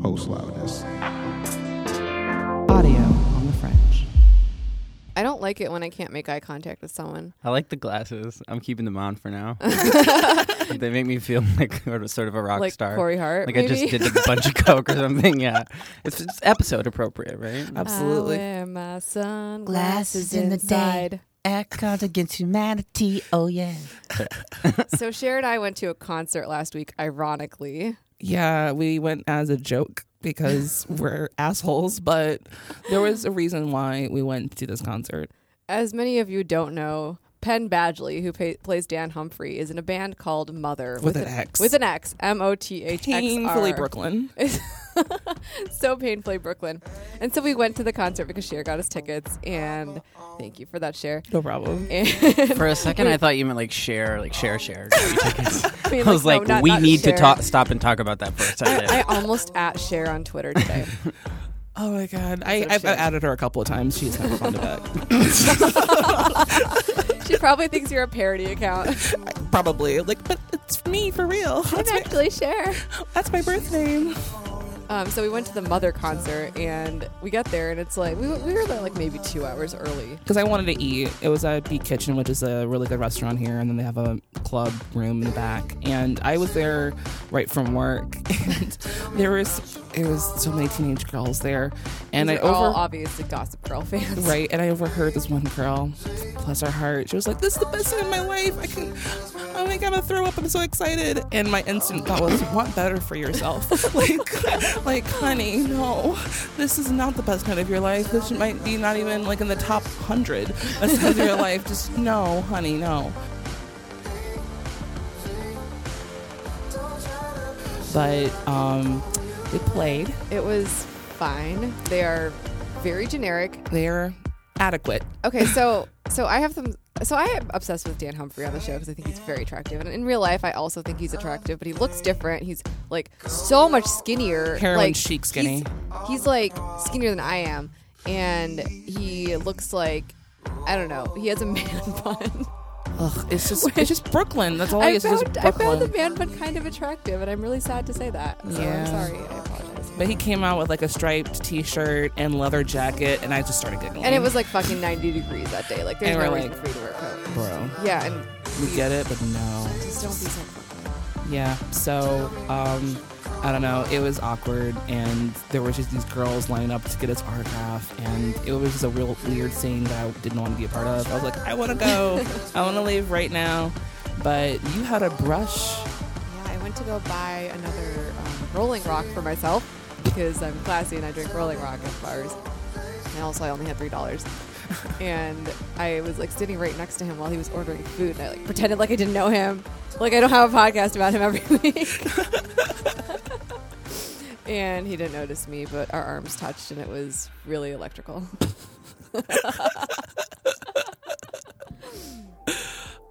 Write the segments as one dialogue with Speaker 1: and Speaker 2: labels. Speaker 1: post loudness.
Speaker 2: Audio on the French.
Speaker 3: I don't like it when I can't make eye contact with someone.
Speaker 4: I like the glasses. I'm keeping them on for now. they make me feel like sort of a rock
Speaker 3: like
Speaker 4: star.
Speaker 3: Corey Hart.
Speaker 4: like I
Speaker 3: maybe?
Speaker 4: just did a bunch of coke or something. Yeah, it's, it's episode appropriate, right?
Speaker 3: I
Speaker 2: Absolutely.
Speaker 3: wear my sunglasses
Speaker 2: Glasses in the day.
Speaker 3: inside.
Speaker 2: Act against humanity. Oh yeah.
Speaker 3: so Cher and I went to a concert last week, ironically.
Speaker 5: Yeah, we went as a joke because we're assholes, but there was a reason why we went to this concert.
Speaker 3: As many of you don't know, Penn Badgley, who pa- plays Dan Humphrey, is in a band called Mother
Speaker 5: With an X.
Speaker 3: With an X, M O T H X R.
Speaker 5: Painfully Brooklyn.
Speaker 3: so painfully Brooklyn. And so we went to the concert because Cher got us tickets, and thank you for that, Cher.
Speaker 5: No problem.
Speaker 3: And
Speaker 4: Uh, For a second, I thought you meant like share, like share, share.
Speaker 3: I mean,
Speaker 4: I was
Speaker 3: no,
Speaker 4: like,
Speaker 3: not-
Speaker 4: we
Speaker 3: not
Speaker 4: need
Speaker 3: Cher.
Speaker 4: to talk, stop and talk about that for a second.
Speaker 3: I, I almost at Cher on Twitter today.
Speaker 5: Oh my god. I, I've, I've added her a couple of times. She's never responded back.
Speaker 3: she probably thinks you're a parody account.
Speaker 5: Probably. Like, but it's me for real.
Speaker 3: I'm
Speaker 5: That's my,
Speaker 3: actually Cher.
Speaker 5: that's my birth name.
Speaker 3: Um, so we went to the Mother concert, and we got there, and it's like we, we were there like maybe two hours early.
Speaker 5: Because I wanted to eat. It was at Beat Kitchen, which is a really good restaurant here, and then they have a club room in the back. And I was there right from work, and there was it was so many teenage girls there, and I
Speaker 3: These are all
Speaker 5: over
Speaker 3: obviously Gossip Girl fans.
Speaker 5: Right, and I overheard this one girl, bless her heart. She was like, "This is the best day of my life. I can, oh my god, I'm throw up. I'm so excited." And my instant thought was, "Want better for yourself? like, like, honey, no, this is not the best night of your life. This might be not even like in the top hundred best nights of your life. Just no, honey, no." But um, they played.
Speaker 3: It was fine. They are very generic.
Speaker 5: They're adequate.
Speaker 3: Okay, so so I have some. So I am obsessed with Dan Humphrey on the show because I think he's very attractive, and in real life I also think he's attractive. But he looks different. He's like so much skinnier.
Speaker 5: Heroin
Speaker 3: like,
Speaker 5: chic skinny.
Speaker 3: He's, he's, like skinnier than I am, and he looks like I don't know. He has a man bun.
Speaker 5: Ugh, it's just it's just Brooklyn. That's all it
Speaker 3: I
Speaker 5: is. It's
Speaker 3: found,
Speaker 5: just
Speaker 3: I found the
Speaker 5: Brooklyn.
Speaker 3: man bun kind of attractive, and I'm really sad to say that. So I'm
Speaker 5: Yeah.
Speaker 3: sorry. I apologize.
Speaker 5: But he came out with like a striped T-shirt and leather jacket, and I just started giggling.
Speaker 3: And it was like fucking 90 degrees that day. Like there's
Speaker 5: And we're
Speaker 3: no
Speaker 5: like-
Speaker 3: reason for you to wear a coat.
Speaker 5: bro,
Speaker 3: Yeah, and
Speaker 5: we get it, but no,
Speaker 3: just don't be so.
Speaker 5: yeah. So, um, I don't know. It was awkward, and there was just these girls lining up to get his autograph, and it was just a real weird scene that I didn't want to be a part of. I was like, I want to go. I want to leave right now. But you had a brush.
Speaker 3: Yeah, I went to go buy another um, Rolling Rock for myself because I'm classy and I drink Rolling Rock at bars. And also, I only had three dollars. and I was like sitting right next to him while he was ordering food, and I like pretended like I didn't know him. Like I don't have a podcast about him every week. and he didn't notice me, but our arms touched, and it was really electrical.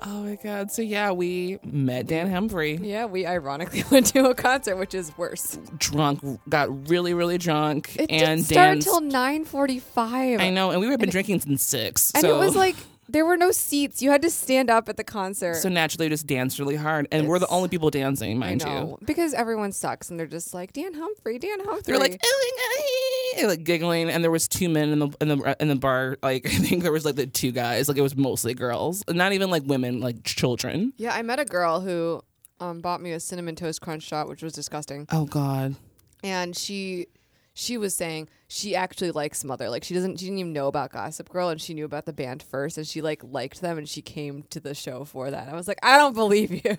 Speaker 5: Oh my god. So yeah, we met Dan Humphrey.
Speaker 3: yeah, we ironically went to a concert, which is worse.
Speaker 5: drunk, got really, really drunk,
Speaker 3: It
Speaker 5: and
Speaker 3: didn't start
Speaker 5: danced.
Speaker 3: until nine forty-five.
Speaker 5: I know, and we had been drinking since six.
Speaker 3: And
Speaker 5: so,
Speaker 3: it was like there were no seats. You had to stand up at the concert.
Speaker 5: so naturally, we just danced really hard, and we're the
Speaker 3: It's-
Speaker 5: only people dancing,
Speaker 3: I
Speaker 5: mind you.
Speaker 3: know because everyone sucks, and they're just like Dan Humphrey, Dan Humphrey.
Speaker 5: They're like, "Eh." "Ooh, and, uh, like giggling, and there was two men in the in the in the bar. Like I think there was like the two guys. Like it was mostly girls, not even like women, like children.
Speaker 3: yeah. I met a girl who um, bought me a cinnamon toast crunch shot, which was disgusting,
Speaker 5: Oh God,
Speaker 3: and she. She was saying she actually likes Mother. Like she doesn't she didn't even know about Gossip Girl and she knew about the band first and she like liked them and she came to the show for that. I was like, I don't believe you.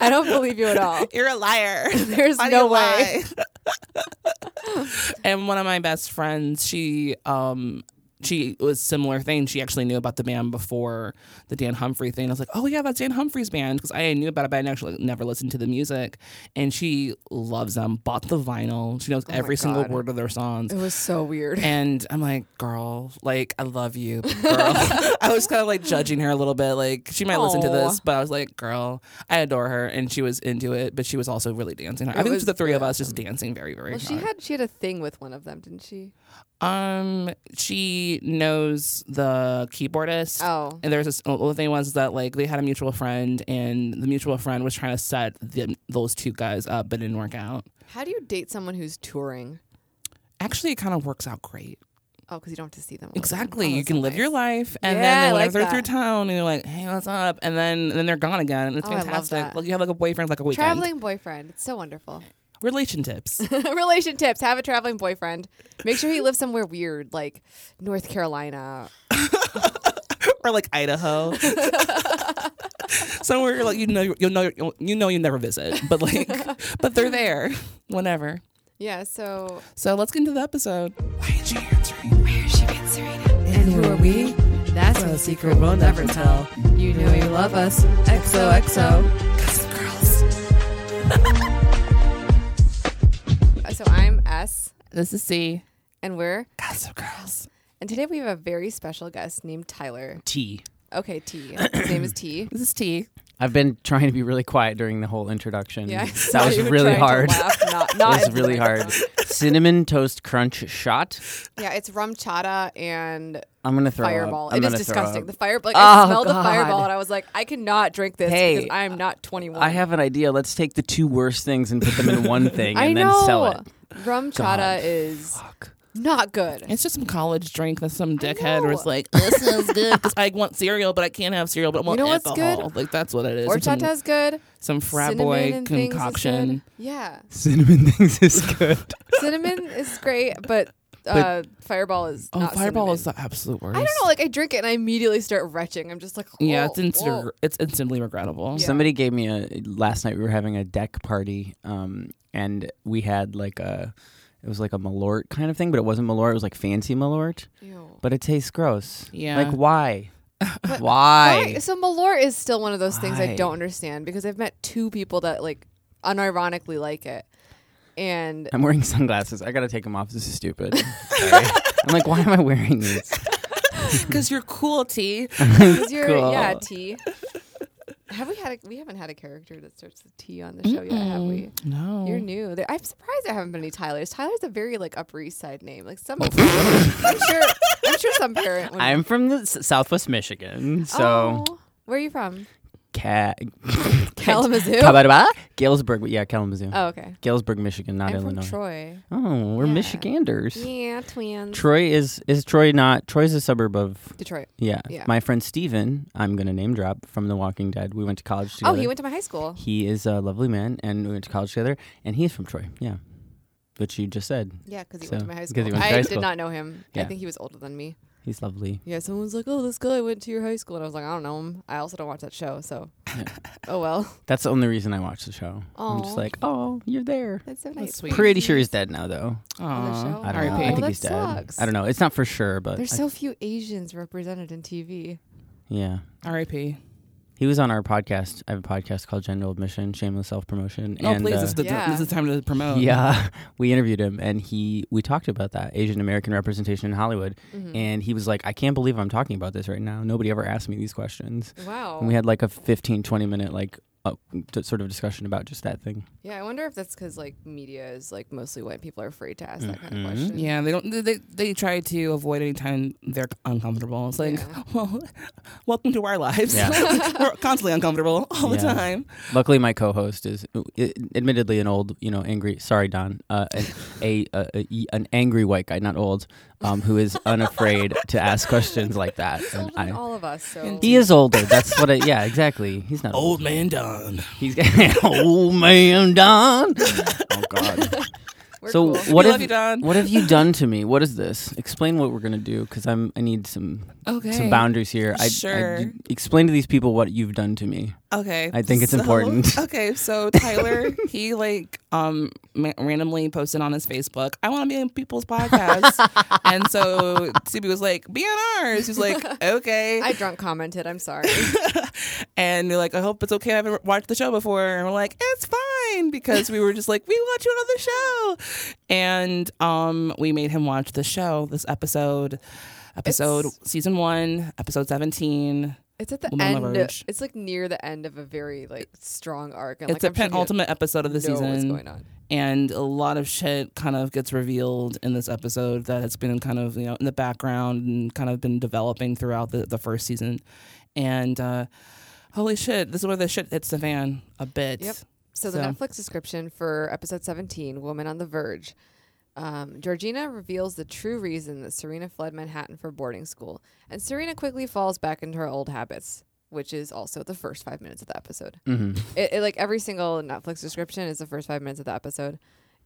Speaker 3: I don't believe you at all.
Speaker 5: you're a liar.
Speaker 3: There's no way.
Speaker 5: and one of my best friends, she um she was similar thing. She actually knew about the band before the Dan Humphrey thing. I was like, oh yeah, that's Dan Humphrey's band because I knew about it, but I actually never listened to the music. And she loves them. Bought the vinyl. She knows every single
Speaker 3: Oh God.
Speaker 5: word of their songs.
Speaker 3: It was so
Speaker 5: Oh
Speaker 3: weird.
Speaker 5: And I'm like, girl, like I love you, but girl. I was kind of like judging her a little bit. Like she might listen to this,
Speaker 3: Aw.
Speaker 5: but I was like, girl, I adore her, and she was into it, but she was also really dancing. I
Speaker 3: It
Speaker 5: think it
Speaker 3: was
Speaker 5: was the three of us just dancing very, very
Speaker 3: Well, she
Speaker 5: hard.
Speaker 3: had she had a thing with one of them, didn't she?
Speaker 5: um, she she knows the keyboardist.
Speaker 3: Oh.
Speaker 5: And there's this well, the thing was that like they had a mutual friend and the mutual friend was trying to set them those two guys up but it didn't work out.
Speaker 3: How do you date someone who's touring?
Speaker 5: Actually it kind of works out great.
Speaker 3: Oh, because you don't have to see them. all the time.
Speaker 5: Exactly.
Speaker 3: Oh,
Speaker 5: you
Speaker 3: that's
Speaker 5: can live
Speaker 3: nice.
Speaker 5: your life and
Speaker 3: Yeah, I
Speaker 5: then
Speaker 3: like
Speaker 5: whenever they're
Speaker 3: that.
Speaker 5: through town and you're like, Hey, what's up? And then and then they're gone again. And it's
Speaker 3: Oh, I love
Speaker 5: fantastic.
Speaker 3: that.
Speaker 5: Like you have like a boyfriend like a weekend.
Speaker 3: Traveling boyfriend. It's so wonderful.
Speaker 5: relationships.
Speaker 3: Relation tips. Have a traveling boyfriend. Make sure he lives somewhere weird, like North Carolina.
Speaker 5: or like Idaho. Somewhere like you know you know you know you never visit, but like but they're there whenever.
Speaker 3: Yeah, so
Speaker 5: So let's get into the episode.
Speaker 3: And who are we? That's a secret we'll never tell. You know you love us. XOXO. Girls. so I'm S,
Speaker 5: This is C.
Speaker 3: and we're.
Speaker 5: Gossip Girls.
Speaker 3: And today we have a very special guest named Tyler.
Speaker 4: T.
Speaker 3: Okay, T. His name is T.
Speaker 5: This is T.
Speaker 4: I've been trying to be really quiet during the whole introduction.
Speaker 3: Yeah. I saw
Speaker 4: Mm. that was
Speaker 3: you were
Speaker 4: really
Speaker 3: trying to
Speaker 4: hard.
Speaker 3: laugh, Not, not
Speaker 4: That was
Speaker 3: into the
Speaker 4: really hard.
Speaker 3: microphone.
Speaker 4: Cinnamon toast crunch shot.
Speaker 3: Yeah, it's rum chata and
Speaker 4: I'm gonna throw
Speaker 3: fireball.
Speaker 4: up.
Speaker 3: It is
Speaker 4: I'm gonna throw
Speaker 3: disgusting.
Speaker 4: up.
Speaker 3: The fireball. Like, I
Speaker 4: Oh,
Speaker 3: smelled the
Speaker 4: God.
Speaker 3: fireball and I was like, I cannot drink this
Speaker 4: Hey,
Speaker 3: because I'm not 21.
Speaker 4: I have an idea. Let's take the two worst things and put them in one thing
Speaker 3: I
Speaker 4: and
Speaker 3: know.
Speaker 4: then sell it.
Speaker 3: Rum chata is
Speaker 4: Fuck.
Speaker 3: not good.
Speaker 5: It's just some college drink that some dickhead
Speaker 3: know.
Speaker 5: was like, this is good because I want cereal, but I can't have cereal, but I want
Speaker 3: know what's good?
Speaker 5: alcohol. Like that's what it is. It's some-
Speaker 3: Horchata's good.
Speaker 5: some frat
Speaker 3: Cinnamon
Speaker 5: boy
Speaker 3: and things is
Speaker 5: concoction.
Speaker 3: good. Yeah,
Speaker 4: Cinnamon things is good.
Speaker 3: cinnamon is great, but, uh, Fireball is
Speaker 5: Oh,
Speaker 3: not.
Speaker 5: Fireball
Speaker 3: cinnamon.
Speaker 5: is the absolute worst.
Speaker 3: I don't know. Like I drink it and I immediately start retching. I'm just like, oh,
Speaker 5: yeah,
Speaker 3: whoa,
Speaker 5: it's instant.
Speaker 3: whoa.
Speaker 5: It's instantly regrettable.
Speaker 3: Yeah.
Speaker 4: Somebody gave me a last night. We were having a deck party, um, and we had like a, it was like a malort kind of thing, but it wasn't malort. It was like fancy malort,
Speaker 3: Ew.
Speaker 4: but it tastes gross.
Speaker 5: Yeah.
Speaker 4: Like why?
Speaker 3: But
Speaker 4: why?
Speaker 3: Why? So Malort is still one of those things I
Speaker 4: Why?
Speaker 3: don't understand because I've met two people that like unironically like it, and
Speaker 4: I'm wearing sunglasses. I gotta take them off. This is stupid. Sorry. I'm like, why am I wearing these?
Speaker 5: Because you're cool, T.
Speaker 3: 'cause you're yeah
Speaker 4: Cool.
Speaker 3: T. Have we had a, we haven't had a character that starts with T on the show yet, have we?
Speaker 5: No.
Speaker 3: You're new. There- I'm surprised there haven't been any Tyler's. Tyler's a very like Upper East Side name. Like some, of I'm sure, I'm sure some parent. Would
Speaker 4: I'm from the s- Southwest Michigan, so
Speaker 3: Oh, where are you from?
Speaker 4: cat.
Speaker 3: Kalamazoo.
Speaker 4: Cabadaba? Galesburg, but yeah, Kalamazoo.
Speaker 3: oh, okay.
Speaker 4: Galesburg, Michigan, not
Speaker 3: I'm
Speaker 4: Illinois.
Speaker 3: from Troy.
Speaker 4: Oh, we're
Speaker 3: Yeah.
Speaker 4: Michiganders.
Speaker 3: Yeah, twins.
Speaker 4: Troy is is Troy not Troy's a suburb of
Speaker 3: Detroit.
Speaker 4: yeah.
Speaker 3: Yeah.
Speaker 4: My friend Steven, I'm gonna name drop from The Walking Dead. We went to college
Speaker 3: Oh,
Speaker 4: together.
Speaker 3: he went to my high school.
Speaker 4: He is a lovely man, and we went to college together. And he's from Troy. Yeah, which you just said.
Speaker 3: Yeah, because he
Speaker 4: So,
Speaker 3: went to my high
Speaker 4: 'cause
Speaker 3: school.
Speaker 4: he went to
Speaker 3: I
Speaker 4: high
Speaker 3: did
Speaker 4: school.
Speaker 3: not know him. I
Speaker 4: Yeah.
Speaker 3: think he was older than me.
Speaker 4: He's lovely.
Speaker 3: Yeah, someone was like, "Oh, this guy went to your high school," and I was like, "I don't know him. I also don't watch that show, so." oh well,
Speaker 4: That's the only reason I watch the show. I'm
Speaker 3: Aw.
Speaker 4: just like, oh, you're there.
Speaker 3: that's so nice.
Speaker 5: That's sweet.
Speaker 4: Pretty sure he's dead now, though.
Speaker 3: On the show.
Speaker 5: Aw,
Speaker 4: I don't
Speaker 3: R.I.P.
Speaker 4: know.
Speaker 5: R.I.P.
Speaker 4: I think
Speaker 3: that
Speaker 4: he's dead.
Speaker 3: sucks.
Speaker 4: I don't know. It's not for sure, but
Speaker 3: There's
Speaker 4: I-
Speaker 3: so few Asians represented in TV.
Speaker 4: yeah.
Speaker 5: R.I.P.
Speaker 4: He was on our podcast. I have a podcast called General Admission, Shameless Self Promotion.
Speaker 5: No,
Speaker 4: and,
Speaker 5: Oh, please,
Speaker 4: uh,
Speaker 5: this, is the,
Speaker 3: Yeah.
Speaker 5: this is the time to promote.
Speaker 4: Yeah, we interviewed him, and he we talked about that Asian American representation in Hollywood,
Speaker 5: Mm-hmm.
Speaker 4: and he was like, "I can't believe I'm talking about this right now. Nobody ever asked me these questions."
Speaker 5: Oh.
Speaker 3: Wow.
Speaker 4: And we had like a 15, 20 minute like uh, d- sort of discussion about just that thing.
Speaker 3: yeah, I wonder if that's because like media is like mostly white people are afraid to ask that kind of
Speaker 4: Mhm.
Speaker 3: question.
Speaker 5: Yeah, they don't. They they- they try to avoid any time they're uncomfortable. It's like,
Speaker 3: Yeah.
Speaker 5: well, welcome to our lives.
Speaker 4: Yeah.
Speaker 5: We're constantly uncomfortable all the
Speaker 4: Yeah.
Speaker 5: time.
Speaker 4: Luckily, my co-host is uh, i- admittedly an old, you know, angry. Sorry, Don. Uh, an, a, a, a an angry white guy, not old, um, who is unafraid to ask questions like that.
Speaker 3: He's older than
Speaker 4: I-
Speaker 3: all of us, so
Speaker 4: he is older. That's what. I, yeah, exactly. He's not old.
Speaker 5: man Don.
Speaker 4: He's old man Don. oh God.
Speaker 3: we're
Speaker 4: so
Speaker 3: cool.
Speaker 4: what
Speaker 5: We
Speaker 4: have
Speaker 5: love you, Don.
Speaker 4: what have you done to me? What is this? Explain what we're gonna do, because I'm I need some
Speaker 5: Okay.
Speaker 4: some boundaries here. I, I,
Speaker 5: Sure.
Speaker 4: explain to these people what you've done to me.
Speaker 5: Okay.
Speaker 4: I think it's
Speaker 5: so-
Speaker 4: important.
Speaker 5: Okay, so Tyler, he like um ma- randomly posted on his Facebook, "I want to be on people's podcasts," and so CB was like, "Be on ours." He's like, "Okay."
Speaker 3: I drunk commented. I'm sorry.
Speaker 5: and they're like, I hope it's okay. I haven't watched the show before. And we're like, it's fine because we were just like, we watch you on the show. And um, we made him watch the show, this episode, episode
Speaker 3: It's-
Speaker 5: season one, episode 17.
Speaker 3: It's at the
Speaker 5: Woman
Speaker 3: end.
Speaker 5: Leverage.
Speaker 3: It's like near the end of a very like strong arc. And,
Speaker 5: it's
Speaker 3: like,
Speaker 5: a penultimate episode of the
Speaker 3: know What's
Speaker 5: season,
Speaker 3: going on?
Speaker 5: and a lot of shit kind of gets revealed in this episode that has been kind of you know in the background and kind of been developing throughout the, the first season, and uh, holy shit, this is where the shit hits the fan a bit.
Speaker 3: Yep. So the
Speaker 5: So-
Speaker 3: Netflix description for episode 17, Woman on the Verge. Um, Georgina reveals the true reason that Serena fled Manhattan for boarding school, and Serena quickly falls back into her old habits, which is also the first five minutes of the episode.
Speaker 4: Mhm.
Speaker 3: It, it, like every single Netflix description is the first five minutes of the episode,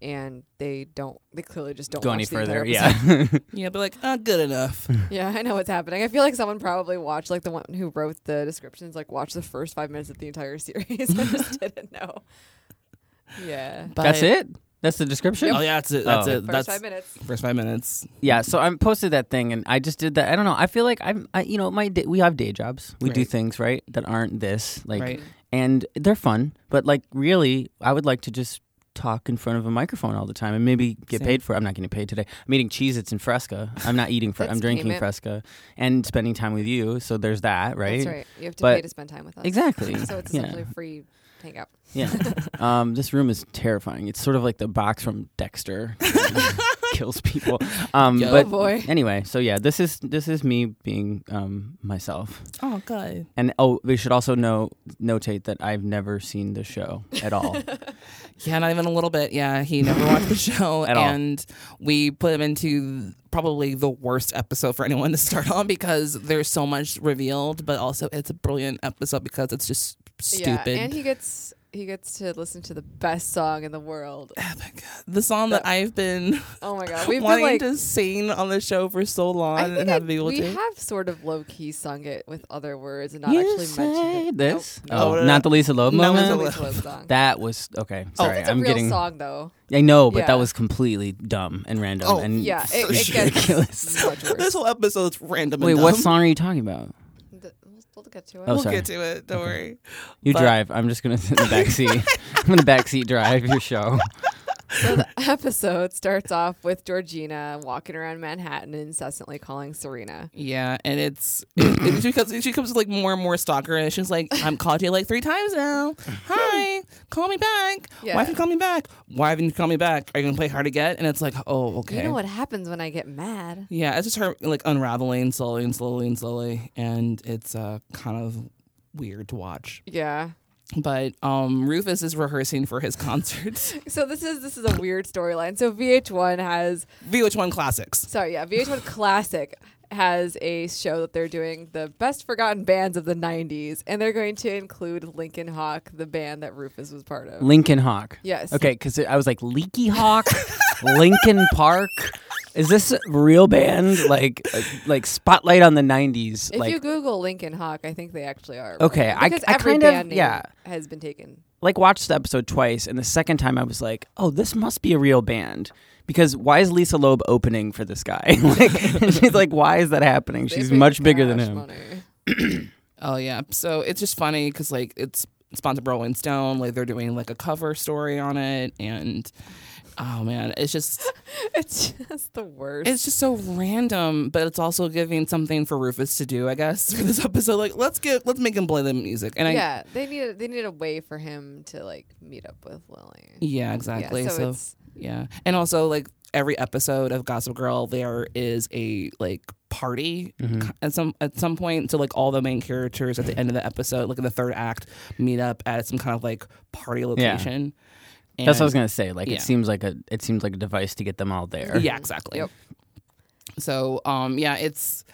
Speaker 3: and they don't. They clearly just don't
Speaker 4: Go
Speaker 3: watch
Speaker 4: any
Speaker 3: the entire
Speaker 4: further?
Speaker 3: episode.
Speaker 4: Yeah.
Speaker 5: Yeah, but like, uh, good enough.
Speaker 3: yeah, I know what's happening. I feel like someone probably watched like the one who wrote the descriptions, like watched the first five minutes of the entire series. I just didn't know. Yeah.
Speaker 5: But,
Speaker 4: That's it. That's the description.
Speaker 5: Oh yeah, that's it. That's
Speaker 4: Oh.
Speaker 5: it.
Speaker 3: First
Speaker 5: that's
Speaker 3: five minutes.
Speaker 5: first five minutes.
Speaker 4: Yeah, so I posted that thing, and I just did that. I don't know. I feel like I'm, I, you know, my day, we have day jobs. We do
Speaker 5: Right.
Speaker 4: things right that aren't this, like,
Speaker 5: Right.
Speaker 4: and they're fun. But like, really, I would like to just talk in front of a microphone all the time and maybe get
Speaker 5: Same.
Speaker 4: paid for. it. I'm not getting paid today. I'm eating Cheez-Its and Fresca. I'm not eating. Fre-
Speaker 3: That's
Speaker 4: I'm drinking
Speaker 3: payment.
Speaker 4: Fresca and spending time with you. So there's that, right?
Speaker 3: That's right. You have to
Speaker 4: But-
Speaker 3: pay to spend time with us.
Speaker 4: Exactly.
Speaker 3: So it's
Speaker 4: Yeah.
Speaker 3: essentially a free hangout.
Speaker 4: Yeah. um, this room is terrifying. It's sort of like the box from Dexter. kills people. Um,
Speaker 5: Yo.
Speaker 4: but
Speaker 3: Oh, boy.
Speaker 4: anyway, so yeah, this is this is me being um, myself.
Speaker 5: Oh good.
Speaker 4: And oh, we should also know notate that I've never seen the show at all.
Speaker 5: Yeah, not even a little bit. Yeah, he never watched the show,
Speaker 4: At all.
Speaker 5: and we put him into probably the worst episode for anyone to start on because there's so much revealed, but also it's a brilliant episode because it's just stupid.
Speaker 3: Yeah. And he gets he gets to listen to the best song in the world.
Speaker 5: the song that I've been
Speaker 3: Oh my god. We've been
Speaker 5: wanting
Speaker 3: like
Speaker 5: to sing on the show for so
Speaker 3: I
Speaker 5: long
Speaker 3: think
Speaker 5: and
Speaker 3: I-
Speaker 5: haven't been able
Speaker 3: we
Speaker 5: to.
Speaker 3: have sort of low key sung it with other words and not
Speaker 4: you
Speaker 3: actually mentioned
Speaker 4: say
Speaker 3: it.
Speaker 4: this?
Speaker 5: no.
Speaker 4: Oh,
Speaker 5: No, no,
Speaker 4: not the Lisa Loeb
Speaker 5: No,
Speaker 3: Nope. That was a
Speaker 4: moment.
Speaker 5: That was a
Speaker 3: Lisa
Speaker 5: li-
Speaker 3: Loeb song.
Speaker 4: That was okay. Sorry,
Speaker 3: Oh, it's a
Speaker 4: I'm
Speaker 3: real
Speaker 4: getting.
Speaker 3: song though.
Speaker 4: I know, but
Speaker 3: Yeah.
Speaker 4: that was completely dumb and random.
Speaker 5: Oh,
Speaker 4: and
Speaker 3: Yeah, it, it
Speaker 4: ridiculous.
Speaker 3: gets much worse.
Speaker 5: This whole episode's random.
Speaker 4: Wait,
Speaker 5: and
Speaker 4: what
Speaker 5: dumb.
Speaker 4: song are you talking about?
Speaker 3: The- we'll, we'll get to it.
Speaker 4: Oh,
Speaker 5: We'll
Speaker 4: sorry.
Speaker 5: get to it. Don't worry.
Speaker 4: You
Speaker 5: But-
Speaker 4: drive. I'm just gonna sit in the back seat. I'm gonna backseat drive your show.
Speaker 3: So the episode starts off with Georgina walking around Manhattan and incessantly calling Serena.
Speaker 5: Yeah, and it's it, it, she comes she comes like more and more stalker, and she's like, "I'm called you like three times now. Hi, call me back.
Speaker 3: Yeah.
Speaker 5: Why haven't you called me back? Why haven't you called me back? Are you gonna play hard to get?" And it's like, "Oh, okay."
Speaker 3: You know what happens when I get mad?
Speaker 5: Yeah, it's just her like unraveling slowly and slowly and slowly, and it's uh, kind of weird to watch.
Speaker 3: Yeah.
Speaker 5: But um, Rufus is rehearsing for his concert.
Speaker 3: So this is this is a weird storyline. So VH1 has
Speaker 5: VH1 classics.
Speaker 3: sorry, yeah, VH1 Classic has a show that they're doing the best forgotten bands of the 90s and they're going to include Lincoln Hawk, the band that Rufus was part of.
Speaker 4: Lincoln Hawk.
Speaker 3: Yes.
Speaker 4: Okay, because I was like Leaky Hawk, Lincoln Park. Is this a real band? Like, uh, like Spotlight on the '90s.
Speaker 3: If
Speaker 4: like,
Speaker 3: you Google Lincoln Hawk, I think they actually are.
Speaker 4: Okay, I-
Speaker 3: because
Speaker 4: I
Speaker 3: every
Speaker 4: kind of-
Speaker 3: band name
Speaker 4: yeah.
Speaker 3: has been taken.
Speaker 4: like watched the episode twice, and the second time I was like, "Oh, this must be a real band." Because why is Lisa Loeb opening for this guy? like, she's like, "Why is that happening?"
Speaker 3: They
Speaker 4: She's
Speaker 3: make
Speaker 4: much bigger than
Speaker 3: cash
Speaker 4: him.
Speaker 3: money.
Speaker 5: Oh yeah, so it's just funny because like it's sponsored by Rolling Stone. Like they're doing like a cover story on it, and oh man, it's just.
Speaker 3: It's just the worst.
Speaker 5: It's just so random, but it's also giving something for Rufus to do, I guess, for this episode. Like, let's get let's make him play the music. And I
Speaker 3: yeah, they need they need a way for him to like meet up with Lily.
Speaker 5: Yeah, exactly.
Speaker 3: Yeah, so,
Speaker 5: so
Speaker 3: it's
Speaker 5: yeah. And also like every episode of Gossip Girl there is a like party
Speaker 4: Mhm.
Speaker 5: at some at some point. So like all the main characters at the end of the episode, like in the third act, meet up at some kind of like party location. And,
Speaker 4: That's what I was gonna say. Like,
Speaker 5: Yeah.
Speaker 4: it seems like a it seems like a device to get them all there.
Speaker 5: Yeah, exactly.
Speaker 3: Yep.
Speaker 5: So, um, yeah, it's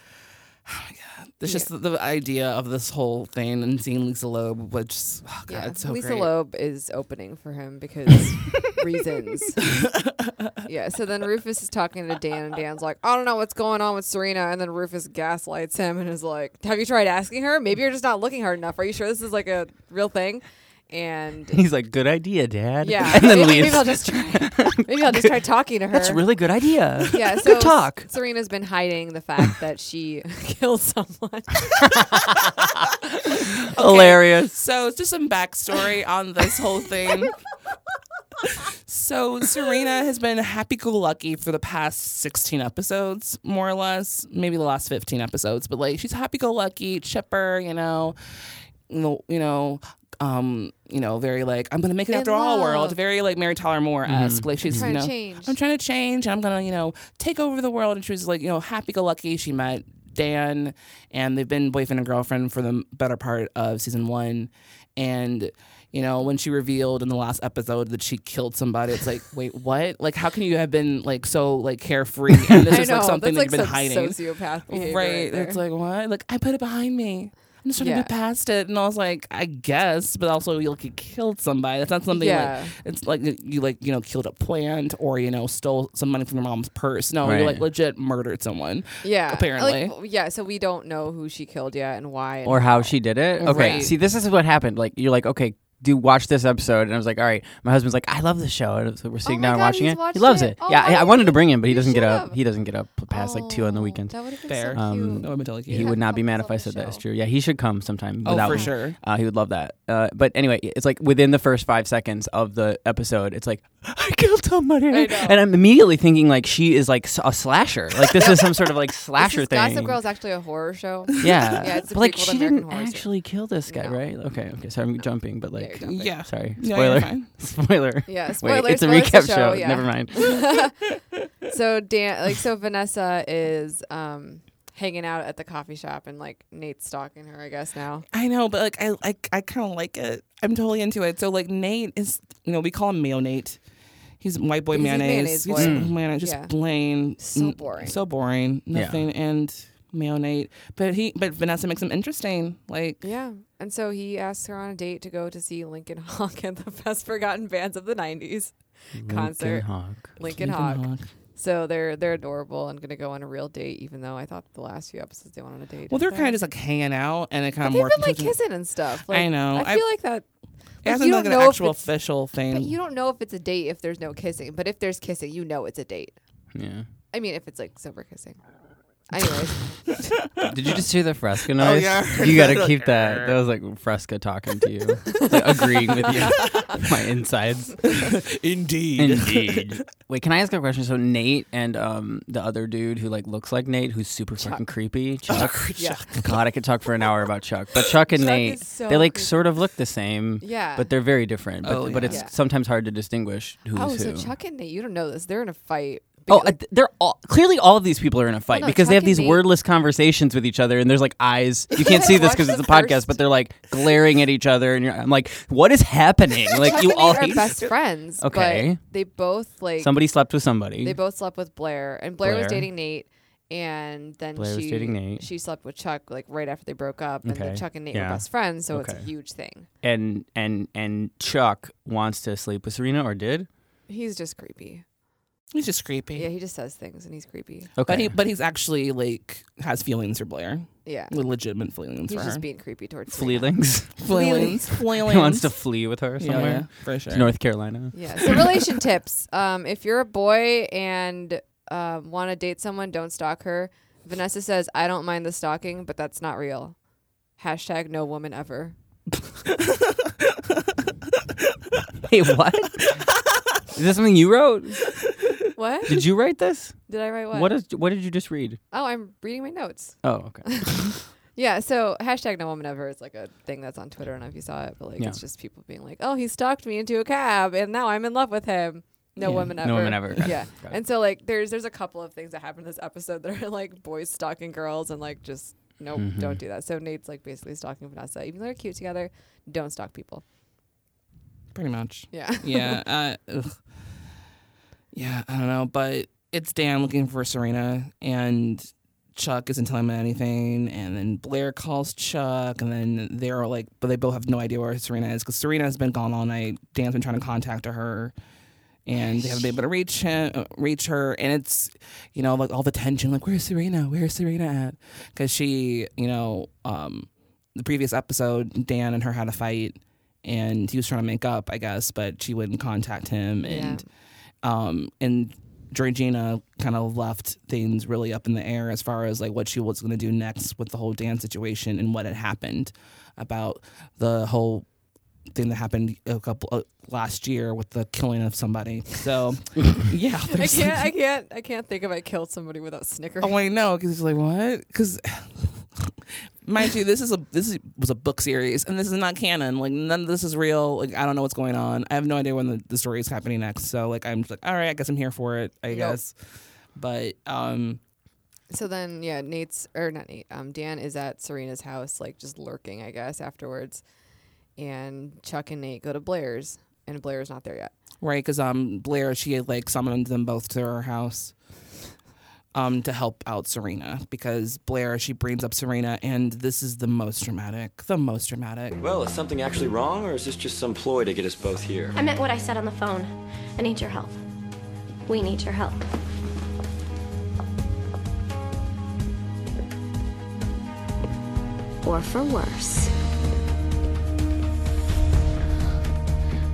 Speaker 5: oh my god, it's just the, the idea of this whole thing and seeing Lisa Loeb, which oh god,
Speaker 3: yeah.
Speaker 5: it's so
Speaker 3: Lisa
Speaker 5: great.
Speaker 3: Loeb is opening for him because reasons. yeah. So then Rufus is talking to Dan, and Dan's like, "I don't know what's going on with Serena," and then Rufus gaslights him and is like, "Have you tried asking her? Maybe you're just not looking hard enough. Are you sure this is like a real thing?" And
Speaker 4: He's like, "Good idea, Dad."
Speaker 3: yeah,
Speaker 4: and then
Speaker 3: maybe,
Speaker 4: leaves.
Speaker 3: maybe I'll just try. Maybe I'll just try talking to her.
Speaker 4: That's a really good idea.
Speaker 3: Yeah, so
Speaker 4: good talk.
Speaker 3: S- Serena's been hiding the fact that she killed someone.
Speaker 4: Hilarious.
Speaker 5: So, it's just some backstory on this whole thing. So Serena has been happy-go-lucky for the past 16 episodes, more or less, maybe the last 15 episodes. But like, she's happy-go-lucky, chipper, you know, you know, you know, um, you know, very like I'm gonna make it
Speaker 3: In
Speaker 5: after all world,
Speaker 3: love. Mm-hmm.
Speaker 5: very like Mary Tyler Moore esque. Like she's
Speaker 3: Trying
Speaker 5: you
Speaker 3: to
Speaker 5: know,
Speaker 3: change.
Speaker 5: Mm-hmm. I'm trying to change. and I'm gonna you know take over the world. And she was like you know happy-go-lucky. She met Dan, and they've been boyfriend and girlfriend for the better part of season one, and. You know, when she revealed in the last episode that she killed somebody, it's like, wait, what? Like, how can you have been like so like carefree? And this
Speaker 3: I
Speaker 5: is
Speaker 3: know
Speaker 5: like something
Speaker 3: that's like
Speaker 5: that you've
Speaker 3: some
Speaker 5: been hiding
Speaker 3: sociopath behavior.
Speaker 5: right.
Speaker 3: Right. there.
Speaker 5: It's like what? Like I put it behind me. I'm just trying
Speaker 3: Yeah.
Speaker 5: to get past it. And I was like, I guess, but also you like you killed somebody. That's not something
Speaker 3: Yeah.
Speaker 5: like it's like you- you like you know killed a plant or you know stole some money from your mom's purse. No, you like
Speaker 4: Right.
Speaker 5: legit murdered someone.
Speaker 3: yeah,
Speaker 5: apparently.
Speaker 3: Like, yeah. So we don't know who she killed yet and why. and
Speaker 4: or how she did it. Okay,
Speaker 5: Right.
Speaker 4: see, this is what happened. Like you're like, okay, do watch this episode, and I was like, all right. My husband's like, I love this show, and so we're sitting
Speaker 3: Oh my
Speaker 4: down
Speaker 3: God,
Speaker 4: watching
Speaker 3: he's
Speaker 4: it.
Speaker 3: watched
Speaker 4: He loves
Speaker 3: it.
Speaker 4: it.
Speaker 3: Oh
Speaker 4: yeah, I,
Speaker 3: my
Speaker 4: I wanted to bring him, but he
Speaker 3: You
Speaker 4: doesn't get
Speaker 3: should
Speaker 4: up.
Speaker 3: have.
Speaker 4: He doesn't get up past like two on the
Speaker 3: Oh,
Speaker 4: weekends.
Speaker 3: That would have been
Speaker 5: Fair.
Speaker 3: so
Speaker 4: Um,
Speaker 3: cute.
Speaker 5: No, I'm telling you.
Speaker 4: He
Speaker 3: Yeah.
Speaker 4: would not be
Speaker 3: Help
Speaker 4: mad
Speaker 3: us
Speaker 4: if I
Speaker 3: love the
Speaker 4: said that. It's
Speaker 3: show.
Speaker 4: true. Yeah, he should come sometime.
Speaker 5: oh,
Speaker 4: without
Speaker 5: for
Speaker 4: me.
Speaker 5: sure.
Speaker 4: Uh, he would love that. Uh, but anyway, it's like within the first five seconds of the episode, it's like I killed somebody,
Speaker 3: know.
Speaker 4: and I'm immediately thinking like she is like s- a slasher. Like this is some sort of like slasher
Speaker 3: This is-
Speaker 4: thing.
Speaker 3: Gossip Girl is actually a horror show.
Speaker 4: Yeah,
Speaker 3: Yeah, it's a
Speaker 4: but like
Speaker 3: prequel to
Speaker 4: she
Speaker 3: American
Speaker 4: didn't
Speaker 3: Horror Story.
Speaker 4: actually kill this guy,
Speaker 3: No.
Speaker 4: right? Okay, okay. So I'm jumping, but like,
Speaker 3: you're jumping.
Speaker 5: Yeah.
Speaker 4: sorry,
Speaker 5: Yeah,
Speaker 4: spoiler,
Speaker 5: you're fine.
Speaker 4: spoiler.
Speaker 3: Yeah, spoilers.
Speaker 4: Wait, it's a
Speaker 3: spoilers to
Speaker 4: recap
Speaker 3: show,
Speaker 4: show.
Speaker 3: yeah.
Speaker 4: Never mind.
Speaker 3: So Dan, like, so Vanessa is um hanging out at the coffee shop, and like Nate's stalking her, I guess now.
Speaker 5: I know, but like I I, I kind of like it. I'm totally into it. So like Nate is, you know, we call him Mayo Nate. He's white boy
Speaker 3: He's a
Speaker 5: mayonnaise.
Speaker 3: mayonnaise
Speaker 5: He's
Speaker 3: boy.
Speaker 4: Hmm.
Speaker 5: mayonnaise, just
Speaker 3: Yeah.
Speaker 5: plain,
Speaker 3: So
Speaker 5: n-
Speaker 3: boring.
Speaker 5: so boring,
Speaker 4: Yeah.
Speaker 5: nothing. And Mayo Nate, but he, but Vanessa makes him interesting. Like
Speaker 3: Yeah, and so he asks her on a date to go to see Lincoln Hawk at the best forgotten bands of the '90s. Concert.
Speaker 4: Lincoln Hawk.
Speaker 3: Lincoln Hawk. So they're they're adorable and gonna go on a real date, even though I thought the last few episodes they went on a date.
Speaker 5: Well, they're kind of just like hanging out, and it kind
Speaker 3: But
Speaker 5: of
Speaker 3: they've
Speaker 5: more.
Speaker 3: been like
Speaker 5: confusing.
Speaker 3: kissing and stuff. Like,
Speaker 5: I know.
Speaker 3: I
Speaker 5: I-
Speaker 3: feel like that.
Speaker 5: It
Speaker 3: like,
Speaker 5: hasn't
Speaker 3: you
Speaker 5: been like
Speaker 3: don't
Speaker 5: an
Speaker 3: know if
Speaker 5: actual
Speaker 3: it's-
Speaker 5: official
Speaker 3: But
Speaker 5: thing.
Speaker 3: you don't know if it's a date if there's no kissing. But if there's kissing, you know it's a date.
Speaker 4: Yeah.
Speaker 3: I mean, if it's like sober kissing. Anyways,
Speaker 4: Did you just hear the Fresca
Speaker 3: Oh,
Speaker 4: noise?
Speaker 5: yeah, I heard
Speaker 4: You got to
Speaker 5: that.
Speaker 4: keep that. That was like Fresca talking to you, like, agreeing with you. My insides.
Speaker 5: Indeed.
Speaker 4: Indeed. Wait, can I ask a question? So Nate and um the other dude who like looks like Nate, who's super fucking
Speaker 3: Oh,
Speaker 4: creepy, Chuck.
Speaker 3: yeah,
Speaker 4: God, I could talk for an hour about Chuck, but Chuck and
Speaker 3: Chuck
Speaker 4: Nate,
Speaker 3: is so
Speaker 4: they like
Speaker 3: creepy.
Speaker 4: sort of look the same,
Speaker 3: yeah.
Speaker 4: but they're very different. But,
Speaker 5: Oh,
Speaker 4: but
Speaker 5: yeah.
Speaker 4: it's
Speaker 3: Yeah.
Speaker 4: sometimes hard to distinguish who's
Speaker 3: oh,
Speaker 4: who.
Speaker 3: so Chuck and Nate, you don't know this. They're in a fight. because-
Speaker 4: Oh, uh, th- they're all clearly all of these people are in a fight
Speaker 3: no,
Speaker 4: because
Speaker 3: Chuck
Speaker 4: they have these
Speaker 3: and Nate-
Speaker 4: wordless conversations with each other, and there's like eyes. You can't see this because it's a
Speaker 3: Watch the
Speaker 4: podcast,
Speaker 3: first-
Speaker 4: but they're like glaring at each other, and you're, I'm like, what is happening? Like
Speaker 3: Chuck
Speaker 4: you
Speaker 3: and
Speaker 4: all
Speaker 3: Nate are best friends.
Speaker 4: Okay.
Speaker 3: but they both like
Speaker 4: somebody slept with somebody.
Speaker 3: They both slept with Blair, and Blair, was
Speaker 4: Blair.
Speaker 3: dating Nate, and then
Speaker 4: Blair
Speaker 3: she
Speaker 4: was dating Nate.
Speaker 3: she slept with Chuck like right after they broke up, and then
Speaker 4: Okay.
Speaker 3: Chuck and Nate
Speaker 4: Yeah.
Speaker 3: were best friends, so it's a
Speaker 4: Okay.
Speaker 3: huge thing.
Speaker 4: and and and Chuck wants to sleep with Serena or did.
Speaker 3: He's just creepy.
Speaker 5: He's just creepy.
Speaker 3: Yeah, he just says things, and he's creepy.
Speaker 4: Okay,
Speaker 5: But he, but he's actually like has feelings for Blair,
Speaker 3: Yeah,
Speaker 5: legitimate feelings
Speaker 3: he's
Speaker 5: for her.
Speaker 3: just being creepy towards Serena.
Speaker 4: fleelings.
Speaker 5: feelings, feelings.
Speaker 4: he wants to flee with her
Speaker 5: Yeah,
Speaker 4: somewhere
Speaker 5: yeah, for sure.
Speaker 4: to North Carolina.
Speaker 3: Yeah. So relation tips. Um, if you're a boy and um, want to date someone, don't stalk her. Vanessa says, "I don't mind the stalking, but that's not real." Hashtag no woman ever.
Speaker 4: Hey, what? is this something you wrote?
Speaker 3: What
Speaker 4: Did you write this?
Speaker 3: did I write? What?
Speaker 4: What is? What did you just read?
Speaker 3: oh, I'm reading my notes.
Speaker 4: Oh, okay.
Speaker 3: Yeah, so hashtag no woman ever is like a thing that's on Twitter. I don't know if you saw it, but like
Speaker 4: Yeah.
Speaker 3: it's just people being like, "Oh, he stalked me into a cab, and now I'm in love with him." No
Speaker 4: Yeah.
Speaker 3: woman ever.
Speaker 4: No woman ever. Got it.
Speaker 3: Yeah,
Speaker 4: Got it.
Speaker 3: and so like there's there's a couple of things that happen in this episode that are like boys stalking girls and like just nope,
Speaker 4: Mhm.
Speaker 3: don't do that. So Nate's like basically stalking Vanessa, even though they're cute together. Don't stalk people.
Speaker 5: Pretty much.
Speaker 3: Yeah.
Speaker 5: Yeah. Uh, ugh. Yeah. I don't know, but it's Dan looking for Serena, and Chuck isn't telling him anything, and then Blair calls Chuck, and then they're like, but they both have no idea where Serena is because Serena has been gone all night. Dan's been trying to contact her. And they haven't been able to reach him, uh, reach her, and it's, you know, like all the tension, like where's Serena? Where's Serena at? Because she, you know, um, the previous episode, Dan and her had a fight, and he was trying to make up, I guess, but she wouldn't contact him, and um, and Georgina kind of left things really up in the air as far as like what she was going to do next with the whole Dan situation and what had happened about the whole thing that happened a couple uh, last year with the killing of somebody. So yeah,
Speaker 3: I
Speaker 5: there's-
Speaker 3: can't. I can't. I can't think if I killed somebody without snickering.
Speaker 5: Oh, I know because it's like what? Because mind you, this is a this is, was a book series, and this is not canon. Like none of this is real. Like I don't know what's going on. I have no idea when the, the story is happening next. So like I'm just like all right, I guess I'm here for it. I
Speaker 3: Yep.
Speaker 5: guess, but um,
Speaker 3: So then, yeah, Nate's or not Nate. Um, Dan is at Serena's house, like just lurking, I guess, afterwards. And Chuck and Nate go to Blair's, and Blair's not there yet.
Speaker 5: right because um Blair she had like summoned them both to her house. Um, to help out Serena because Blair she brings up Serena and this is the most dramatic, the most dramatic.
Speaker 1: Well, is something actually wrong, or is this just some ploy to get us both here?
Speaker 6: I meant what I said on the phone. I need your help. We need your help. Or for worse.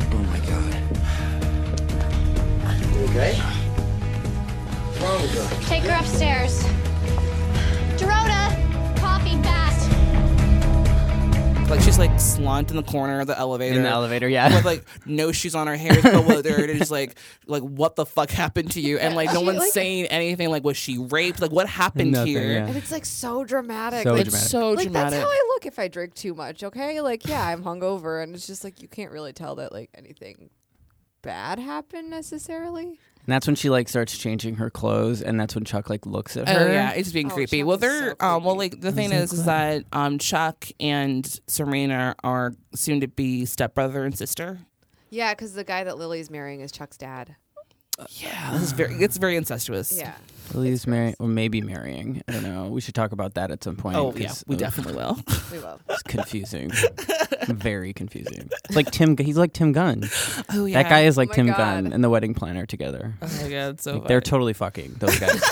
Speaker 1: Oh my god. You okay? What's wrong with her?
Speaker 6: Take her upstairs. Dorota, coffee fast.
Speaker 5: Like she's like slant in the corner of the elevator.
Speaker 4: In the elevator, yeah.
Speaker 5: With like no shoes on her hair is bewildered and just like like what the fuck happened to you? And like no
Speaker 3: She,
Speaker 5: one's
Speaker 3: like-
Speaker 5: saying anything like was she raped? Like what happened
Speaker 4: Nothing,
Speaker 5: here?
Speaker 4: yeah.
Speaker 3: And it's like so dramatic.
Speaker 4: So
Speaker 3: like,
Speaker 4: dramatic.
Speaker 5: It's so
Speaker 3: like,
Speaker 5: dramatic.
Speaker 3: that's how I look if I drink too much. Okay, like yeah, I'm hungover, and it's just like you can't really tell that like anything bad happened necessarily.
Speaker 4: And that's when she like starts changing her clothes, and that's when Chuck like looks at her.
Speaker 5: Oh yeah, it's being
Speaker 3: Oh,
Speaker 5: creepy.
Speaker 3: Chuck
Speaker 5: well,
Speaker 3: is
Speaker 5: they're
Speaker 3: so
Speaker 5: um, well,
Speaker 3: creepy.
Speaker 5: like the thing is, is that um, Chuck and Serena are soon to be stepbrother and sister.
Speaker 3: Yeah, because the guy that Lily's marrying is Chuck's dad.
Speaker 5: Yeah, this is very it's very incestuous.
Speaker 3: Yeah,
Speaker 4: Lily's marrying, or maybe marrying. I don't know. We should talk about that at some point.
Speaker 5: Oh yeah,
Speaker 4: 'cause,
Speaker 5: we
Speaker 4: uh,
Speaker 5: definitely will.
Speaker 3: we will.
Speaker 4: It's confusing. Very confusing. It's like Tim. He's like Tim Gunn.
Speaker 5: Oh yeah,
Speaker 4: That guy is like
Speaker 3: my
Speaker 4: Tim
Speaker 3: God.
Speaker 4: Gunn and the wedding planner together.
Speaker 5: Oh my god, so
Speaker 4: Like, they're
Speaker 5: funny.
Speaker 4: totally fucking those guys.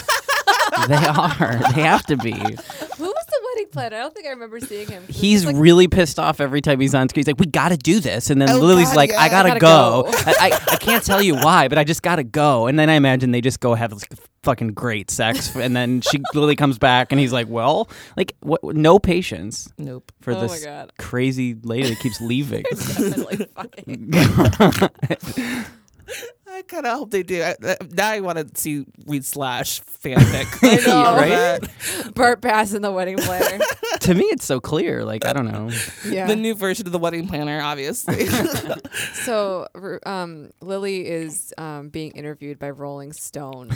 Speaker 4: they are. They have to be.
Speaker 3: Who was the wedding planner? I don't think I remember seeing him. 'cause
Speaker 4: He's
Speaker 3: it's like,
Speaker 4: really pissed off every time he's on screen. He's like, "We got to do this," and then
Speaker 5: Oh,
Speaker 4: Lily's
Speaker 5: God,
Speaker 4: like,
Speaker 5: yeah,
Speaker 4: "I
Speaker 5: I
Speaker 4: gotta,
Speaker 3: gotta
Speaker 4: go.
Speaker 3: go.
Speaker 4: I, I I can't tell you why, but I just gotta go." And then I imagine they just go have like, fucking great sex, and then she Lily comes back, and he's like, "Well, like, what? No patience
Speaker 5: nope.
Speaker 4: for
Speaker 3: Oh my
Speaker 4: this
Speaker 3: God.
Speaker 4: crazy lady that keeps leaving."
Speaker 3: definitely fucking.
Speaker 5: I kind of hope they do. I, I, now I want to see read slash fanfic. uh, I
Speaker 3: know.
Speaker 5: right?
Speaker 3: Burt Bass in the wedding planner.
Speaker 4: to me, it's so clear. Like, I don't know.
Speaker 3: Yeah.
Speaker 5: The new version of the wedding planner, obviously.
Speaker 3: so r- um, Lily is um, being interviewed by Rolling Stone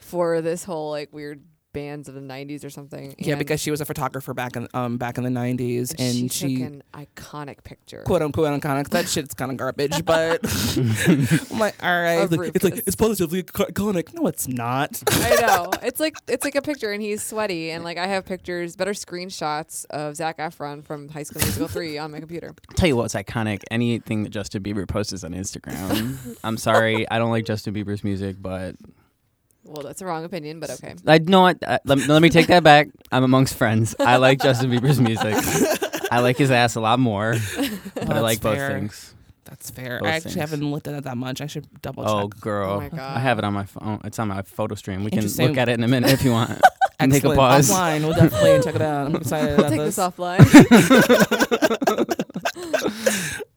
Speaker 3: for this whole like weird bands of the '90s or something.
Speaker 5: yeah,
Speaker 3: and
Speaker 5: because she was a photographer back in um back in the nineties, and,
Speaker 3: she,
Speaker 5: she.
Speaker 3: took an iconic picture.
Speaker 5: Quote unquote iconic. That shit's kind of garbage, but I'm like, all right.
Speaker 3: Of
Speaker 5: It's like,
Speaker 3: Rufus.
Speaker 5: it's like it's positively ico- iconic. No, it's not.
Speaker 3: I know. It's like it's like a picture, and he's sweaty, and like I have pictures, better screenshots of Zach Efron from High School Musical three on my computer.
Speaker 4: Tell you what's iconic. Anything that Justin Bieber posts on Instagram. I'm sorry, I don't like Justin Bieber's music, but
Speaker 3: Well, that's a wrong opinion, but okay.
Speaker 4: I know what. Uh, let, let me take that back. I'm amongst friends. I like Justin Bieber's music. I like his ass a lot more, but I
Speaker 5: That's
Speaker 4: like both
Speaker 5: fair.
Speaker 4: things.
Speaker 5: That's fair.
Speaker 4: Both
Speaker 5: I actually
Speaker 4: things.
Speaker 5: haven't looked at it that much. I should double
Speaker 4: Oh,
Speaker 5: check.
Speaker 4: girl,
Speaker 3: Oh my God.
Speaker 4: I have it on my phone. It's on my photo stream. We can
Speaker 5: Interesting.
Speaker 4: look at it in a minute if you want.
Speaker 5: Oh,
Speaker 4: Take a pause.
Speaker 5: Offline, we'll definitely check it out. I'm excited
Speaker 3: We'll
Speaker 5: about
Speaker 3: take
Speaker 5: this.
Speaker 3: this offline.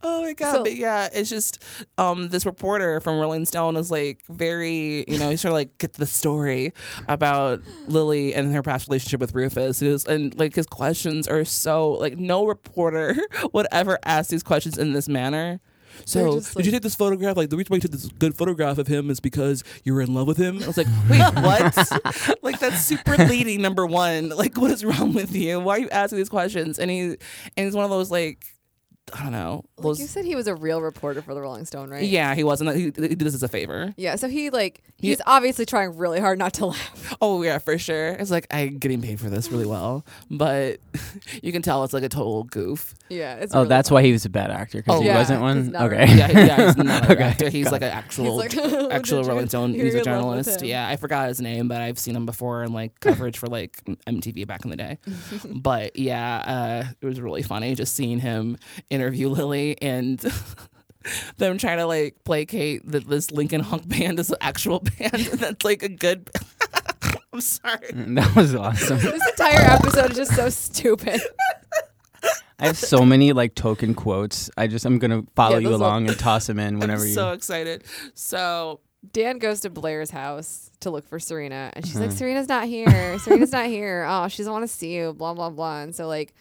Speaker 5: Oh my god!
Speaker 3: So-
Speaker 5: but yeah, it's just um, this reporter from Rolling Stone is like very, you know, he's trying to like get the story about Lily and her past relationship with Rufus, It was- and like his questions are so like no reporter would ever ask these questions in this manner.
Speaker 3: They're
Speaker 5: So
Speaker 3: just,
Speaker 5: did you
Speaker 3: like-
Speaker 5: take this photograph? Like the reason why you took this good photograph of him is because you were in love with him. I was like, wait, what? like that's super leading. Number one, like what is wrong with you? Why are you asking these questions? And he and he's one of those like. I don't know.
Speaker 3: like
Speaker 5: those-
Speaker 3: you said he was a real reporter for the Rolling Stone, right?
Speaker 5: yeah, he wasn't. He, he did this as a favor.
Speaker 3: Yeah, so he like he's obviously trying really hard not to laugh.
Speaker 5: Oh yeah, for sure. It's like I'm getting paid for this really well, but you can tell it's like a total goof.
Speaker 3: Yeah, it's
Speaker 4: Oh,
Speaker 3: really
Speaker 4: that's why he was a bad actor because
Speaker 5: Oh,
Speaker 4: he
Speaker 5: yeah,
Speaker 4: wasn't
Speaker 3: he's
Speaker 4: one.
Speaker 3: not
Speaker 4: Okay,
Speaker 5: Yeah, yeah he's not
Speaker 4: Okay,
Speaker 5: okay. actor. He's
Speaker 4: got
Speaker 5: like
Speaker 4: it.
Speaker 5: an actual
Speaker 3: He's like, "Oh,
Speaker 5: actual
Speaker 3: did you-
Speaker 5: Rolling Stone.
Speaker 3: you're
Speaker 5: He's a
Speaker 3: in love with
Speaker 5: journalist.
Speaker 3: him."
Speaker 5: Yeah, I forgot his name, but I've seen him before in like coverage for like MTV back in the day. but yeah, uh, it was really funny just seeing him interview Lily and. Them trying to like placate that this Lincoln Hunk band is an actual band and that's like a good. I'm sorry.
Speaker 4: that was awesome.
Speaker 3: This entire episode is just so stupid.
Speaker 4: I have so many like token quotes. I just I'm gonna follow
Speaker 3: Yeah,
Speaker 4: you
Speaker 3: this'll-
Speaker 4: along and toss them in whenever
Speaker 5: I'm
Speaker 4: you.
Speaker 5: so excited. So
Speaker 3: Dan goes to Blair's house to look for Serena, and she's like,
Speaker 5: Mm-hmm.
Speaker 3: "Serena's not here. Serena's not here. Oh, she doesn't want to see you." Blah blah blah. And so like,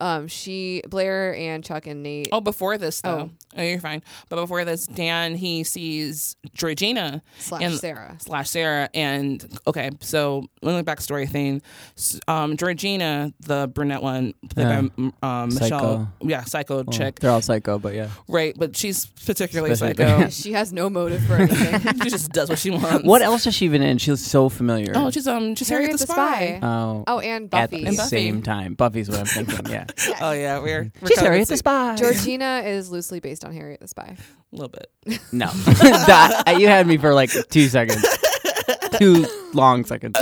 Speaker 3: um, she Blair and Chuck and Nate.
Speaker 5: Oh, before this
Speaker 3: Oh.
Speaker 5: though. Oh, you're fine. But before this, Dan he sees Georgina
Speaker 3: Slash Sarah.
Speaker 5: slash Sarah, and okay, so little backstory thing. S- Um, Georgina, the brunette one, played
Speaker 4: Yeah.
Speaker 5: by um, um,
Speaker 4: Psycho.
Speaker 5: Michelle, yeah, psycho
Speaker 4: Well,
Speaker 5: chick,
Speaker 4: They're all psycho, but yeah.
Speaker 5: right? But she's particularly
Speaker 4: Specific.
Speaker 5: psycho.
Speaker 3: she has no motive for anything.
Speaker 5: she just does what she wants.
Speaker 4: What else is she even in? She was so familiar.
Speaker 5: Oh, she's um, she's Harriet, the spy.
Speaker 4: Oh,
Speaker 3: Oh, and
Speaker 4: at
Speaker 3: Buffy.
Speaker 4: the
Speaker 5: And Buffy.
Speaker 4: same time. Buffy's what I'm thinking. Yeah.
Speaker 5: Oh yeah, we're, we're
Speaker 4: she's
Speaker 5: kind of
Speaker 4: Harriet the
Speaker 5: the same-
Speaker 4: Spy.
Speaker 3: Georgina is loosely based on Harriet the Spy.
Speaker 5: a little bit.
Speaker 4: No, That- uh, you had me for like two seconds, two long seconds.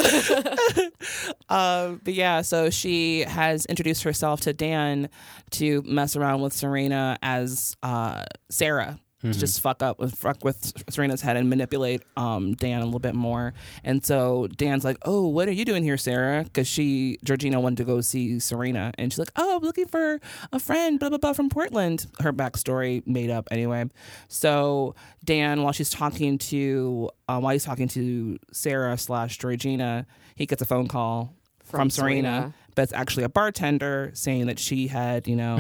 Speaker 5: Um, but yeah, so she has introduced herself to Dan to mess around with Serena as uh, Sarah. To just fuck up with fuck with Serena's head and manipulate um, Dan a little bit more, and so Dan's like, "Oh, what are you doing here, Sarah?" Because she Georgina wanted to go see Serena, and she's like, "Oh, I'm looking for a friend, blah blah blah, from Portland." Her backstory made up anyway. So Dan, while she's talking to um, while he's talking to Sarah slash Georgina, he gets a phone call from,
Speaker 3: From
Speaker 5: Serena,
Speaker 3: Serena.
Speaker 5: but it's actually a bartender saying that she had, you know,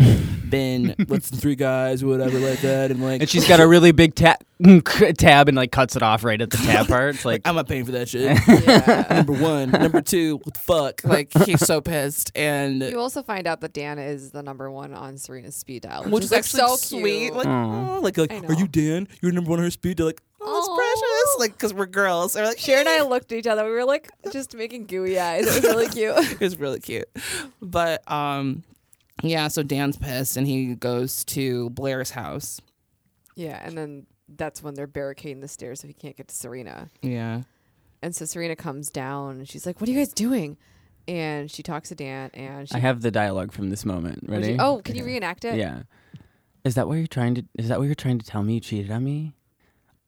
Speaker 5: been with three guys or whatever like that, and like
Speaker 4: And she's got a really big tab, tab, and like cuts it off right at the tab part. It's like
Speaker 5: I'm not paying for that shit. number one, number two, what the fuck? Like he's so pissed, and
Speaker 3: You also find out that Dan is the number one on Serena's speed dial, which,
Speaker 5: which
Speaker 3: is
Speaker 5: is
Speaker 3: like,
Speaker 5: actually
Speaker 3: so
Speaker 5: sweet.
Speaker 3: cute.
Speaker 5: Like, oh, like, like
Speaker 3: I
Speaker 5: are you Dan? You're number one on her speed. They're like, oh, that's
Speaker 3: Aw.
Speaker 5: precious. Like, because we're girls. They're like,
Speaker 3: Sharon and I looked at each other. We were like just making gooey eyes. It was really cute.
Speaker 5: It was really cute. But um yeah, so Dan's pissed and he goes to Blair's house.
Speaker 3: yeah, and then that's when they're barricading the stairs so he can't get to Serena.
Speaker 5: Yeah.
Speaker 3: And so Serena comes down and she's like, "What are you guys doing?" And she talks to Dan and she.
Speaker 4: I have the dialogue from this moment.
Speaker 3: would
Speaker 4: Ready?
Speaker 3: you- oh, can you
Speaker 4: Okay.
Speaker 3: reenact it?
Speaker 4: Yeah. Is that what you're trying to? Is that what you're trying to tell me? You cheated on me.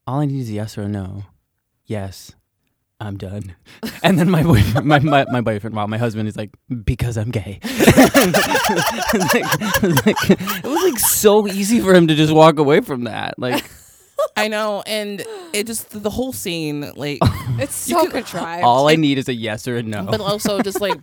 Speaker 4: All I need is a yes or a no. Yes, I'm done. And then my boyfriend, my, my my boyfriend, wow, my husband is like, because I'm gay. Like- like- it was like so easy for him to just walk away from that. Like
Speaker 5: I know, and it just the whole scene, like
Speaker 3: It's so contrived.
Speaker 4: all I need is a yes or a no.
Speaker 5: but also just like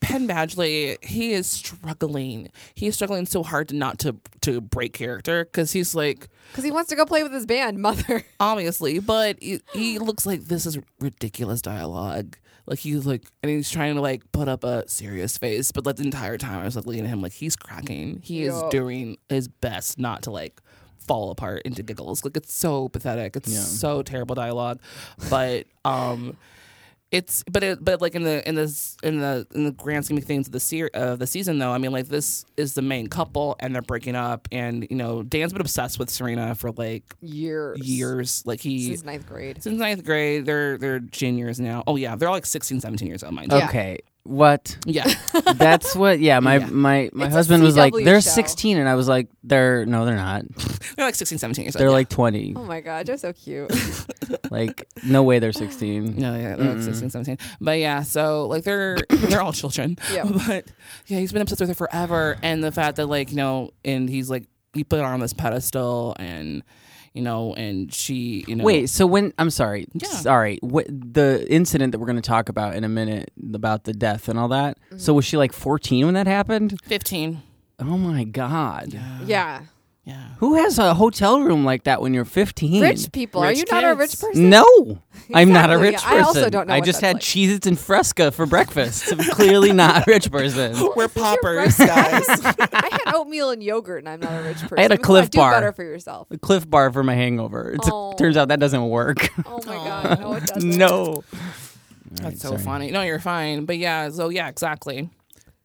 Speaker 5: Penn Badgley, he is struggling. He is struggling so hard not to to break character because he's like
Speaker 3: Because he wants to go play with his band, Mother.
Speaker 5: obviously, but he, he looks like this is ridiculous dialogue. Like he's like, and he's trying to like put up a serious face, but like the entire time I was like looking at him, like he's cracking. He is
Speaker 3: Yeah.
Speaker 5: doing his best not to like fall apart into giggles. Like it's so pathetic. It's
Speaker 4: Yeah.
Speaker 5: so terrible dialogue, but um. It's but it but like in the in this in the in the grand scheme of things of the se- of the season though I mean like this is the main couple and they're breaking up and you know Dan's been obsessed with Serena for like
Speaker 3: Years.
Speaker 5: years. Like he
Speaker 3: Since
Speaker 5: since,
Speaker 3: ninth grade.
Speaker 5: ninth grade, they're they're juniors now. Oh yeah, they're all like 16, 17 years old, mind you.
Speaker 3: yeah.
Speaker 4: okay, what?
Speaker 5: Yeah.
Speaker 4: That's what. Yeah, my
Speaker 5: Yeah.
Speaker 4: my my
Speaker 3: It's a
Speaker 4: husband was like,
Speaker 3: CW
Speaker 4: they're
Speaker 3: show.
Speaker 4: 16, and I was like, they're no, they're not.
Speaker 5: they're like 16, 17 years old.
Speaker 4: They're like 20.
Speaker 3: Oh my god, you're so cute.
Speaker 4: Like no way they're 16.
Speaker 5: No, yeah, they're like 16,
Speaker 3: Mm-hmm.
Speaker 5: 17. But yeah, so like they're they're all children.
Speaker 3: Yeah.
Speaker 5: But yeah, he's been obsessed with her forever. And the fact that like, you know, and he's like he put her on this pedestal and you know, and she, you know
Speaker 4: Wait, so when I'm sorry,
Speaker 5: Yeah.
Speaker 4: sorry, what the incident that we're going to talk about in a minute about the death and all that. So
Speaker 3: Mm-hmm.
Speaker 4: was she like 14 when that happened?
Speaker 5: fifteen.
Speaker 4: Oh my god.
Speaker 3: yeah.
Speaker 5: Yeah.
Speaker 4: Who has a hotel room like that when you're 15?
Speaker 3: Rich people. Are
Speaker 5: Rich
Speaker 3: you not a rich
Speaker 5: kids.
Speaker 3: person?
Speaker 4: No, I'm not a
Speaker 3: Exactly.
Speaker 4: rich person.
Speaker 3: I also don't know
Speaker 4: I
Speaker 3: what
Speaker 4: just
Speaker 3: that's
Speaker 4: had
Speaker 3: like.
Speaker 4: Cheez-Its and Fresca for breakfast. I'm clearly not a rich person.
Speaker 5: We're poppers,
Speaker 3: breakfast?
Speaker 5: guys.
Speaker 3: I had oatmeal and yogurt and I'm not a rich person.
Speaker 4: had a
Speaker 3: Come on,
Speaker 4: Clif
Speaker 3: do
Speaker 4: Bar.
Speaker 3: better for yourself.
Speaker 4: Cliff Bar for my hangover. It's,
Speaker 3: Oh.
Speaker 4: Turns out that doesn't work.
Speaker 3: Oh my god, no it doesn't.
Speaker 4: no.
Speaker 5: That's so funny. No, you're fine. But yeah, so yeah, exactly.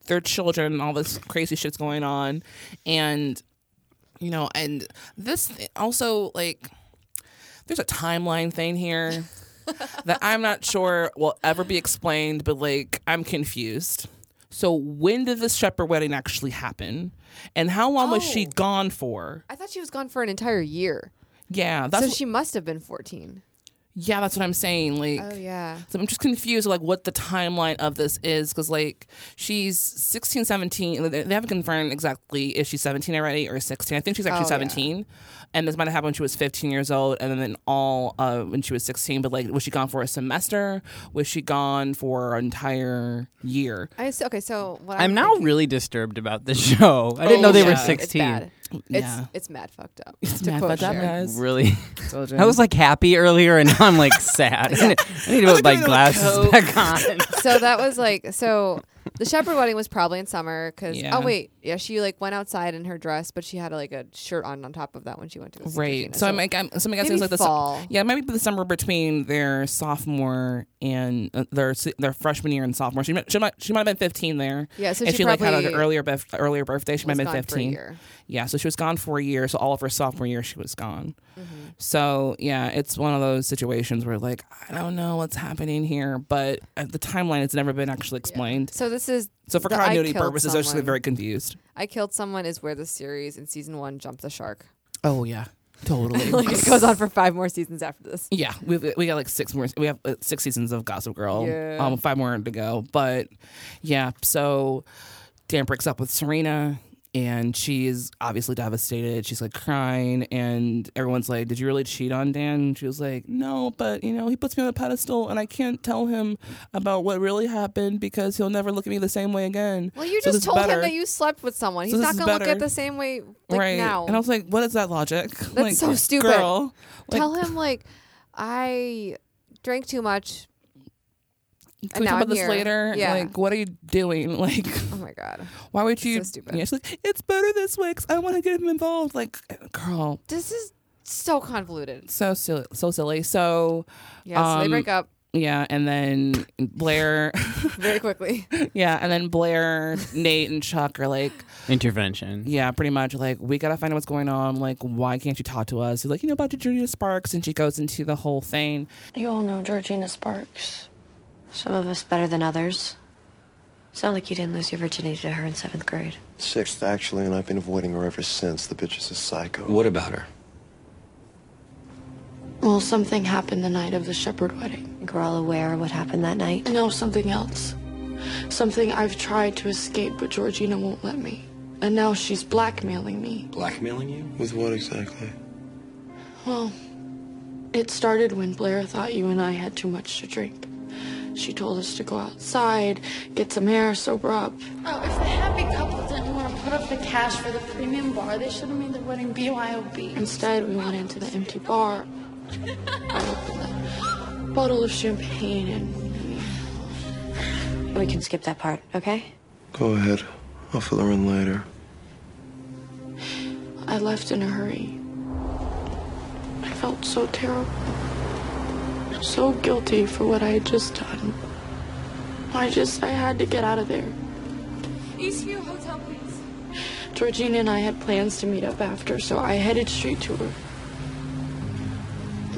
Speaker 5: They're children, all this crazy shit's going on. And, you know, and this th- also, like, there's a timeline thing here that I'm not sure will ever be explained, but like, I'm confused. So, when did this shepherd wedding actually happen? And how long was she
Speaker 3: Oh.
Speaker 5: gone for?
Speaker 3: I thought she was gone for an entire year.
Speaker 5: Yeah, that's
Speaker 3: so she must have been 14.
Speaker 5: Yeah, that's what I'm saying. Like,
Speaker 3: Oh yeah.
Speaker 5: So I'm just confused, like, what the timeline of this is, because like she's 16, 17. and They they haven't confirmed exactly if she's 17 already or 16. I think she's actually
Speaker 3: Oh, yeah.
Speaker 5: 17, and this might have happened when she was 15 years old, and then all uh, when she was 16. But like, was she gone for a semester? Was she gone for an entire year?
Speaker 3: I s- okay. So what
Speaker 4: I'm now
Speaker 3: thinking-
Speaker 4: really disturbed about this show. I didn't know
Speaker 5: Oh,
Speaker 4: they
Speaker 5: yeah.
Speaker 4: were
Speaker 5: It's
Speaker 3: It's bad.
Speaker 4: 16.
Speaker 3: It's
Speaker 5: Yeah.
Speaker 3: it's mad fucked up.
Speaker 5: It's
Speaker 3: to
Speaker 5: mad
Speaker 3: quote
Speaker 5: fucked up,
Speaker 3: Cher.
Speaker 5: guys. It's-
Speaker 4: Really?
Speaker 5: Children.
Speaker 4: I was like happy earlier, and now I'm like sad. I need- I need to put my
Speaker 5: giving them a
Speaker 4: glasses
Speaker 5: Coke.
Speaker 4: back on.
Speaker 3: so that was like so the shepherd wedding was probably in summer because
Speaker 5: Yeah.
Speaker 3: oh wait yeah she like went outside in her dress but she had like a shirt on on top of that when she went to the
Speaker 5: Right.
Speaker 3: Santafina.
Speaker 5: So I'm, like, I'm, so I'm guessing
Speaker 3: maybe
Speaker 5: it's like the su-
Speaker 3: fall.
Speaker 5: Yeah, maybe the summer between their sophomore and uh, their se- their freshman year and sophomore. She might, she might she might have been 15 there.
Speaker 3: Yeah, so
Speaker 5: if
Speaker 3: she
Speaker 5: she like had an
Speaker 3: probably
Speaker 5: earlier bef- earlier birthday, she might
Speaker 3: was
Speaker 5: have been
Speaker 3: gone for a
Speaker 5: 15.
Speaker 3: year.
Speaker 5: Yeah, so she was gone for a year. So all of her sophomore year, she was gone.
Speaker 3: Mm-hmm.
Speaker 5: So yeah, it's one of those situations where like I don't know what's happening here, but uh, the timeline has never been actually explained.
Speaker 3: so this is
Speaker 5: So for
Speaker 3: the I
Speaker 5: continuity
Speaker 3: killed
Speaker 5: purposes, I was just
Speaker 3: someone-
Speaker 5: very confused.
Speaker 3: I killed someone is where the series in season one jumped the shark
Speaker 5: Oh yeah, totally.
Speaker 3: like it goes on for five more seasons after this
Speaker 5: Yeah, we've, we got like six more. We have uh, six seasons of Gossip Girl.
Speaker 3: Yeah.
Speaker 5: Um, five more to go. But yeah, so Dan breaks up with Serena, and she's obviously devastated. She's like crying, and everyone's like, "Did you really cheat on Dan?" And she was like, "No, but you know, he puts me on a pedestal, and I can't tell him about what really happened because he'll never look at me the same way again."
Speaker 3: well you
Speaker 5: So this
Speaker 3: just
Speaker 5: is
Speaker 3: told him
Speaker 5: better.
Speaker 3: that you slept with someone
Speaker 5: So
Speaker 3: he's
Speaker 5: this
Speaker 3: not
Speaker 5: is
Speaker 3: gonna look
Speaker 5: better.
Speaker 3: at the same way like
Speaker 5: right
Speaker 3: now
Speaker 5: and I was like, "What is that logic?" That's like,
Speaker 3: so stupid.
Speaker 5: Girl, like,
Speaker 3: tell him like I drank too much
Speaker 5: Can we
Speaker 3: now
Speaker 5: talk
Speaker 3: I'm
Speaker 5: about this
Speaker 3: here.
Speaker 5: later?
Speaker 3: Yeah.
Speaker 5: Like, what are you doing? Like.
Speaker 3: oh my god
Speaker 5: Why would you?
Speaker 3: So stupid.
Speaker 5: Yeah, she's like, it's better this way 'cause I want to get him involved. Like, eh, girl,
Speaker 3: this is so convoluted
Speaker 5: so silly, so silly. So,
Speaker 3: yeah so they
Speaker 5: Um,
Speaker 3: break up
Speaker 5: yeah, and then Blair,
Speaker 3: very quickly
Speaker 5: yeah, and then Blair, Nate, and Chuck are like,
Speaker 4: Intervention.
Speaker 5: yeah, pretty much like we gotta find out what's going on. Like, why can't you talk to us? He's like, you know about Julia Sparks, and she goes into the whole thing.
Speaker 7: You all know Georgina Sparks.
Speaker 6: Some of us better than others. Sound like you didn't lose your virginity to her in seventh grade.
Speaker 8: Sixth, actually, and I've been avoiding her ever since. The bitch is a psycho.
Speaker 1: What about her?
Speaker 7: Well, something happened the night of the Shepherd wedding.
Speaker 6: I think we're all aware of what happened that night.
Speaker 7: No, something else. Something I've tried to escape, but Georgina won't let me. And now she's blackmailing me.
Speaker 1: Blackmailing you?
Speaker 8: With what exactly?
Speaker 7: Well, it started when Blair thought you and I had too much to drink. She told us to go outside, get some air, sober up.
Speaker 9: Oh, if the happy couple didn't want to put up the cash for the premium bar, they should have made the wedding BYOB.
Speaker 7: Instead, we went into the empty bar. I opened a bottle of champagne and
Speaker 6: We can skip that part, okay?
Speaker 8: Go ahead. I'll fill her in later.
Speaker 7: I left in a hurry. I felt so terrible. So guilty for what I had just done. I just, I had to get out of there.
Speaker 9: Eastview Hotel, please.
Speaker 7: Georgina and I had plans to meet up after, so I headed straight to her.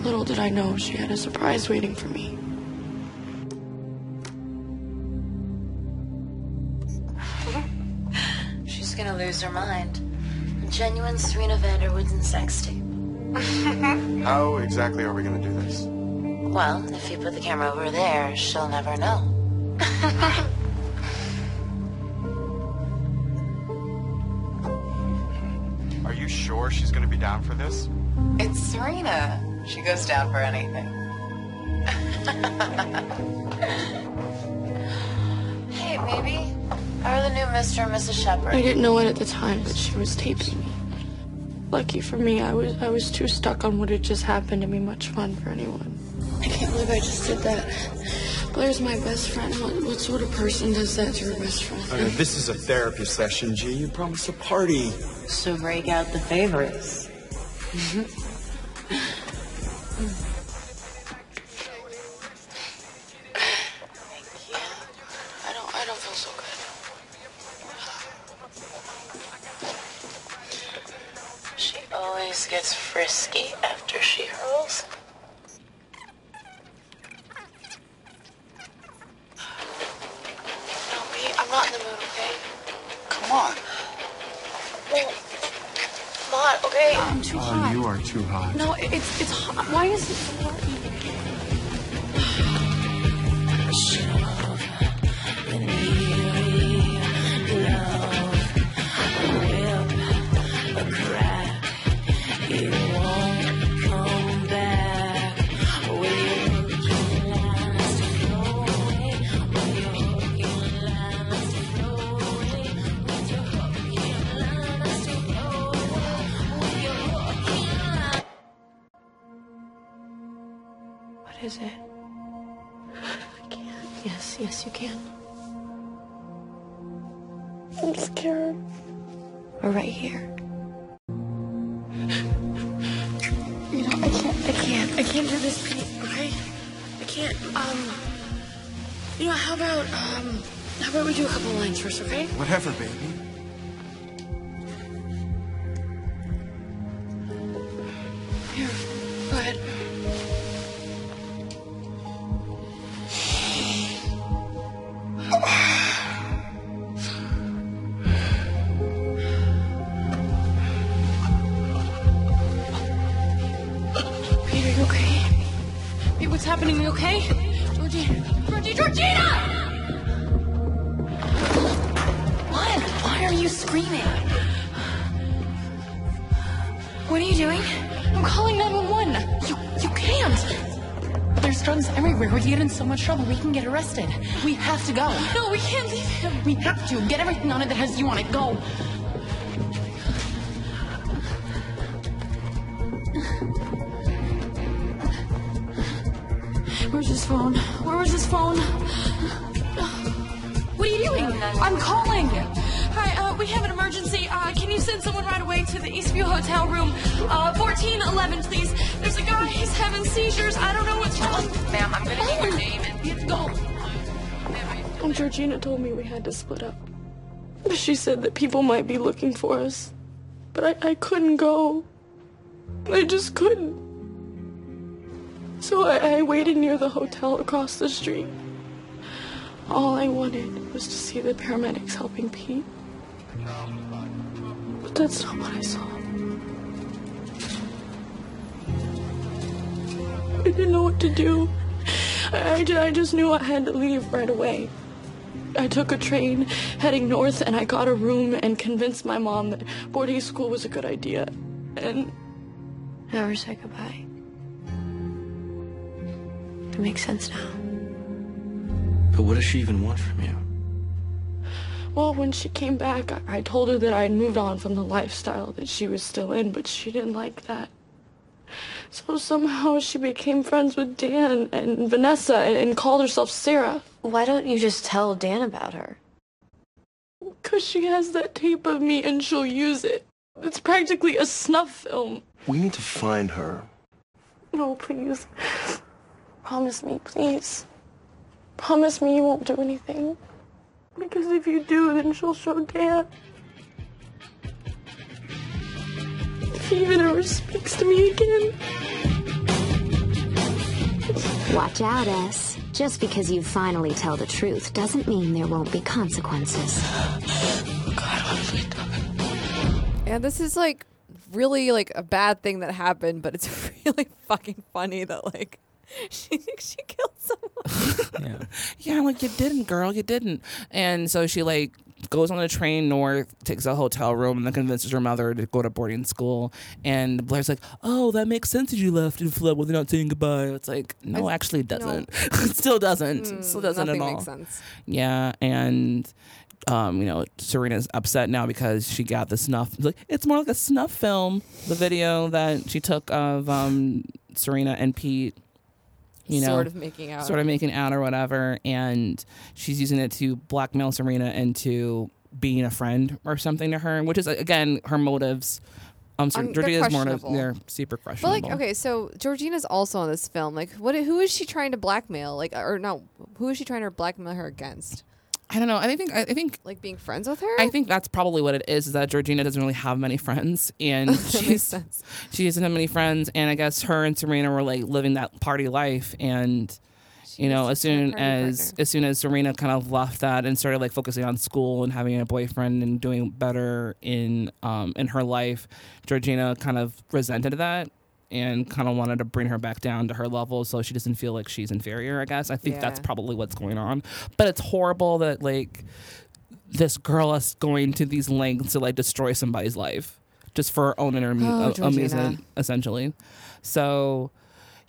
Speaker 7: Little did I know she had a surprise waiting for me.
Speaker 9: She's gonna lose her mind. A genuine Serena Vanderwoods and sex tape.
Speaker 8: How exactly are we gonna do this?
Speaker 9: Well, if you put the camera over there, she'll never know.
Speaker 8: Are you sure she's gonna be down for this?
Speaker 9: It's Serena. She goes down for anything. hey, baby. Are the new Mr. and Mrs.
Speaker 7: I
Speaker 9: Shepherd?
Speaker 7: didn't know it at the time, but she was taping me. Lucky for me, I was I was too stuck on what had just happened to be much fun for anyone. I can't believe I just did that. Blair's my best friend. What, what sort of person does that to her best friend?
Speaker 8: this is a therapy session, G. You promised a party.
Speaker 9: So break out the favorites.
Speaker 7: I don't I don't feel so good.
Speaker 9: She always gets frisky after she hurls.
Speaker 7: No, B, I'm not in the mood. Okay.
Speaker 9: Come on. Well, come on, okay?
Speaker 7: I'm too hot.
Speaker 8: Oh, are too hot.
Speaker 7: No, it- it's it's hot. Why is it so hot? Yes, yes, you can.
Speaker 9: I'm scared.
Speaker 7: We're right here.
Speaker 9: You know, I can't. I can't.
Speaker 7: I can't do this, Pete, okay? I can't, um. You know, how about, um. How about we do a couple lines first, okay?
Speaker 10: Whatever, baby.
Speaker 7: Here, go ahead. Peter, you okay? Pete, what's happening? You okay? Georgie, Georgie, Georgina! What? Why are you screaming? What are you doing?
Speaker 9: I'm calling 911.
Speaker 7: You, you can't!
Speaker 9: There's drugs everywhere. We'd get in so much trouble. We can get arrested. We have to go.
Speaker 7: No, we can't leave him.
Speaker 9: We have to. Get everything on it that has you on it. Go.
Speaker 7: Where's his phone? Where was his phone? What are you doing? I'm calling.
Speaker 11: Hi, uh, we have an emergency. Uh, can you send someone right away to the Eastview Hotel room uh, 1411, please? There's a guy. He's having seizures. I don't know what's wrong. Oh Ma'am, I'm going to need your name and let's go.
Speaker 7: And Georgina told me we had to split up. But she said that people might be looking for us. But I, I couldn't go. I just couldn't. So I, I waited near the hotel across the street. All I wanted was to see the paramedics helping Pete. But that's not what I saw. I didn't know what to do. I, I ju- I just knew I had to leave right away. I took a train heading north and I got a room and convinced my mom that boarding school was a good idea. And. Never said goodbye. It makes sense now.
Speaker 1: But what does she even want from you?
Speaker 7: Well, when she came back, I, I told her that I had moved on from the lifestyle that she was still in, but she didn't like that. So somehow she became friends with Dan and Vanessa and, and called herself Sarah. Why don't you just tell Dan about her? Because she has that tape of me and she'll use it. It's practically a snuff film.
Speaker 8: We need to find her.
Speaker 7: No, please. Promise me, please. Promise me you won't do anything. Because if you do, then she'll show Dan. If he even ever speaks to me again.
Speaker 12: Watch out, S. Just because you finally tell the truth doesn't mean there won't be consequences.
Speaker 3: And this is like really like a bad thing that happened, but it's really fucking funny that like she thinks she killed someone.
Speaker 4: Yeah.
Speaker 5: yeah, like you didn't, girl, you didn't. And so she like goes on a train north, takes a hotel room, and then convinces her mother to go to boarding school. And Blair's like, "Oh, that makes sense that you left and fled without saying goodbye." It's like, no, actually, it doesn't. It Still doesn't. Still doesn't
Speaker 3: Hmm, Nothing
Speaker 5: at all.
Speaker 3: makes sense.
Speaker 5: Yeah, and um, you know, Serena's upset now because she got the snuff. Like it's more like a snuff film. The video that she took of um, Serena and Pete. You know,
Speaker 3: Sort of making out.
Speaker 5: sort of making out or whatever, and she's using it to blackmail Serena into being a friend or something to her, which is again her motives. Um, Ser-
Speaker 3: Um, they're
Speaker 5: Georgina's motive,
Speaker 3: questionable.
Speaker 5: they're super
Speaker 3: But
Speaker 5: questionable.
Speaker 3: like, okay, so Georgina's also on this film. Like, what? Who is she trying to blackmail? Like, or not? Who is she trying to blackmail her against?
Speaker 5: I don't know. I think I I think
Speaker 3: Like being friends with her?
Speaker 5: I think that's probably what it is, is that Georgina doesn't really have many friends and
Speaker 3: makes
Speaker 5: she's
Speaker 3: sense.
Speaker 5: she doesn't have many friends and I guess her and Serena were like living that party life and you know, as soon
Speaker 3: party
Speaker 5: as
Speaker 3: partner.
Speaker 5: as soon as Serena kind of left that and started like focusing on school and having a boyfriend and doing better in um in her life, Georgina kind of resented that and kind of wanted to bring her back down to her level so she doesn't feel like she's inferior, I guess. I think that's
Speaker 3: Yeah.
Speaker 5: probably what's going on. But it's horrible that like this girl is going to these lengths to like destroy somebody's life just for her own interme-
Speaker 3: Oh,
Speaker 5: uh,
Speaker 3: Georgina.
Speaker 5: amusement, essentially. So,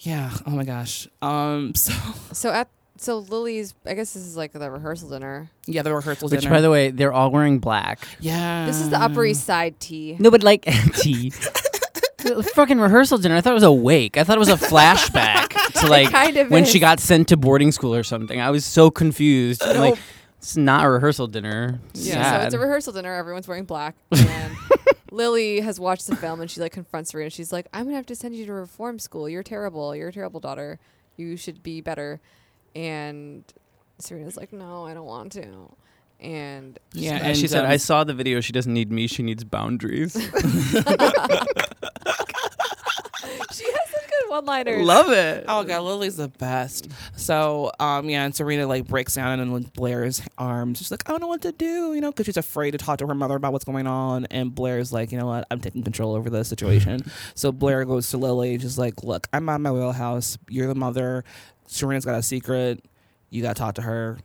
Speaker 5: yeah. Oh my gosh. Um. So
Speaker 3: So at so Lily's. I guess this is like the rehearsal dinner.
Speaker 5: yeah, the rehearsal
Speaker 4: Which,
Speaker 5: dinner.
Speaker 4: by the way, they're all wearing black.
Speaker 5: yeah,
Speaker 3: This is the
Speaker 5: Mm.
Speaker 3: Upper East Side tea.
Speaker 4: No, but like tea. The fucking rehearsal dinner. I thought it was a wake. I thought it was a flashback. to like
Speaker 3: kind of
Speaker 4: when
Speaker 3: is.
Speaker 4: she got sent to boarding school or something. I was so confused. I'm like, it's not a rehearsal dinner. It's
Speaker 3: Yeah. So
Speaker 4: Sad.
Speaker 3: it's a rehearsal dinner. Everyone's wearing black. And Lily has watched the film and she like confronts her and she's like, I'm gonna have to send you to reform school. You're terrible. You're a terrible daughter. You should be better. And Serena's like, No, I don't want to. And
Speaker 5: Yeah,
Speaker 4: And she said,
Speaker 5: um,
Speaker 4: "I saw the video. She doesn't need me. She needs boundaries."
Speaker 3: she has some good one liners.
Speaker 5: Love it. Oh god, Lily's the best. So, um, yeah, and Serena like breaks down and in Blair's arms. She's like, I don't know what to do, you know, because she's afraid to talk to her mother about what's going on. And Blair's like, you know what, I'm taking control over the situation. so Blair goes to Lily and she's like, look, I'm on my wheelhouse. You're the mother. Serena's got a secret. You gotta talk to her.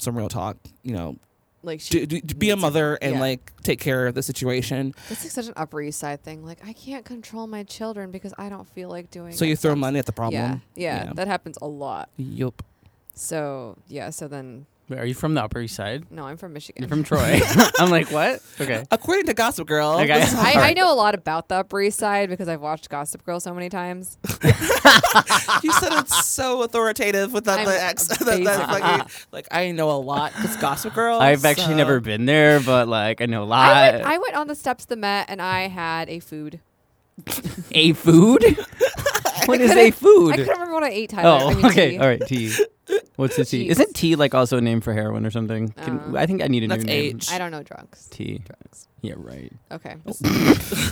Speaker 5: Some real talk, you know.
Speaker 3: Like
Speaker 5: do, do- do- be a mother and
Speaker 3: Yeah.
Speaker 5: like take care of the situation.
Speaker 3: That's like such an Upper East Side thing. Like I can't control my children because I don't feel like doing.
Speaker 5: So
Speaker 3: it.
Speaker 5: you throw money at the
Speaker 3: Yeah,
Speaker 5: problem.
Speaker 3: yeah, that happens a lot.
Speaker 5: Yup.
Speaker 3: So yeah, so then
Speaker 4: Wait, Are you from the Upper East Side?
Speaker 3: no, I'm from Michigan.
Speaker 4: You're from Troy. I'm like, what? Okay.
Speaker 5: According to Gossip Girl.
Speaker 4: Okay.
Speaker 3: Oh, I,
Speaker 4: All
Speaker 3: I
Speaker 4: right.
Speaker 3: know a lot about the Upper East Side because I've watched Gossip Girl so many times.
Speaker 5: you said it's so authoritative without
Speaker 3: I'm
Speaker 5: the ex. That, that
Speaker 3: amazing.
Speaker 5: fucking, like I know a lot because Gossip Girl.
Speaker 4: I've actually
Speaker 5: so-
Speaker 4: never been there, but like I know a lot.
Speaker 3: I went, I went on the steps of the Met and I had a food.
Speaker 4: a food? what is a
Speaker 3: couldn't-
Speaker 4: food?
Speaker 3: I couldn't remember what I ate, Tyler.
Speaker 4: Oh,
Speaker 3: I mean,
Speaker 4: okay.
Speaker 3: tea.
Speaker 4: All right, tea. What's the tea?
Speaker 3: Jeez.
Speaker 4: Isn't tea like also a name for heroin or something? Can,
Speaker 3: Uh,
Speaker 4: I think I need a
Speaker 5: that's
Speaker 4: new name.
Speaker 5: H.
Speaker 3: I don't know drugs.
Speaker 4: Tea. Yeah, right.
Speaker 3: Okay.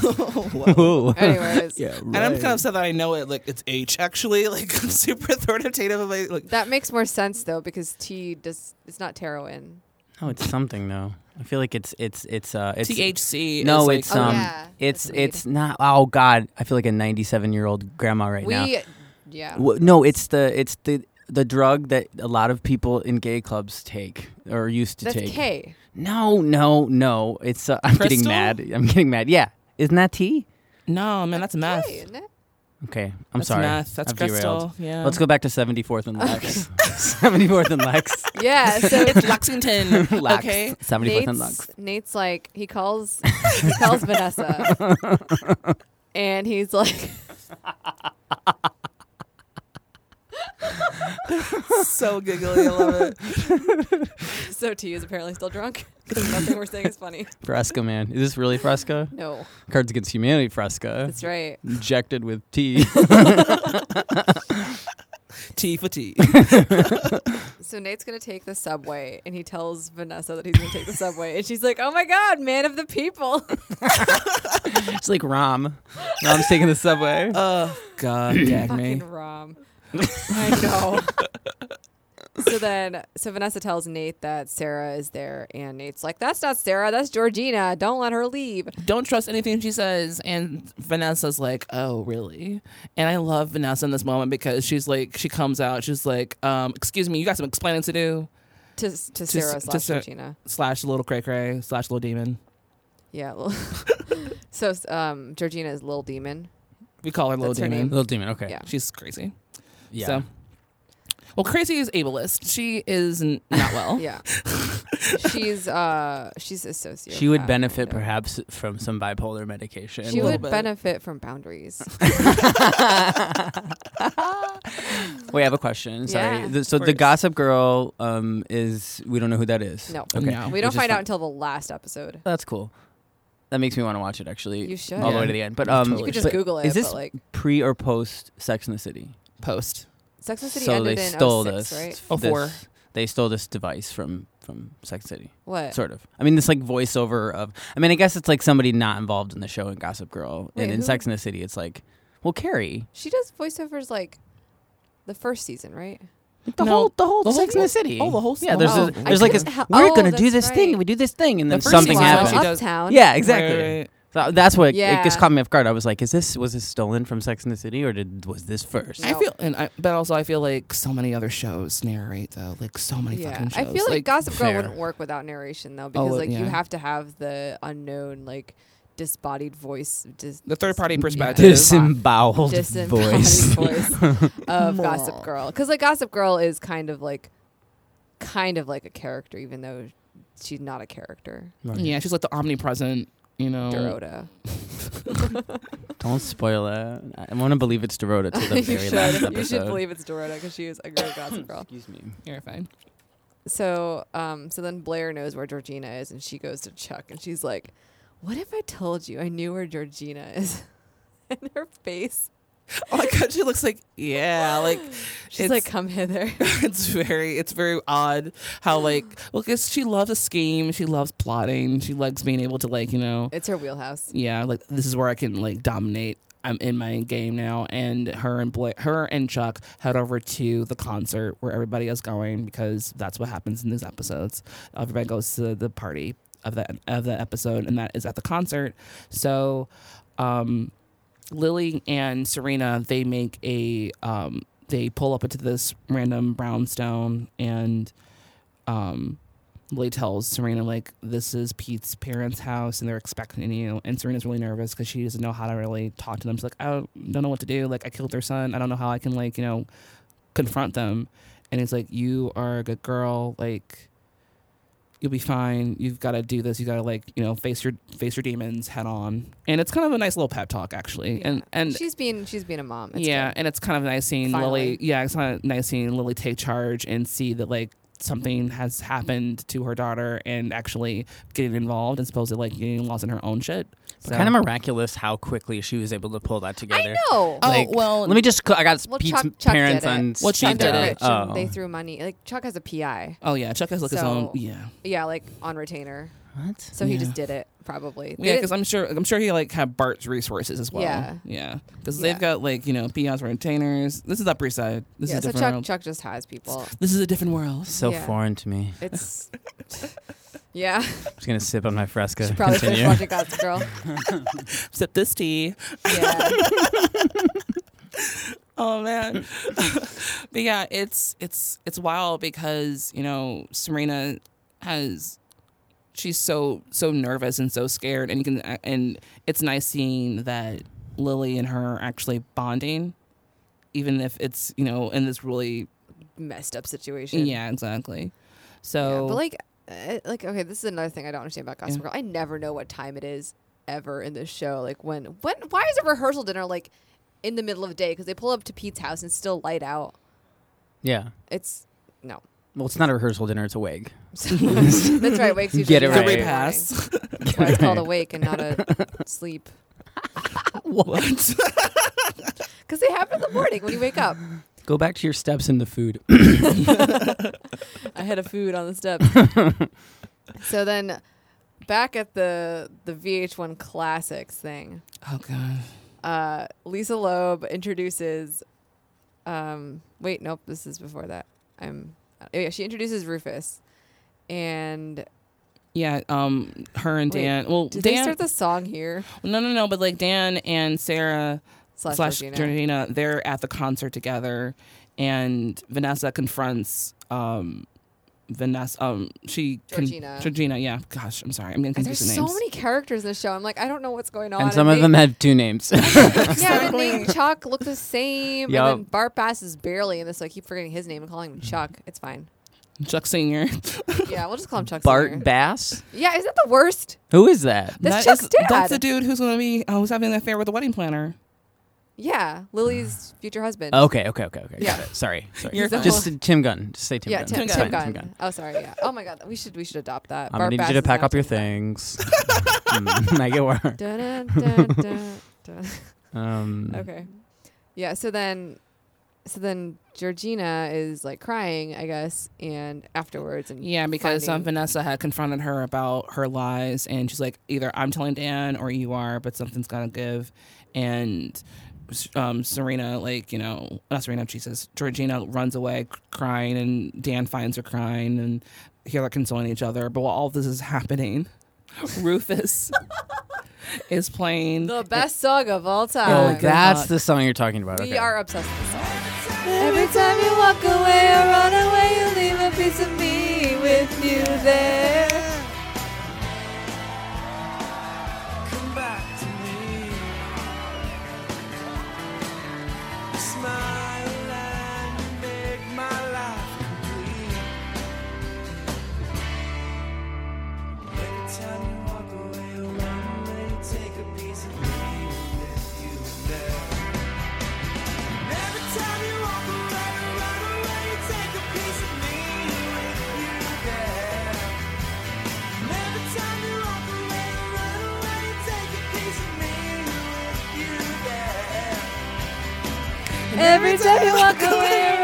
Speaker 4: Whoa.
Speaker 3: Anyways.
Speaker 4: yeah, right.
Speaker 5: And I'm kind of upset that I know it. Like it's H actually. Like I'm super authoritative. About, like
Speaker 3: That makes more sense though because tea does. It's not heroin.
Speaker 4: Oh, it's something though. I feel like it's it's it's uh it's
Speaker 5: THC.
Speaker 4: No,
Speaker 5: is like,
Speaker 4: it's
Speaker 3: Oh,
Speaker 4: um
Speaker 3: yeah,
Speaker 4: it's
Speaker 3: that's weed.
Speaker 4: it's not oh god, I feel like a 97-year-old grandma right now.
Speaker 3: we. uh, Yeah.
Speaker 4: W- no, it's the it's the the drug that a lot of people in gay clubs take or used to
Speaker 3: That's
Speaker 4: take.
Speaker 3: K.
Speaker 4: No, no, no. It's uh, I'm getting
Speaker 5: Crystal?
Speaker 4: mad. I'm getting mad. Yeah, isn't that tea?
Speaker 5: no man, that's meth.
Speaker 3: Hey, isn't it?
Speaker 4: Okay, I'm
Speaker 5: That's
Speaker 4: sorry.
Speaker 5: meth. That's
Speaker 4: I've derailed.
Speaker 5: crystal. Yeah.
Speaker 4: Let's go back to 74th and Lex. 74th and Lex.
Speaker 3: Yeah. So
Speaker 5: It's Lexington.
Speaker 4: Lex.
Speaker 5: Okay.
Speaker 4: 74th and Lex.
Speaker 3: Nate's, Nate's like he calls he calls Vanessa, and he's like,
Speaker 5: so giggly. I love it.
Speaker 3: "So T is apparently still drunk because nothing we're saying is funny."
Speaker 4: Fresca, man. Is this really Fresca?
Speaker 3: No,
Speaker 4: Cards Against Humanity Fresca.
Speaker 3: that's right.
Speaker 4: Injected with tea.
Speaker 5: T for T.
Speaker 3: So Nate's gonna take the subway, and he tells Vanessa that he's gonna take the subway, and she's like, "Oh my God, man of the people!"
Speaker 4: it's like Rom. Rom's taking the subway.
Speaker 5: Oh God, gag me.
Speaker 3: Fucking Rom. I know. so then, so Vanessa tells Nate that Sarah is there, and Nate's like, "That's not Sarah. That's Georgina. Don't let her leave."
Speaker 5: don't trust anything she says. And Vanessa's like, oh, really? And I love Vanessa in this moment because she's like, she comes out, she's like, um, excuse me, you got some explaining to do.
Speaker 3: To to, to
Speaker 5: Sarah
Speaker 3: Sarah
Speaker 5: to
Speaker 3: slash
Speaker 5: Sarah.
Speaker 3: Georgina.
Speaker 5: Slash little cray cray, slash little demon.
Speaker 3: Yeah. well- so um, Georgina is Lil Demon.
Speaker 5: We call her little
Speaker 3: That's her
Speaker 5: demon.
Speaker 4: Little Demon. Okay.
Speaker 3: Yeah.
Speaker 5: She's crazy.
Speaker 4: Yeah.
Speaker 5: So. Well, crazy is ableist. She is n- not well.
Speaker 3: Yeah. she's uh she's a sociopath.
Speaker 4: She would benefit
Speaker 3: kind of.
Speaker 4: perhaps from some bipolar medication.
Speaker 3: She
Speaker 5: little
Speaker 3: would
Speaker 5: bit.
Speaker 3: benefit from boundaries.
Speaker 4: Wait, I have a question. Sorry.
Speaker 3: Yeah,
Speaker 4: The-
Speaker 3: of
Speaker 4: so the
Speaker 3: course.
Speaker 4: Gossip Girl um, is we don't know who that is.
Speaker 3: No.
Speaker 4: Okay.
Speaker 5: No.
Speaker 3: We don't
Speaker 4: Which is
Speaker 3: find out
Speaker 4: fine.
Speaker 3: until the last episode.
Speaker 4: That's cool. That makes me want to watch it actually.
Speaker 3: You should.
Speaker 4: All the way
Speaker 5: Yeah.
Speaker 4: to the end. But um,
Speaker 5: Totally.
Speaker 3: You could
Speaker 4: but
Speaker 3: just Google it,
Speaker 4: Is this
Speaker 3: but like
Speaker 4: pre or post Sex in the City?
Speaker 5: Post.
Speaker 3: Sex and the City
Speaker 4: so
Speaker 3: ended
Speaker 4: they
Speaker 3: in
Speaker 4: stole
Speaker 3: 06,
Speaker 4: this.
Speaker 3: right?
Speaker 5: Oh,
Speaker 4: this-
Speaker 5: four.
Speaker 4: They stole this device from from Sex City.
Speaker 3: What?
Speaker 4: Sort of. I mean, this like voiceover of. I mean, I guess it's like somebody not involved in the show in Gossip Girl,
Speaker 3: Wait,
Speaker 4: and in
Speaker 3: who?
Speaker 4: Sex in the City, it's like, well, Carrie,
Speaker 3: She does voiceovers like the first season, right?
Speaker 4: Like, the
Speaker 5: No,
Speaker 4: whole the whole
Speaker 5: the whole
Speaker 4: Sex in the
Speaker 5: se-
Speaker 4: City.
Speaker 5: oh, the whole
Speaker 4: yeah.
Speaker 5: se-
Speaker 4: There's
Speaker 5: oh,
Speaker 4: a,
Speaker 5: I
Speaker 4: there's like a,
Speaker 3: couldn't ha-
Speaker 4: we're
Speaker 3: oh,
Speaker 4: gonna do
Speaker 3: that's
Speaker 4: this thing
Speaker 3: right.
Speaker 4: and we do this thing and
Speaker 5: The
Speaker 4: then
Speaker 5: first
Speaker 4: something
Speaker 5: season,
Speaker 4: happens.
Speaker 5: she does-
Speaker 3: Uptown.
Speaker 4: Yeah, exactly.
Speaker 5: Right, right.
Speaker 4: Tha- That's what it
Speaker 3: Yeah.
Speaker 4: just caught me off guard. I was like, "Is this was this stolen from Sex in the City, or did was this first?
Speaker 5: I
Speaker 3: No.
Speaker 5: feel, and I, but also I feel like so many other shows narrate though, like so many
Speaker 3: Yeah.
Speaker 5: fucking shows.
Speaker 3: I feel like, Gossip Girl
Speaker 4: fair.
Speaker 3: wouldn't work without narration
Speaker 4: Oh,
Speaker 3: though, because
Speaker 5: well,
Speaker 3: like you
Speaker 5: yeah.
Speaker 3: have to have the unknown like disbodied voice. Dis-
Speaker 5: the third party perspective.
Speaker 4: Disemboweled
Speaker 3: disembodied
Speaker 4: voice.
Speaker 3: voice of Gossip Girl. Because like Gossip Girl is kind of like, kind of like a character, even though she's not a character. Oh,
Speaker 5: Yeah, she's like the omnipresent, you know.
Speaker 3: Dorota.
Speaker 4: Don't spoil it. I want to believe it's Dorota till the
Speaker 3: you
Speaker 4: very
Speaker 3: should.
Speaker 4: last
Speaker 3: You
Speaker 4: episode.
Speaker 3: should believe it's Dorota because she is a great gossip girl.
Speaker 4: Excuse me.
Speaker 5: You're fine.
Speaker 3: So, um, so then Blair knows where Georgina is, and she goes to Chuck, and she's like, "What if I told you I knew where Georgina is?" and her face,
Speaker 5: Oh my god, she looks like yeah, like
Speaker 3: she's
Speaker 5: it's-
Speaker 3: like, "Come hither."
Speaker 5: it's very it's very odd how like well, because she loves a scheme, she loves plotting, she loves being able to like you know
Speaker 3: it's her wheelhouse.
Speaker 5: yeah, like this is where I can like dominate. I'm in my game now, and her and Bla- her and Chuck head over to the concert where everybody is going because that's what happens in these episodes. Everybody goes to the party of that of that episode, and that is at the concert. So, um, Lily and Serena they make a um, they pull up into this random brownstone, and um, Lily tells Serena like this is Pete's parents' house and they're expecting you. And Serena's really nervous because she doesn't know how to really talk to them. She's like, I don't, don't know what to do. Like I killed their son. I don't know how I can like you know confront them. And he's like, you are a good girl. Like you'll be fine. You've got to do this. You got to like you know face your face your demons head on. And it's kind of a nice little pep talk actually. And and
Speaker 3: she's being she's being a mom. It's
Speaker 5: yeah,
Speaker 3: good.
Speaker 5: and it's kind of nice seeing
Speaker 3: Finally.
Speaker 5: Lily. Yeah, it's kind of nice seeing Lily take charge and see that like something has happened to her daughter and actually getting involved and supposed to like getting lost in her own shit.
Speaker 4: It's kind of miraculous how quickly she was able to pull that together.
Speaker 3: know. Oh,
Speaker 4: Like,
Speaker 5: well,
Speaker 4: let me just. I got
Speaker 3: Well,
Speaker 4: Pete's
Speaker 3: Chuck, Chuck
Speaker 4: parents
Speaker 3: did it.
Speaker 4: on.
Speaker 5: Well, Chuck
Speaker 4: speed
Speaker 5: did
Speaker 4: dial.
Speaker 5: it.
Speaker 3: And
Speaker 4: Oh.
Speaker 3: They threw money. Like Chuck has a PI.
Speaker 5: Oh yeah, Chuck has like his own.
Speaker 3: So-
Speaker 5: Yeah,
Speaker 3: Yeah, like on retainer.
Speaker 4: What?
Speaker 3: So he
Speaker 5: Yeah.
Speaker 3: just did it probably. They
Speaker 5: yeah,
Speaker 3: didn't-
Speaker 5: because I'm sure I'm sure he like had Bart's resources as well.
Speaker 3: Yeah.
Speaker 5: yeah, because
Speaker 3: Yeah.
Speaker 5: they've got like you know peons for retainers. This is Upper East Side. This
Speaker 3: yeah,
Speaker 5: is
Speaker 3: so
Speaker 5: a different
Speaker 3: Chuck
Speaker 5: world.
Speaker 3: Chuck just has people.
Speaker 5: This is a different world.
Speaker 4: So
Speaker 3: Yeah.
Speaker 4: foreign to me.
Speaker 3: It's yeah.
Speaker 4: I'm just gonna sip on my fresca.
Speaker 3: She probably finished
Speaker 4: Continue.
Speaker 3: watching Gossip Girl.
Speaker 5: Sip this tea.
Speaker 3: Yeah.
Speaker 5: Oh man. but yeah, it's it's it's wild because, you know, Serena has she's so so nervous and so scared and you can and it's nice seeing that Lily and her are actually bonding even if it's, you know, in this really
Speaker 3: Messed up situation.
Speaker 5: Yeah, exactly.
Speaker 3: Yeah,
Speaker 5: So
Speaker 4: Oh.
Speaker 3: but like, uh, like okay, this is another thing I don't understand about Gossip Girl. I never know what time it is ever in this show. Like when, when, why is a rehearsal dinner like in the middle of the day? Because they pull up to Pete's house and it's still light out.
Speaker 4: Yeah.
Speaker 3: It's no,
Speaker 4: Well, it's not a rehearsal dinner. It's a wig.
Speaker 3: that's right. Wakes usually
Speaker 4: Get it
Speaker 3: in the
Speaker 4: right.
Speaker 3: morning.
Speaker 5: pass.
Speaker 3: That's why it's called awake and not a sleep.
Speaker 5: what?
Speaker 3: Because they happen in the morning when you wake up.
Speaker 4: Go back to your steps in the food.
Speaker 3: I had a food on the steps. so then, back at the the VH1 Classics thing.
Speaker 5: oh god.
Speaker 3: uh, Lisa Loeb introduces. Um, wait, nope, this is before that. I'm. oh, Yeah, she introduces Rufus, and
Speaker 5: Yeah, um her and
Speaker 3: Wait,
Speaker 5: Dan. well,
Speaker 3: did they
Speaker 5: Dan
Speaker 3: start the song here?
Speaker 5: No, no, no, but like Dan and Sarah
Speaker 3: Slash
Speaker 5: slash,
Speaker 3: Georgina.
Speaker 5: Georgina. they're at the concert together, and Vanessa confronts um, Vanessa. Um, she con-
Speaker 3: Georgina.
Speaker 5: Georgina, yeah. Gosh, I'm sorry, I'm getting
Speaker 3: There's
Speaker 5: confused with
Speaker 3: so
Speaker 5: names.
Speaker 3: many characters in this show. I'm like, I don't know what's going on.
Speaker 4: and some of them had two names.
Speaker 3: them. Yeah, the name Chuck look the same,
Speaker 4: Yup.
Speaker 3: and then Bart Bass is barely in this. So I keep forgetting his name and calling him Chuck. It's fine.
Speaker 5: Chuck Singer.
Speaker 3: Yeah, we'll just call him Chuck. Singer.
Speaker 4: Bart Bass.
Speaker 3: Yeah, is that the worst?
Speaker 4: Who is that?
Speaker 3: That's
Speaker 5: That
Speaker 3: Chuck's
Speaker 5: is-
Speaker 3: dad.
Speaker 5: That's the dude who's gonna be uh, who's having an affair with the wedding planner.
Speaker 3: Yeah, Lily's future husband.
Speaker 4: Okay, okay, okay, okay.
Speaker 3: Yeah.
Speaker 4: Got it. Sorry, sorry.
Speaker 5: You're
Speaker 4: just Tim Gunn. Just say Tim
Speaker 3: yeah,
Speaker 4: Gunn.
Speaker 3: Tim,
Speaker 4: It's
Speaker 3: Tim,
Speaker 4: fine,
Speaker 3: Gunn. Oh, sorry. Yeah. Oh my God, we should we should adopt that.
Speaker 4: I'm
Speaker 3: Bart
Speaker 4: gonna need
Speaker 3: Bass
Speaker 4: you to
Speaker 3: is
Speaker 4: pack
Speaker 3: now
Speaker 4: up your
Speaker 3: Tim Gunn.
Speaker 4: things. Mm, I get
Speaker 3: Dun,
Speaker 4: work.
Speaker 3: dun, dun, dun, dun.
Speaker 4: Um,
Speaker 3: okay. Yeah, so then so then Georgina is like crying, I guess, and afterwards and
Speaker 5: Yeah, because um,
Speaker 3: finding-
Speaker 5: Vanessa had confronted her about her lies, and she's like, either I'm telling Dan or you are, but something's gotta give. And um, Serena, like you know, not Serena, Jesus, Georgina runs away c- crying, and Dan finds her crying, and here they're consoling each other. But while all this is happening, Rufus is playing.
Speaker 3: the best song of all
Speaker 4: Oh,
Speaker 3: time.
Speaker 5: God.
Speaker 4: that's the song you're talking about.
Speaker 3: we
Speaker 4: okay.
Speaker 3: are obsessed with this song. Every time you walk away or run away, you leave a piece of me with you there.
Speaker 11: Every time you walk away, take a piece of me.
Speaker 5: Every time you walk away,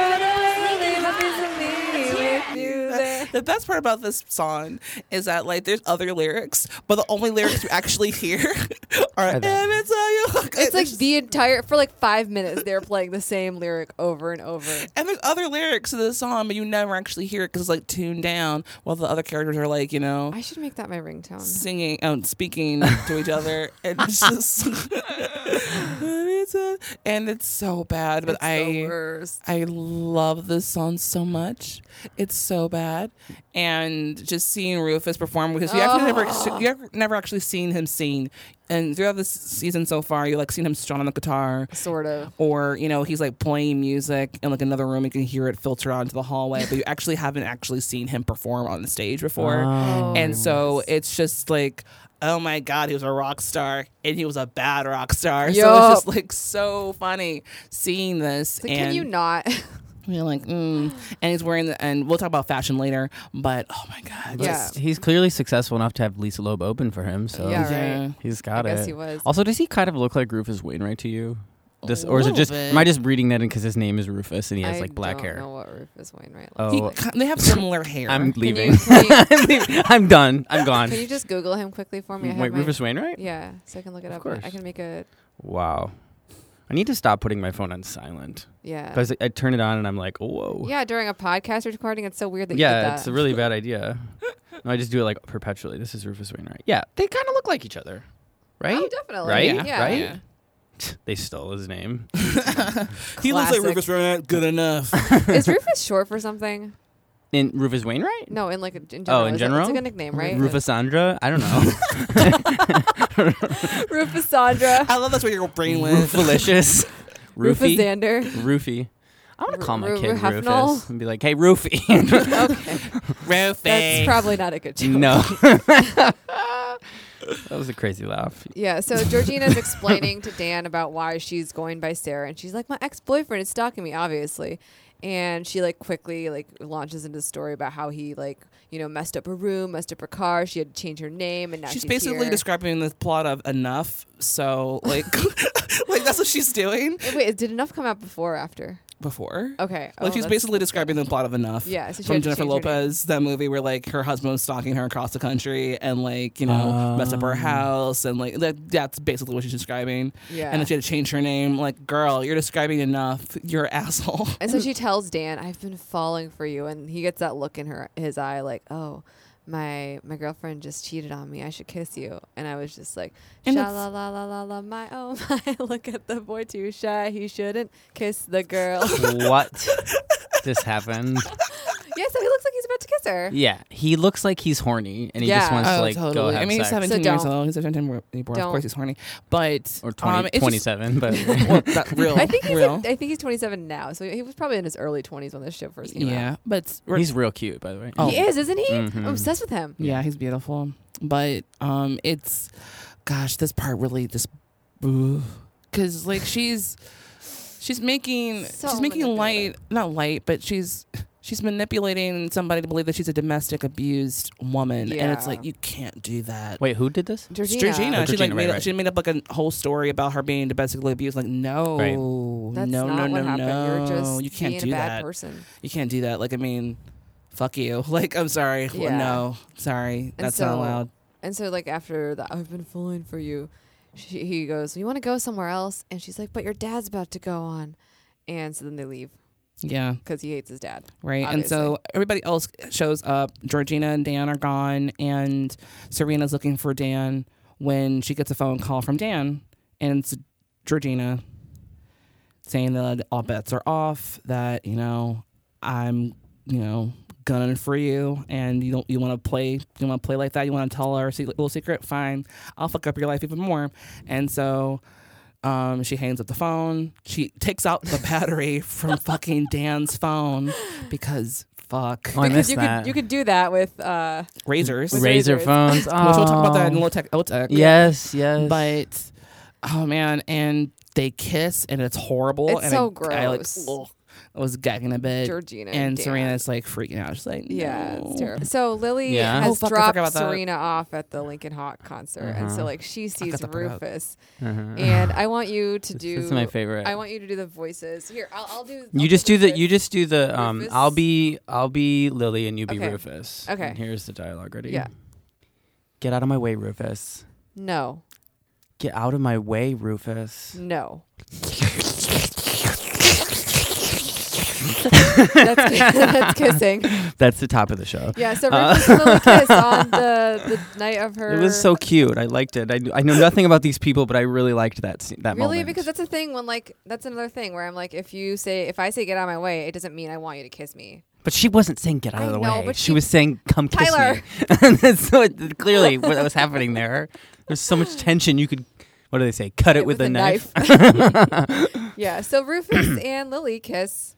Speaker 5: The best part about this song is that like there's other lyrics, but the only lyrics you actually hear are
Speaker 3: I
Speaker 5: and it's how you look.
Speaker 3: It's like the entire for like five minutes they're playing the same lyric over and over.
Speaker 5: And there's other lyrics to this song, but you never actually hear it because it's like tuned down, while the other characters are like you know
Speaker 3: I should make that my ringtone.
Speaker 5: singing and speaking to each other, and it's just it's a- and it's so bad. But
Speaker 3: It's the
Speaker 5: I
Speaker 3: worst.
Speaker 5: I love this song so much. It's so bad, and just seeing Rufus perform because you actually
Speaker 3: Oh.
Speaker 5: never you have never actually seen him sing, and throughout this season so far, you like seen him strummed on the guitar,
Speaker 3: sort of,
Speaker 5: or you know he's like playing music in like another room. You can hear it filter out into the hallway, but you actually haven't actually seen him perform on the stage before,
Speaker 4: Oh.
Speaker 5: and so it's just like. Oh my God, he was a rock star, and he was a bad rock star. So it's
Speaker 3: Yup.
Speaker 5: just like so funny seeing this.
Speaker 3: It's like, can you
Speaker 5: and-
Speaker 3: not?
Speaker 5: you're like, mm. and he's wearing the, and we'll talk about fashion later, but oh my god,
Speaker 3: Yeah.
Speaker 5: just-
Speaker 4: He's clearly successful enough to have Lisa Loeb open for him, so
Speaker 3: Yeah, right. Yeah.
Speaker 4: he's got
Speaker 3: I
Speaker 4: it.
Speaker 3: guess he was.
Speaker 4: Also, does he kind of look like Rufus Wainwright to you? Does, or is it
Speaker 5: little
Speaker 4: just
Speaker 5: bit.
Speaker 4: am I just reading that in because his name is Rufus and he has
Speaker 3: I
Speaker 4: like black
Speaker 3: don't
Speaker 4: hair?
Speaker 3: know what Rufus Wainwright.
Speaker 4: Oh,
Speaker 5: He ki- they have similar hair.
Speaker 4: I'm
Speaker 5: Can
Speaker 4: leaving.
Speaker 3: you- can
Speaker 4: I'm, leaving. I'm done. I'm gone.
Speaker 3: Can you just Google him quickly for me? I have
Speaker 4: Wait,
Speaker 3: my-
Speaker 4: Rufus Wainwright?
Speaker 3: Yeah, so I can look it up. I
Speaker 4: course.
Speaker 3: can make a
Speaker 4: Wow. I need to stop putting my phone on silent.
Speaker 3: yeah.
Speaker 4: Because I, I turn it on and I'm like, whoa.
Speaker 3: Yeah, during a podcast recording, it's so weird that you did
Speaker 4: Yeah,
Speaker 3: that.
Speaker 4: it's a really bad idea. no, I just do it like perpetually. This is Rufus Wainwright. Yeah, they kind of look like each other, right?
Speaker 3: Oh, definitely.
Speaker 4: Right?
Speaker 3: Yeah.
Speaker 4: Right?
Speaker 5: Yeah.
Speaker 4: They stole his name.
Speaker 5: He looks like
Speaker 3: Classic.
Speaker 5: Rufus Wainwright. Good enough.
Speaker 3: Is Rufus short for something?
Speaker 4: In Rufus Wainwright?
Speaker 3: No, in like a, in general.
Speaker 4: Oh, in
Speaker 3: Is it-
Speaker 4: general?
Speaker 3: it's like a nickname, right?
Speaker 4: Rufusandra? I don't know.
Speaker 3: Rufus Sandra.
Speaker 5: I love that's where your brain went.
Speaker 4: Rufalicious.
Speaker 3: Rufus
Speaker 4: Roofy.
Speaker 3: Xander.
Speaker 4: Roofy. I want to call my
Speaker 3: Ru-
Speaker 4: kid
Speaker 3: Ruhafnol?
Speaker 4: Rufus and be like, hey, Roofy.
Speaker 3: Okay,
Speaker 5: Rufus.
Speaker 3: that's probably not a good joke.
Speaker 4: no. that was a crazy laugh.
Speaker 3: Yeah, so Georgina's explaining to Dan about why she's going by Sarah, and she's like, "My ex-boyfriend is stalking me, obviously." And she like quickly like launches into the story about how he like you know messed up her room, messed up her car. She had to change her name, and now she's,
Speaker 5: she's basically
Speaker 3: here.
Speaker 5: describing the plot of enough. So like, like that's what she's doing
Speaker 3: Wait, did enough come out before or after?
Speaker 5: before.
Speaker 3: Okay,
Speaker 5: Like
Speaker 3: oh,
Speaker 5: she's
Speaker 3: that's-
Speaker 5: basically describing the plot of Enough.
Speaker 3: Yeah, so she
Speaker 5: from
Speaker 3: had to change
Speaker 5: Jennifer
Speaker 3: her name.
Speaker 5: Lopez, that movie where like her husband was stalking her across the country and like you know messed up her house and like that, that's basically what she's describing.
Speaker 3: Yeah.
Speaker 5: and then she had to change her name. Like, girl, you're describing Enough. You're an asshole.
Speaker 3: And so she tells Dan, "I've been falling for you," and he gets that look in her his eye, like, "Oh, my my girlfriend just cheated on me. I should kiss you." And I was just like,
Speaker 5: And
Speaker 3: "Sha
Speaker 5: it's-
Speaker 3: la la la la la, my oh my, look at the boy too shy. He shouldn't kiss the girl."
Speaker 4: What just happened?
Speaker 3: yeah, so he looks like he's about to kiss her.
Speaker 4: Yeah, he looks like he's horny and he just
Speaker 3: Yeah.
Speaker 4: wants to like go have
Speaker 5: Oh, I mean, he's
Speaker 4: sex.
Speaker 5: 17
Speaker 3: So
Speaker 5: years
Speaker 3: don't.
Speaker 5: old. He's a 17 anymore. Of
Speaker 3: Don't.
Speaker 5: course, he's horny. But
Speaker 4: or 20,
Speaker 5: um, it's just-
Speaker 4: 27, but
Speaker 5: well, that real.
Speaker 3: I think he's
Speaker 5: real.
Speaker 3: in- I think he's 27 now, so he was probably in his early 20s when this show first came out.
Speaker 5: yeah, but we're-
Speaker 4: he's real cute, by the way.
Speaker 5: Oh.
Speaker 3: He is, isn't he?
Speaker 4: Mhm.
Speaker 3: I'm obsessed with him.
Speaker 5: Yeah, he's beautiful. But um it's gosh, this part really just cuz like she's she's making
Speaker 3: So
Speaker 5: she's making light,
Speaker 3: manipulative.
Speaker 5: not light, but she's she's manipulating somebody to believe that she's a domestic abused woman and it's
Speaker 3: Yeah.
Speaker 5: like you can't do that.
Speaker 4: Wait, who did this?
Speaker 5: It's
Speaker 3: Georgina.
Speaker 5: Georgina.
Speaker 4: Oh,
Speaker 5: She like
Speaker 4: Georgina,
Speaker 5: made
Speaker 4: right,
Speaker 5: up-
Speaker 4: right.
Speaker 5: she made up like a whole story about her being domestically abused. Like no,
Speaker 4: Right.
Speaker 3: That's
Speaker 5: no,
Speaker 3: not
Speaker 5: no,
Speaker 3: what
Speaker 5: no,
Speaker 3: happened.
Speaker 5: no.
Speaker 3: You're just
Speaker 5: you can't
Speaker 3: being
Speaker 5: do
Speaker 3: a bad
Speaker 5: that.
Speaker 3: person.
Speaker 5: You can't do that. Like I mean, fuck you. Like I'm sorry. Well,
Speaker 3: Yeah.
Speaker 5: No, sorry.
Speaker 3: And
Speaker 5: That's
Speaker 3: so-
Speaker 5: not allowed.
Speaker 3: And so, like after that, I've been falling for you. She, he goes, "You want to go somewhere else?" And she's like, "But your dad's about to go on." And so then they leave
Speaker 5: Yeah.
Speaker 3: because he hates his dad.
Speaker 5: Right. And so everybody else shows up. Georgina and Dan are gone, and Serena's looking for Dan when she gets a phone call from Dan. And it's Georgina saying that all bets are off, that, you know, I'm, you know, gunning for you and you don't you want to play you want to play like that you want to tell our se- little secret fine i'll fuck up your life even more and so um, she hangs up the phone. She takes out the battery from fucking Dan's phone because fuck
Speaker 4: Oh, I
Speaker 3: because
Speaker 4: missed
Speaker 3: you
Speaker 4: that.
Speaker 3: could you could do that with uh,
Speaker 5: razors.
Speaker 3: Ra-
Speaker 4: Razor
Speaker 3: razors.
Speaker 4: phones.
Speaker 5: Which we'll talk about that in
Speaker 4: Oh.
Speaker 5: low tech. Low tech.
Speaker 4: Yes, yes.
Speaker 5: But oh man, and they kiss and it's horrible.
Speaker 3: It's
Speaker 5: and
Speaker 3: so
Speaker 5: I- I, like,
Speaker 3: gross.
Speaker 5: ugh. was gagging a bit.
Speaker 3: Georgina
Speaker 5: and
Speaker 3: Dan.
Speaker 5: Serena's like freaking out. She's like,
Speaker 3: Yeah,
Speaker 5: "No."
Speaker 3: it's terrible. So Lily
Speaker 5: Yeah.
Speaker 3: has
Speaker 5: Oh, fuck, I forgot
Speaker 3: dropped
Speaker 5: about that.
Speaker 3: Serena off at the Lincoln Hawk concert, and so
Speaker 4: Uh-huh.
Speaker 3: like she sees
Speaker 5: that part out.
Speaker 3: Rufus,
Speaker 4: Uh-huh.
Speaker 3: and I want you to
Speaker 4: This
Speaker 3: do.
Speaker 4: is my favorite.
Speaker 3: I want you to do the voices. Here, I'll, I'll do. I'll
Speaker 4: You just do the.
Speaker 3: Rufus.
Speaker 4: You just do the. Um,
Speaker 3: Rufus.
Speaker 4: I'll be. I'll be Lily, and you be
Speaker 3: Okay.
Speaker 4: Rufus.
Speaker 3: Okay.
Speaker 4: And here's the dialogue. Ready?
Speaker 3: Yeah.
Speaker 4: Get out of my way, Rufus.
Speaker 3: No,
Speaker 4: Get out of my way, Rufus.
Speaker 3: no. that's, that's kissing.
Speaker 4: That's the top of the show.
Speaker 3: Yeah, so
Speaker 4: Uh,
Speaker 3: Rufus and Lily kiss on the, the night of her.
Speaker 4: It was so cute. I liked it. I, kn- I know nothing about these people, but I really liked that scene, that
Speaker 3: really
Speaker 4: moment.
Speaker 3: because that's a thing when like that's another thing where I'm like if you say if I say get out of my way it doesn't mean I want you to kiss me.
Speaker 4: but she wasn't saying get out
Speaker 3: I
Speaker 4: of the
Speaker 3: know,
Speaker 4: way.
Speaker 3: but
Speaker 4: she,
Speaker 3: she-
Speaker 4: was saying come kiss
Speaker 3: Tyler.
Speaker 4: me. so it, clearly, what was happening there? There's so much tension. You could. What do they say? Cut it, with, a knife.
Speaker 3: Yeah, so Rufus and Lily kiss.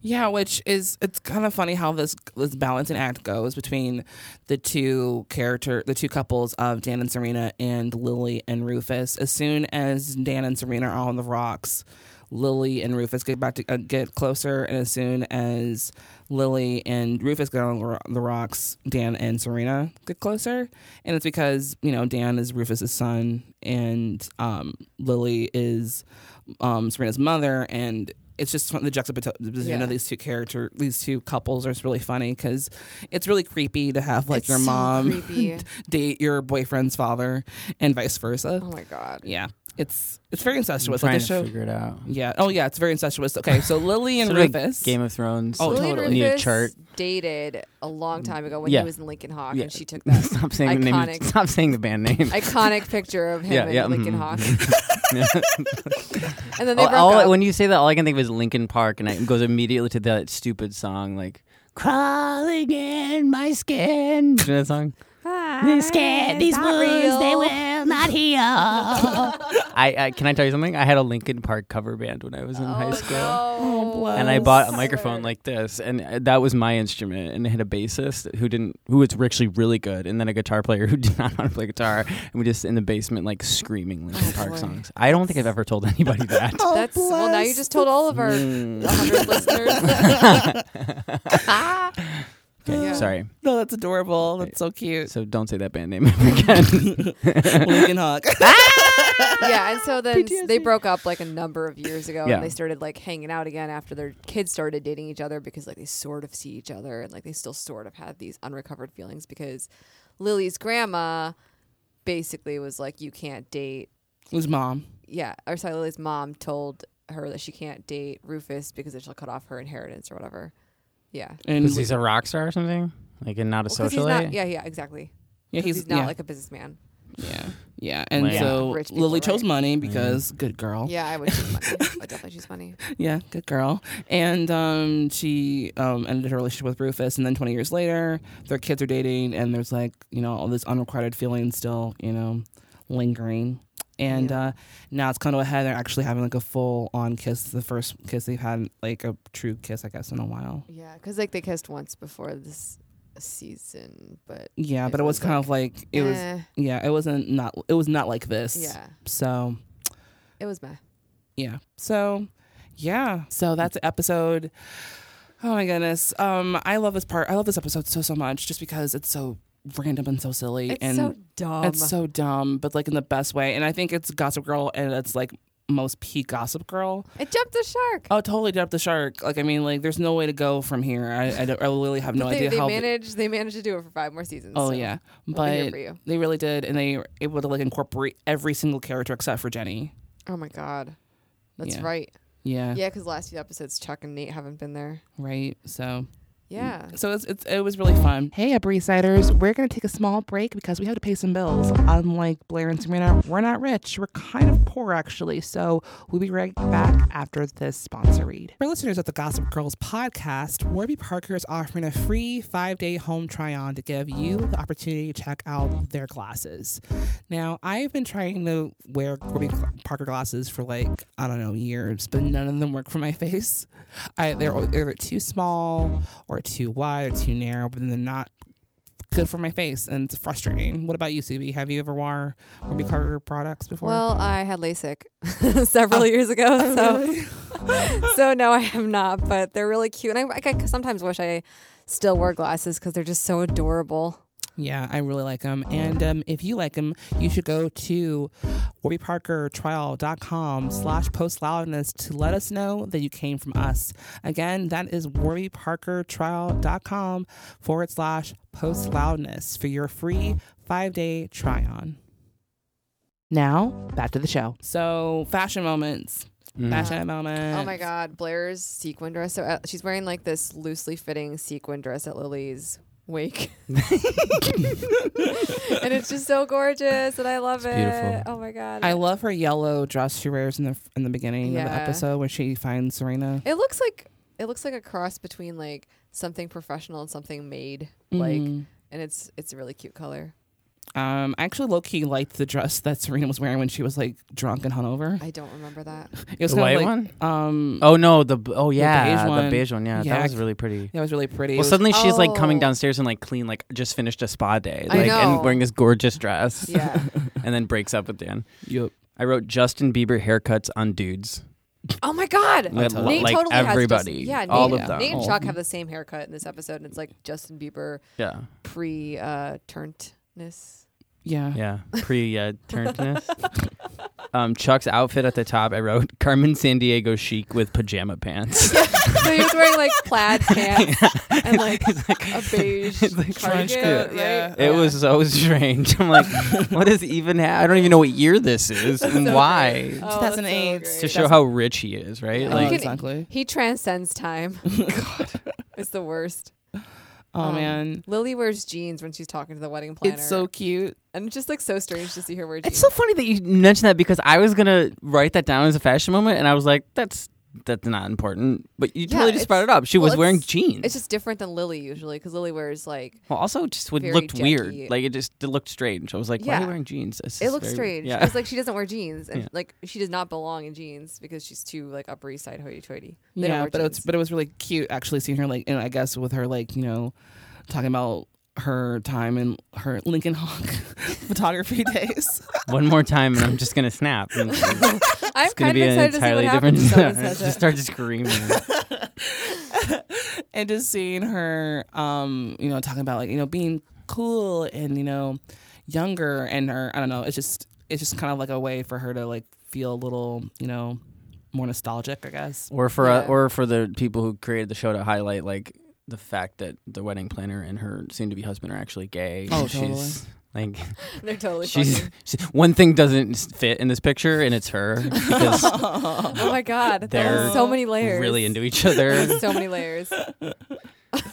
Speaker 5: Yeah, which is it's kind of funny how this this balancing act goes between the two character, the two couples of Dan and Serena and Lily and Rufus. As soon as Dan and Serena are on the rocks, Lily and Rufus get back to uh, get closer, and as soon as Lily and Rufus get on the ro- the rocks, Dan and Serena get closer, and it's because you know Dan is Rufus's son, and um, Lily is um, Serena's mother, and it's just fun- the juxtaposition
Speaker 3: Yeah.
Speaker 5: of these two character, these two couples is really funny because it's really creepy to have like
Speaker 3: It's
Speaker 5: your
Speaker 3: so
Speaker 5: mom
Speaker 3: creepy.
Speaker 5: date your boyfriend's father, and vice versa.
Speaker 3: Oh my god.
Speaker 5: Yeah, it's it's very incestuous.
Speaker 4: trying
Speaker 5: Like the
Speaker 4: to
Speaker 5: show.
Speaker 4: figure it out.
Speaker 5: Yeah. Oh yeah, it's very incestuous. Okay, so Lily and
Speaker 4: Sort of like
Speaker 5: Rufus.
Speaker 4: Game of Thrones.
Speaker 5: Oh,
Speaker 3: Lily
Speaker 5: totally.
Speaker 3: and
Speaker 4: Need a
Speaker 3: Rufus
Speaker 4: chart.
Speaker 3: dated a long time ago when
Speaker 4: Yeah.
Speaker 3: he was in Lincoln Hawk
Speaker 4: Yeah.
Speaker 3: and she took that
Speaker 4: Stop saying the name.
Speaker 3: iconic
Speaker 4: Stop saying the band name.
Speaker 3: iconic picture of him
Speaker 4: Yeah,
Speaker 3: in
Speaker 4: yeah,
Speaker 3: Lincoln
Speaker 4: mhm,
Speaker 3: Hawk.
Speaker 4: Yeah.
Speaker 3: and then they
Speaker 4: All-
Speaker 3: broke
Speaker 4: all-
Speaker 3: up.
Speaker 4: Oh, when you say that, all I can think of is Lincoln Park, and it goes immediately to that stupid song, like "Crawling in My Skin." Do you know that song? These skin, these
Speaker 2: not
Speaker 4: wounds, they
Speaker 2: real.
Speaker 4: will not heal. I, I can I tell you something? I had a Lincoln Park cover band when I was in
Speaker 3: Oh,
Speaker 4: high school. And I bought a microphone like this, and uh, that was my instrument. And it had a bassist who didn't, who was actually really good, and then a guitar player who did not know how to play guitar. And we just in the basement like screaming
Speaker 3: Oh,
Speaker 4: Linkin Park songs. I don't think I've ever told anybody that.
Speaker 3: That's well. Now you just told all of our
Speaker 4: Mm.
Speaker 3: 100 listeners.
Speaker 4: Okay,
Speaker 3: Yeah.
Speaker 4: sorry.
Speaker 5: No, Oh, that's adorable. That's so cute.
Speaker 4: So don't say that band name ever again.
Speaker 5: Lincoln Hawk.
Speaker 3: yeah, and so then s- they broke up like a number of years ago,
Speaker 4: Yeah.
Speaker 3: and they started like hanging out again after their kids started dating each other because like they sort of see each other and like they still sort of had these unrecovered feelings because Lily's grandma basically was like, "You can't date."
Speaker 5: Who's mom?
Speaker 3: Yeah, or sorry, Lily's mom told her that she can't date Rufus because she'll cut off her inheritance or whatever. Yeah,
Speaker 5: And
Speaker 4: Because he's a rock star or something, like and not a
Speaker 3: Well, 'cause he's
Speaker 4: socialite.
Speaker 3: not. Yeah, yeah, exactly.
Speaker 5: yeah,
Speaker 3: 'Cause He's, not
Speaker 5: yeah,
Speaker 3: like a businessman.
Speaker 5: yeah, yeah. And
Speaker 4: Lame.
Speaker 5: so
Speaker 3: Rich people,
Speaker 5: Lily chose
Speaker 3: right?
Speaker 5: money because good girl.
Speaker 3: Yeah, I would choose money. I would definitely choose money.
Speaker 5: Yeah, good girl. And um, she um, ended her relationship with Rufus, and then 20 years later, their kids are dating, and there's like you know all this unrequited feeling still, you know, lingering. And
Speaker 3: Yeah.
Speaker 5: uh, now it's come to a head. They're actually having like a full on kiss, the first kiss they've had, like a true kiss, I guess, in a while.
Speaker 3: Yeah, because like they kissed once before this season, but
Speaker 5: Yeah,
Speaker 3: It
Speaker 5: but it was
Speaker 3: was,
Speaker 5: kind of like it was.
Speaker 3: eh,
Speaker 5: Yeah, it wasn't not. It was not like this.
Speaker 3: yeah,
Speaker 5: So
Speaker 3: it was meh.
Speaker 5: yeah so yeah so that's the episode oh my goodness um i love this part i love this episode so so much just because it's so random and so silly
Speaker 3: It's
Speaker 5: and
Speaker 3: so dumb.
Speaker 5: it's so dumb but like in the best way and i think it's gossip girl and it's like most peak gossip girl
Speaker 3: it jumped the shark.
Speaker 5: oh totally jumped the shark like i mean like there's no way to go from here i i, don't, I literally have no
Speaker 3: But they,
Speaker 5: idea
Speaker 3: they
Speaker 5: how
Speaker 3: managed. They managed to do it for five more seasons.
Speaker 5: oh
Speaker 3: so
Speaker 5: yeah
Speaker 3: we'll be here
Speaker 5: but
Speaker 3: for you.
Speaker 5: they really did and they were able to like incorporate every single character except for jenny
Speaker 3: Oh my god, that's
Speaker 5: Yeah.
Speaker 3: right.
Speaker 5: yeah, Mm,
Speaker 3: Yeah, because last few episodes, Chuck and Nate haven't been there.
Speaker 5: right so
Speaker 3: Yeah.
Speaker 5: So it's, it's, it was really fun. Hey, Breesiders, we're going to take a small break because we have to pay some bills. Unlike Blair and Serena, we're not rich. We're kind of poor, actually. So we'll be right back after this sponsor read. For listeners of the Gossip Girls podcast, Warby Parker is offering a free five day home try on to give you the opportunity to check out their glasses. Now, I've been trying to wear Warby Parker glasses for like, I don't know, years, but none of them work for my face. I, they're either too small or too wide or too narrow, but then they're not good for my face, and it's frustrating. What about you, Subi? Have you ever worn Warby Carter products before? Oh.
Speaker 3: Well, I had LASIK several years ago, so so no, I have not. But they're really cute, and I, I sometimes wish I still wore glasses because they're just so adorable.
Speaker 5: Yeah, I really like them. And um, if you like them, you should go to warbyparkertrial.com slash postloudness to let us know that you came from us. Again, that is warbyparkertrial.com forward slash postloudness for your free five-day try-on. Now, back to the show. So, fashion moments.
Speaker 4: Mm.
Speaker 5: Fashion moments.
Speaker 3: Oh my God, Blair's sequin dress. So uh, she's wearing like this loosely fitting sequin dress at Lily's wake, and it's just so gorgeous, and I love it.
Speaker 5: beautiful.
Speaker 3: Oh my God,
Speaker 5: I love her yellow dress she wears in the in the beginning of the
Speaker 3: Yeah.
Speaker 5: episode when she finds Serena.
Speaker 3: It looks like it looks like a cross between like something professional and something made, like,
Speaker 4: Mm-hmm.
Speaker 5: Mhm.
Speaker 3: and it's it's a really cute color.
Speaker 5: Um, I actually low key liked the dress that Serena was wearing when she was like drunk and hungover.
Speaker 3: I don't remember that.
Speaker 5: It was
Speaker 4: The
Speaker 5: kind
Speaker 4: white
Speaker 5: of like, Um,
Speaker 4: Oh no, the b- oh yeah, the beige one.
Speaker 5: one.
Speaker 4: yeah,
Speaker 5: Yeah,
Speaker 4: that was
Speaker 5: c-
Speaker 4: really pretty.
Speaker 5: that was really pretty. It
Speaker 4: Well,
Speaker 5: was-
Speaker 4: suddenly she's like coming
Speaker 3: Oh.
Speaker 4: downstairs and like clean, like just finished a spa day,
Speaker 3: I
Speaker 4: like
Speaker 3: know.
Speaker 4: and wearing this gorgeous dress.
Speaker 3: Yeah.
Speaker 4: and then breaks up with Dan.
Speaker 5: Yep.
Speaker 4: I wrote Justin Bieber haircuts on dudes.
Speaker 3: Oh my God,
Speaker 4: Like,
Speaker 3: Nate
Speaker 4: like
Speaker 3: totally has just-
Speaker 4: everybody,
Speaker 3: yeah,
Speaker 4: all
Speaker 3: Nate,
Speaker 4: of them.
Speaker 3: Nate and
Speaker 4: All
Speaker 3: Chuck
Speaker 4: of
Speaker 3: have the same haircut in this episode, and it's like Justin Bieber
Speaker 4: Yeah,
Speaker 3: pre uh, turntness.
Speaker 5: yeah,
Speaker 4: yeah. Pre uh, turnedness. um, Chuck's outfit at the top. I wrote Carmen San Diego chic with pajama pants.
Speaker 3: so he was wearing like plaid pants and like, a beige
Speaker 5: trench
Speaker 3: cardigan,
Speaker 5: coat,
Speaker 3: right?
Speaker 5: yeah.
Speaker 4: It was so strange. I'm like, what is even? Ha- I don't even know what year this is and why.
Speaker 3: Oh, that's so
Speaker 5: 2008.
Speaker 3: great.
Speaker 4: to show how rich he is, right?
Speaker 5: Yeah.
Speaker 3: You
Speaker 4: Like,
Speaker 3: can-
Speaker 5: Uh, exactly.
Speaker 3: He transcends time. God, it's the worst.
Speaker 5: Oh
Speaker 3: Um,
Speaker 5: man,
Speaker 3: Lily wears jeans when she's talking to the wedding planner.
Speaker 5: it's so cute.
Speaker 3: and it's just like so strange to see her wear jeans.
Speaker 4: It's so funny that you mentioned that because I was gonna write that down as a fashion moment, and I was like, "That's that's not important." But you
Speaker 3: Yeah,
Speaker 4: totally just
Speaker 3: it's-
Speaker 4: brought it up. She
Speaker 3: well,
Speaker 4: was wearing
Speaker 3: it's-
Speaker 4: jeans.
Speaker 3: It's just different than Lily usually because Lily wears like
Speaker 4: well, also just would
Speaker 3: very
Speaker 4: looked
Speaker 3: janky.
Speaker 4: weird. Like it just it looked strange. I was like, "Why are
Speaker 3: Yeah.
Speaker 4: you wearing jeans?" This
Speaker 3: it
Speaker 4: is
Speaker 3: looks
Speaker 4: very-
Speaker 3: strange
Speaker 4: Yeah.
Speaker 3: because like she doesn't wear jeans and
Speaker 4: Yeah.
Speaker 3: like she does not belong in jeans because she's too like upper east side hoity-toity. They don't
Speaker 5: Yeah,
Speaker 3: wear
Speaker 5: but it's
Speaker 3: jeans.
Speaker 5: but it was really cute actually seeing her like, and I guess with her like you know, talking about her time in her Lincoln Hawk photography days.
Speaker 4: One more time, and I'm just gonna snap. And it's gonna
Speaker 3: I'm kind of
Speaker 4: be an
Speaker 3: excited to see what
Speaker 4: entirely
Speaker 3: happens.
Speaker 4: different.
Speaker 3: if someone says
Speaker 4: just
Speaker 3: it.
Speaker 4: start screaming.
Speaker 5: and just seeing her um you know talking about like you know being cool and you know younger and her i don't know it's just it's just kind of like a way for her to like feel a little you know more nostalgic i guess
Speaker 4: or for
Speaker 3: Yeah.
Speaker 4: uh, or for the people who created the show to highlight like the fact that the wedding planner and her soon-to-be husband are actually gay.
Speaker 5: Oh,
Speaker 4: and she's, Like.
Speaker 3: They're totally
Speaker 4: She's
Speaker 3: fucking.
Speaker 4: she, one thing doesn't s- fit in this picture, and it's her because
Speaker 3: Oh my god, there
Speaker 4: They're
Speaker 3: are so many layers.
Speaker 4: really into each other.
Speaker 3: so many layers. Oh,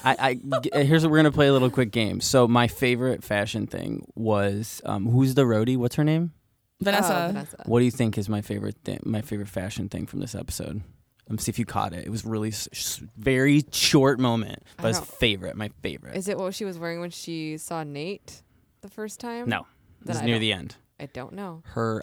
Speaker 4: I, I g- uh, here's what we're gonna play a little quick game. So my favorite fashion thing was um, who's the roadie? What's her name?
Speaker 5: vanessa,
Speaker 3: Oh, Vanessa.
Speaker 4: What do you think is my favorite thing? My favorite fashion thing from this episode. Um, see if you caught it. It was really s- s- very short moment,
Speaker 3: I
Speaker 4: but it's
Speaker 3: don't-
Speaker 4: favorite. My favorite.
Speaker 3: Is it what she was wearing when she saw Nate the first time?
Speaker 4: no, this
Speaker 3: Then
Speaker 4: is
Speaker 3: I
Speaker 4: near
Speaker 3: don't-
Speaker 4: the end.
Speaker 3: I don't know.
Speaker 4: Her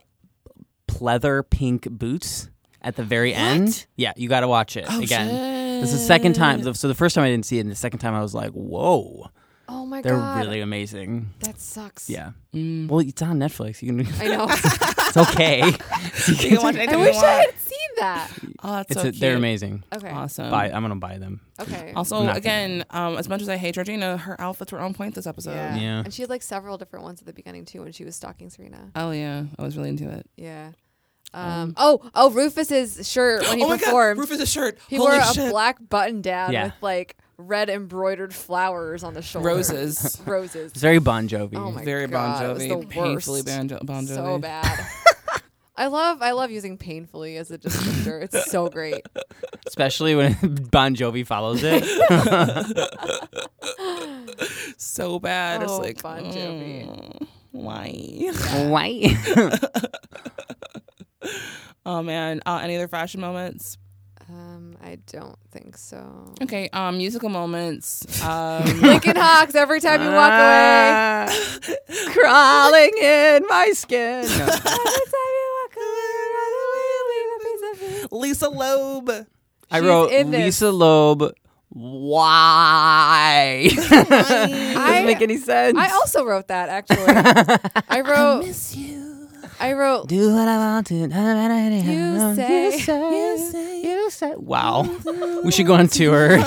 Speaker 4: pleather pink boots at the very end. Yeah, you got to watch
Speaker 3: Oh,
Speaker 4: it again. This is the second time. So the first time I didn't see it, and the second time I was like, "Whoa,
Speaker 3: Oh my
Speaker 4: they're
Speaker 3: god,
Speaker 4: really amazing."
Speaker 3: that sucks.
Speaker 4: Yeah.
Speaker 5: Mm.
Speaker 4: Well, it's on Netflix. You can.
Speaker 3: I know.
Speaker 4: it's okay.
Speaker 5: you can watch anything
Speaker 3: I
Speaker 5: you
Speaker 3: wish I
Speaker 5: want.
Speaker 3: had seen that.
Speaker 5: oh that's
Speaker 4: It's
Speaker 5: so
Speaker 4: a, they're
Speaker 5: cute.
Speaker 4: amazing.
Speaker 3: Okay.
Speaker 5: awesome
Speaker 4: Buy. I'm gonna buy them.
Speaker 3: Okay.
Speaker 5: also
Speaker 4: Not
Speaker 5: again um as much as i hate georgina her outfits were on point this episode
Speaker 3: Yeah.
Speaker 4: Yeah.
Speaker 3: And she had like several different ones at the beginning too when she was stalking Serena.
Speaker 5: oh yeah i was really into it
Speaker 3: Yeah. Um, oh, oh, Rufus's shirt when he
Speaker 5: oh my
Speaker 3: performed.
Speaker 5: god rufus a shirt
Speaker 3: he
Speaker 5: Holy
Speaker 3: wore
Speaker 5: shit.
Speaker 3: a black button down
Speaker 4: Yeah.
Speaker 3: with like red embroidered flowers on the shoulder.
Speaker 5: roses
Speaker 3: Roses.
Speaker 4: It's very Bon Jovi.
Speaker 3: Oh my
Speaker 5: very
Speaker 3: god.
Speaker 5: bon jovi
Speaker 3: It was the
Speaker 5: painfully
Speaker 3: worst.
Speaker 5: bon, jo- bon jovi
Speaker 3: So bad. I love I love using painfully as a descriptor. It's so great.
Speaker 4: Especially when Bon Jovi follows it.
Speaker 5: so bad. it's
Speaker 3: Oh,
Speaker 5: like
Speaker 3: Bon Jovi.
Speaker 5: "Mm, why?
Speaker 4: Why?
Speaker 5: oh man. Uh, any other fashion moments?
Speaker 3: Um, I don't think so.
Speaker 5: Okay. Um, musical moments. Um,
Speaker 3: Lincoln Hawks every time you walk away.
Speaker 4: Ah.
Speaker 3: Crawling in my skin. every time you walk away, leave a piece of me.
Speaker 5: Lisa Loeb.
Speaker 4: I
Speaker 3: She's
Speaker 4: wrote
Speaker 3: in this.
Speaker 4: Lisa Loeb. Why? Doesn't
Speaker 3: I-
Speaker 4: make any sense.
Speaker 3: I also wrote that actually. I wrote
Speaker 5: Miss you.
Speaker 3: I wrote.
Speaker 4: Do what I want to.
Speaker 3: You
Speaker 4: You
Speaker 3: say,
Speaker 2: you say, you say.
Speaker 4: Wow. We should go on tour.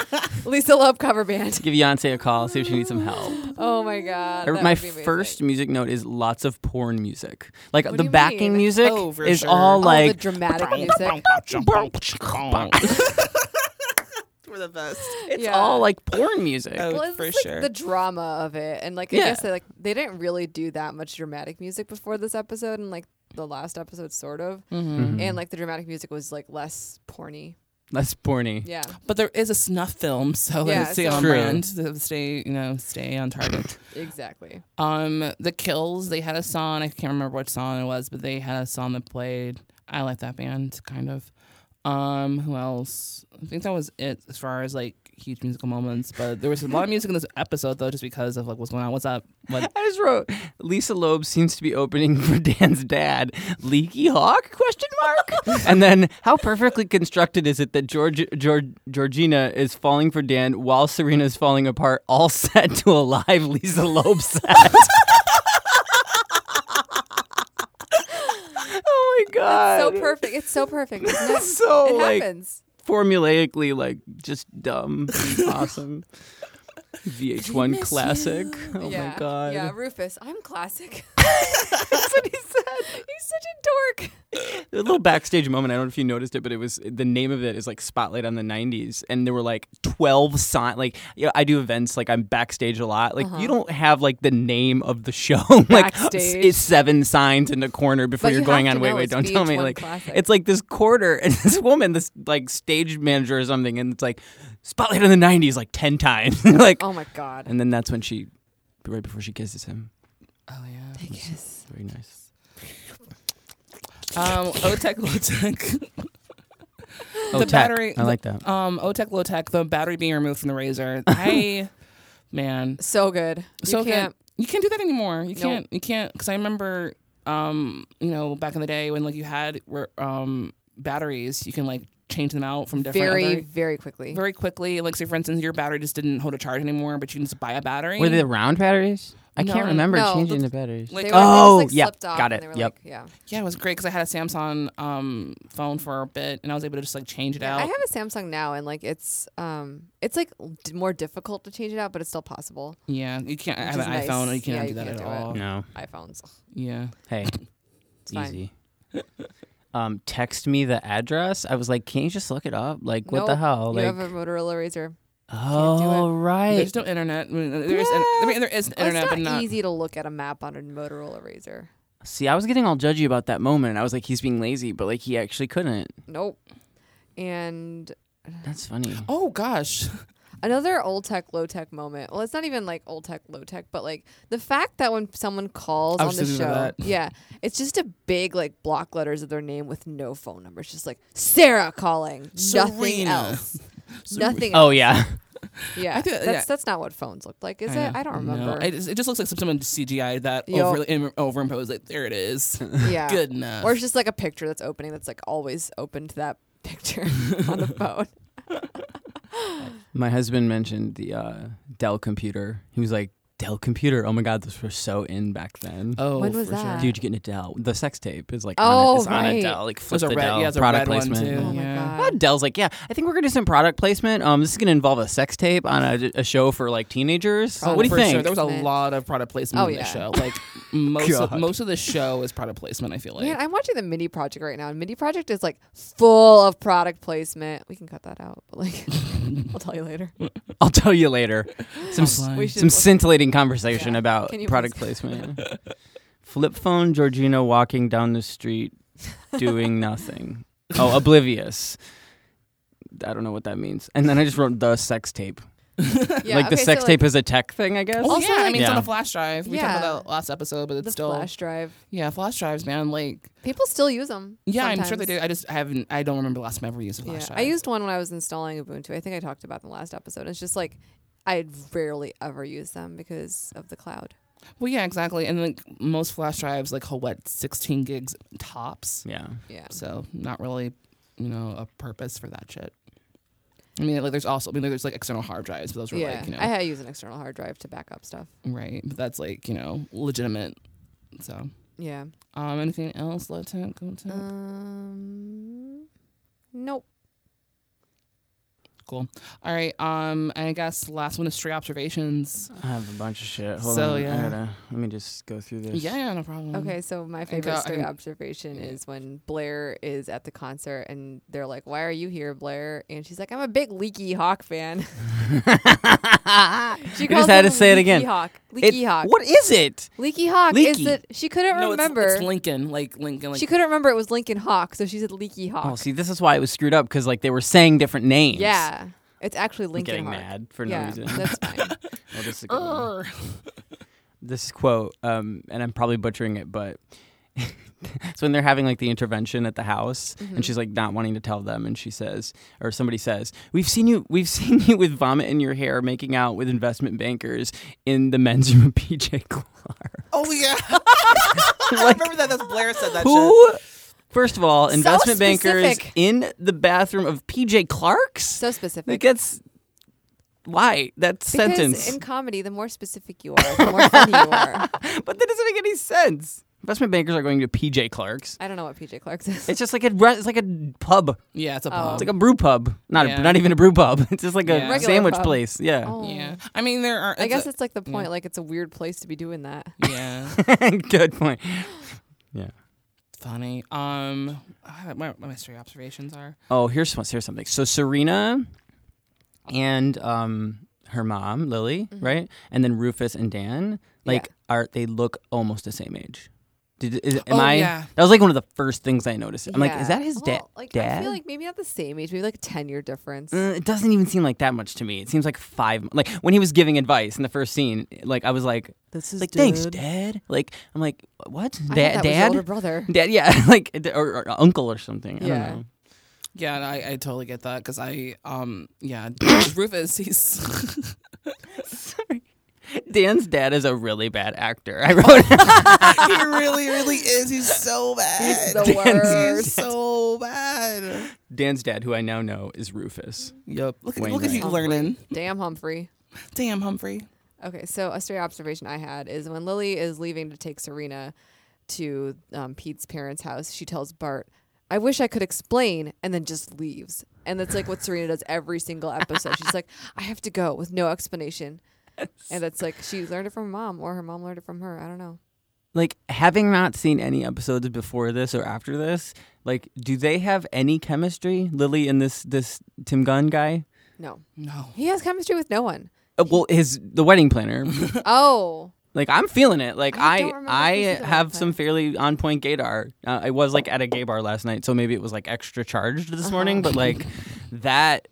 Speaker 3: Lisa Love cover band.
Speaker 4: Give Beyonce a call, see if she needs some help.
Speaker 3: Oh my god.
Speaker 4: I-
Speaker 3: that
Speaker 4: my
Speaker 3: would be amazing.
Speaker 4: first music note is lots of porn music. Like
Speaker 3: What do
Speaker 4: the
Speaker 3: you
Speaker 4: backing
Speaker 3: mean?
Speaker 4: music
Speaker 5: Oh, for
Speaker 4: is
Speaker 5: sure.
Speaker 4: all
Speaker 5: All the
Speaker 3: All the
Speaker 4: like
Speaker 3: dramatic music.
Speaker 5: We're the best.
Speaker 4: it's
Speaker 3: Yeah.
Speaker 4: all like porn music.
Speaker 5: Oh,
Speaker 3: Well, it's
Speaker 5: for
Speaker 3: like
Speaker 5: sure.
Speaker 3: the drama of it, and like I
Speaker 4: Yeah.
Speaker 3: guess they like they didn't really do that much dramatic music before this episode, and like the last episode, sort of,
Speaker 5: Mm-hmm.
Speaker 3: and like the dramatic music was like less porny.
Speaker 4: Mm-hmm. That's porny.
Speaker 3: Yeah,
Speaker 5: but there is a snuff film, so
Speaker 3: Yeah,
Speaker 5: it's stay
Speaker 3: so-
Speaker 5: on
Speaker 4: True.
Speaker 5: brand. So Stay, you know, stay on target.
Speaker 3: exactly.
Speaker 5: um, the Kills, they had a song. I can't remember what song it was, but they had a song that played. I like that band, kind of. Um, who else? I think that was it as far as like huge musical moments. But there was a lot of music in this episode though, just because of like what's going on. What's up? What?
Speaker 4: I just wrote Lisa Loeb seems to be opening for Dan's dad. Leaky Hawk? Question mark. and then how perfectly constructed is it that George, George Georgina is falling for Dan while Serena's falling apart, all set to a live Lisa Loeb set. oh my god.
Speaker 3: So perfect. It's so perfect. Isn't it?
Speaker 4: So,
Speaker 3: it
Speaker 4: like-
Speaker 3: happens.
Speaker 4: Formulaically like just dumb and awesome. VH1 classic. Oh
Speaker 3: yeah.
Speaker 4: my god.
Speaker 3: Yeah, Rufus. I'm classic. That's what he said. He's such a dork.
Speaker 4: a little backstage moment. I don't know if you noticed it, but it was the name of it is like Spotlight on the '90s, and there were like 12 sign. Like, you know, I do events like I'm backstage a lot. Like, you don't have like the name of the show. like, s-
Speaker 3: Uh-huh. Backstage.
Speaker 4: it's seven signs in the corner before
Speaker 3: But
Speaker 4: you're
Speaker 3: you
Speaker 4: going
Speaker 3: have
Speaker 4: on.
Speaker 3: to
Speaker 4: Wait,
Speaker 3: know
Speaker 4: wait,
Speaker 3: it's
Speaker 4: don't tell me.
Speaker 3: VH1
Speaker 4: Like,
Speaker 3: classic.
Speaker 4: it's like this quarter, and this woman, this like stage manager or something, and it's like Spotlight on the '90s like 10 times. like,
Speaker 3: Oh my god.
Speaker 4: and then that's when she, right before she kisses him.
Speaker 5: Oh yeah.
Speaker 3: Yes.
Speaker 4: Very nice.
Speaker 5: Um, Otech Lotech.
Speaker 4: Oh,
Speaker 5: the
Speaker 4: tech.
Speaker 5: battery.
Speaker 4: I like that.
Speaker 5: Um, Otech Lotech, the battery being removed from the razor. I, man,
Speaker 3: So good. You
Speaker 5: so
Speaker 3: can't.
Speaker 5: can't, you can't do that anymore. You
Speaker 3: Nope.
Speaker 5: can't. You can't. Because I remember, um, you know, back in the day when like you had were, um batteries, you can like change them out from different
Speaker 3: Very,
Speaker 5: other-
Speaker 3: very quickly.
Speaker 5: very quickly. Like, say for instance, your battery just didn't hold a charge anymore, but you can just buy a battery.
Speaker 4: Were they the round batteries? I
Speaker 5: No,
Speaker 4: can't remember
Speaker 3: no,
Speaker 4: changing
Speaker 3: the-
Speaker 4: the batteries.
Speaker 5: Like-
Speaker 3: They were,
Speaker 4: Oh,
Speaker 3: they just, like,
Speaker 4: yep.
Speaker 3: slipped off and
Speaker 4: Got it.
Speaker 3: They were
Speaker 4: Yep.
Speaker 3: Like, yeah.
Speaker 5: yeah, it was great because I had a Samsung um phone for a bit, and I was able to just like change it
Speaker 3: Yeah,
Speaker 5: out.
Speaker 3: I have a Samsung now, and like it's um, it's like d- more difficult to change it out, but it's still possible.
Speaker 5: yeah, you can't. I have
Speaker 3: is
Speaker 5: an iPhone,
Speaker 3: nice.
Speaker 5: and you can't
Speaker 3: Yeah,
Speaker 5: do
Speaker 3: you
Speaker 5: that
Speaker 3: can't
Speaker 5: at
Speaker 3: do it.
Speaker 5: all.
Speaker 4: no.
Speaker 3: iPhones. Ugh,
Speaker 5: Yeah.
Speaker 4: Hey,
Speaker 3: It's fine.
Speaker 4: easy. um, text me the address. I was like, can't you just look it up? Like, what the
Speaker 3: Nope,
Speaker 4: hell?
Speaker 3: you
Speaker 4: Like,
Speaker 3: have a Motorola Razor.
Speaker 4: oh right.
Speaker 5: There's no internet. I mean, there is, I mean, there is an internet,
Speaker 3: it's not
Speaker 5: but not.
Speaker 3: easy to look at a map on a Motorola Razor.
Speaker 4: See, I was getting all judgy about that moment. and I was like, he's being lazy, but like, he actually couldn't.
Speaker 3: Nope. And
Speaker 4: That's funny.
Speaker 5: Oh gosh,
Speaker 3: another old tech, low tech moment. Well, it's not even like old tech, low tech, but like the fact that when someone calls
Speaker 5: I
Speaker 3: on
Speaker 5: was
Speaker 3: the
Speaker 5: thinking
Speaker 3: show,
Speaker 5: about that.
Speaker 3: yeah, it's just a big like block letters of their name with no phone number. It's just like Sarah calling, nothing
Speaker 5: Serena.
Speaker 3: else, nothing.
Speaker 4: Oh yeah.
Speaker 3: Yeah,
Speaker 5: I think-
Speaker 3: that's
Speaker 5: yeah.
Speaker 3: that's not what phones looked like, is it?
Speaker 5: know.
Speaker 3: I don't
Speaker 5: No,
Speaker 3: remember.
Speaker 5: it, just, it just looks like someone CGI that
Speaker 3: Yup.
Speaker 5: overly im- overimpose it. There it is.
Speaker 3: yeah,
Speaker 5: Good enough.
Speaker 3: Or it's just like a picture that's opening that's like always open to that picture on the phone.
Speaker 4: My husband mentioned the uh, Dell computer. He was like, Dell computer. Oh my god, those were so in back then.
Speaker 5: oh,
Speaker 3: When was
Speaker 5: for sure.
Speaker 3: that?
Speaker 4: Dude, you get a Dell. The sex tape is like on
Speaker 3: Oh,
Speaker 4: a, is on a
Speaker 3: right.
Speaker 4: Dell. Like
Speaker 5: It was
Speaker 4: flip
Speaker 5: a
Speaker 4: the
Speaker 5: red,
Speaker 4: Dell.
Speaker 5: yeah, it was a
Speaker 4: product
Speaker 5: red
Speaker 4: placement.
Speaker 5: one too.
Speaker 3: Oh my
Speaker 5: yeah.
Speaker 3: god.
Speaker 4: Uh, Dell's like, yeah, I think we're gonna do some product placement. Um, this is gonna involve a sex tape on a, a show for like teenagers.
Speaker 5: Oh,
Speaker 4: what do you
Speaker 5: for
Speaker 4: think?
Speaker 5: Sure. There was a
Speaker 3: Placement.
Speaker 5: lot of product placement
Speaker 3: Oh,
Speaker 5: in the
Speaker 3: yeah.
Speaker 5: show. Like most of,
Speaker 4: God.
Speaker 5: most of the show is product placement. I feel like
Speaker 3: Man, I'm watching the Mini Project right now, and Mini Project is like full of product placement. We can cut that out, but like, I'll tell you later.
Speaker 4: I'll tell you later. Some s-
Speaker 5: Offline.
Speaker 3: We should
Speaker 4: some
Speaker 3: look-
Speaker 4: scintillating conversation
Speaker 3: Yeah.
Speaker 4: about
Speaker 3: Can you
Speaker 4: product placement. Flip phone Georgina walking down the street doing nothing. Oh, oblivious. I don't know what that means. And then I just wrote the sex tape.
Speaker 3: Yeah,
Speaker 4: like the
Speaker 3: okay,
Speaker 4: sex
Speaker 3: so,
Speaker 4: tape
Speaker 3: like,
Speaker 4: is a tech thing, I guess.
Speaker 5: Oh
Speaker 3: Also,
Speaker 5: yeah, I
Speaker 3: like-
Speaker 5: mean it's on
Speaker 4: Yeah.
Speaker 5: a flash drive. We talked
Speaker 3: Yeah.
Speaker 5: about that last episode, but it's
Speaker 3: the
Speaker 5: still
Speaker 3: flash drive.
Speaker 5: yeah, flash drives, man. Like
Speaker 3: People still use them.
Speaker 5: yeah, I'm sure they do. I just I haven't. I don't remember the last time I ever used a flash
Speaker 3: Yeah,
Speaker 5: drive.
Speaker 3: I used one when I was installing Ubuntu. I think I talked about it in the last episode. It's just like I rarely ever use them because of the cloud.
Speaker 5: Well, yeah, exactly. And like most flash drives, like hold what 16 gigs tops.
Speaker 3: Uh,
Speaker 4: Yeah.
Speaker 3: Yeah.
Speaker 5: So not really, you know, a purpose for that shit. I mean, like there's also, I mean, there's like external hard drives, but those were
Speaker 3: yeah,
Speaker 5: like, you know,
Speaker 3: I had to use an external hard drive to back up stuff.
Speaker 5: right. But that's like, you know, legitimate. So
Speaker 3: Yeah.
Speaker 5: Um, anything else, Lieutenant Gunther?
Speaker 3: Uh. Um, nope.
Speaker 5: cool. All right. Um, I guess last one is stray observations.
Speaker 4: I have a bunch of shit. Hold
Speaker 5: So,
Speaker 4: on.
Speaker 5: yeah.
Speaker 4: I gotta, let me just go through this.
Speaker 5: Yeah, yeah, no problem.
Speaker 4: Mm-hmm.
Speaker 3: Okay, so my
Speaker 4: uh,
Speaker 5: And
Speaker 3: favorite
Speaker 5: go-
Speaker 3: stray
Speaker 5: and-
Speaker 3: observation is when Blair is at the concert and they're like, "Why are you here, Blair?" And she's like, "I'm a big Leaky Hawk fan." she
Speaker 4: You just had to
Speaker 3: him
Speaker 4: say it
Speaker 3: Leaky
Speaker 4: again.
Speaker 3: Hawk.
Speaker 4: It-
Speaker 3: Leaky Hawk.
Speaker 4: What is it?
Speaker 3: Leaky Hawk
Speaker 4: Leaky.
Speaker 3: is that she couldn't
Speaker 5: No,
Speaker 3: remember.
Speaker 5: It's, it's Lincoln, like Lincoln. Like,
Speaker 3: she couldn't remember it was Lincoln Hawk, so she said Leaky Hawk.
Speaker 4: Oh, see, this is why it was screwed up because like they were saying different names.
Speaker 3: Yeah, it's actually
Speaker 4: I'm
Speaker 3: Lincoln
Speaker 4: getting
Speaker 3: Hawk.
Speaker 4: mad for no
Speaker 3: yeah,
Speaker 4: reason.
Speaker 3: That's fine.
Speaker 4: Well, Oh, this is a good one. this quote, um, and I'm probably butchering it, but it's when they're having like the intervention at the house, and she's like not wanting to tell them, and she says, or somebody says, "We've seen you, we've seen you with vomit in your hair, making out with investment bankers in the men's room, at PJ Clark."
Speaker 10: Oh yeah, I remember that. That's Blair said that.
Speaker 4: Who? First of all,
Speaker 10: So
Speaker 4: investment bankers
Speaker 10: specific.
Speaker 4: in the bathroom of PJ Clark's. So
Speaker 3: specific.
Speaker 4: Like that's why that sentence.
Speaker 3: Because in comedy, the more specific you are, the more funny you are.
Speaker 4: but that doesn't make any sense. Investment bankers are going to PJ Clark's.
Speaker 3: I don't know what PJ Clark's is.
Speaker 4: It's just like a re- it's like a pub.
Speaker 5: Yeah, it's a
Speaker 3: Oh.
Speaker 5: pub.
Speaker 4: It's like a brew pub. Not
Speaker 5: Yeah.
Speaker 4: a, not even a brew pub. It's just like a
Speaker 5: Yeah. Regular
Speaker 4: sandwich
Speaker 3: pub.
Speaker 4: place. Yeah.
Speaker 3: Oh.
Speaker 5: Yeah. I mean, there are.
Speaker 3: I guess
Speaker 5: a-
Speaker 3: it's like the
Speaker 5: yeah.
Speaker 3: point. Like it's a weird place to be doing that.
Speaker 5: Yeah.
Speaker 4: Good point. Yeah.
Speaker 5: Funny. Um, I don't know what my mystery observations are.
Speaker 4: Oh, here's some- here's something. So Serena and um her mom Lily, right, and then Rufus and Dan, like are they look almost the same age? Did is, am
Speaker 5: Oh,
Speaker 4: I?
Speaker 5: yeah.
Speaker 4: That was like one of the first things I noticed. I'm like,
Speaker 3: Yeah.
Speaker 4: is that his da-
Speaker 3: Well, like,
Speaker 4: dad?
Speaker 3: I feel like maybe not the same age, maybe like a ten year difference.
Speaker 4: Uh, it doesn't even seem like that much to me. It seems like five. Like when he was giving advice in the first scene, like I was like,
Speaker 10: "This is
Speaker 4: like thanks, dad." Like I'm like, "What,
Speaker 3: I thought
Speaker 4: Da-
Speaker 3: that was your
Speaker 4: dad?
Speaker 3: older brother.
Speaker 4: Dad? Yeah, like d- or, or uncle or something. I
Speaker 5: Yeah.
Speaker 4: don't know.
Speaker 5: Yeah, and I, I totally get that because I, um, yeah, Rufus, he's.
Speaker 4: Dan's dad is a really bad actor. I wrote.
Speaker 5: he really, really is. He's so bad. He's
Speaker 3: the worst.
Speaker 5: He's so bad.
Speaker 4: Dan's dad, who I now know is Rufus.
Speaker 5: Yep. Look at, look at
Speaker 4: Wainwright.
Speaker 5: you learning.
Speaker 3: Damn Humphrey.
Speaker 5: Damn, Humphrey.
Speaker 3: Okay, so a stray observation I had is when Lily is leaving to take Serena to um, Pete's parents' house, she tells Bart, I wish I could explain, and then just leaves. And that's like what Serena does every single episode. She's like, I have to go with no explanation. And that's like, she learned it from her mom, or her mom learned it from her. I don't know.
Speaker 4: Like having not seen any episodes before this or after this, like do they have any chemistry, Lily and this this Tim Gunn guy?
Speaker 3: No.
Speaker 5: No.
Speaker 3: He has chemistry with no one.
Speaker 4: Uh, well, his the wedding planner.
Speaker 3: Oh.
Speaker 4: Like I'm feeling it. Like
Speaker 3: I
Speaker 4: I
Speaker 3: don't remember
Speaker 4: I,
Speaker 3: who's the other
Speaker 4: have some fairly on point gaydar. Uh, I was like at a gay bar last night, so maybe it was like extra charged
Speaker 3: Uh-huh.
Speaker 4: this morning. But like that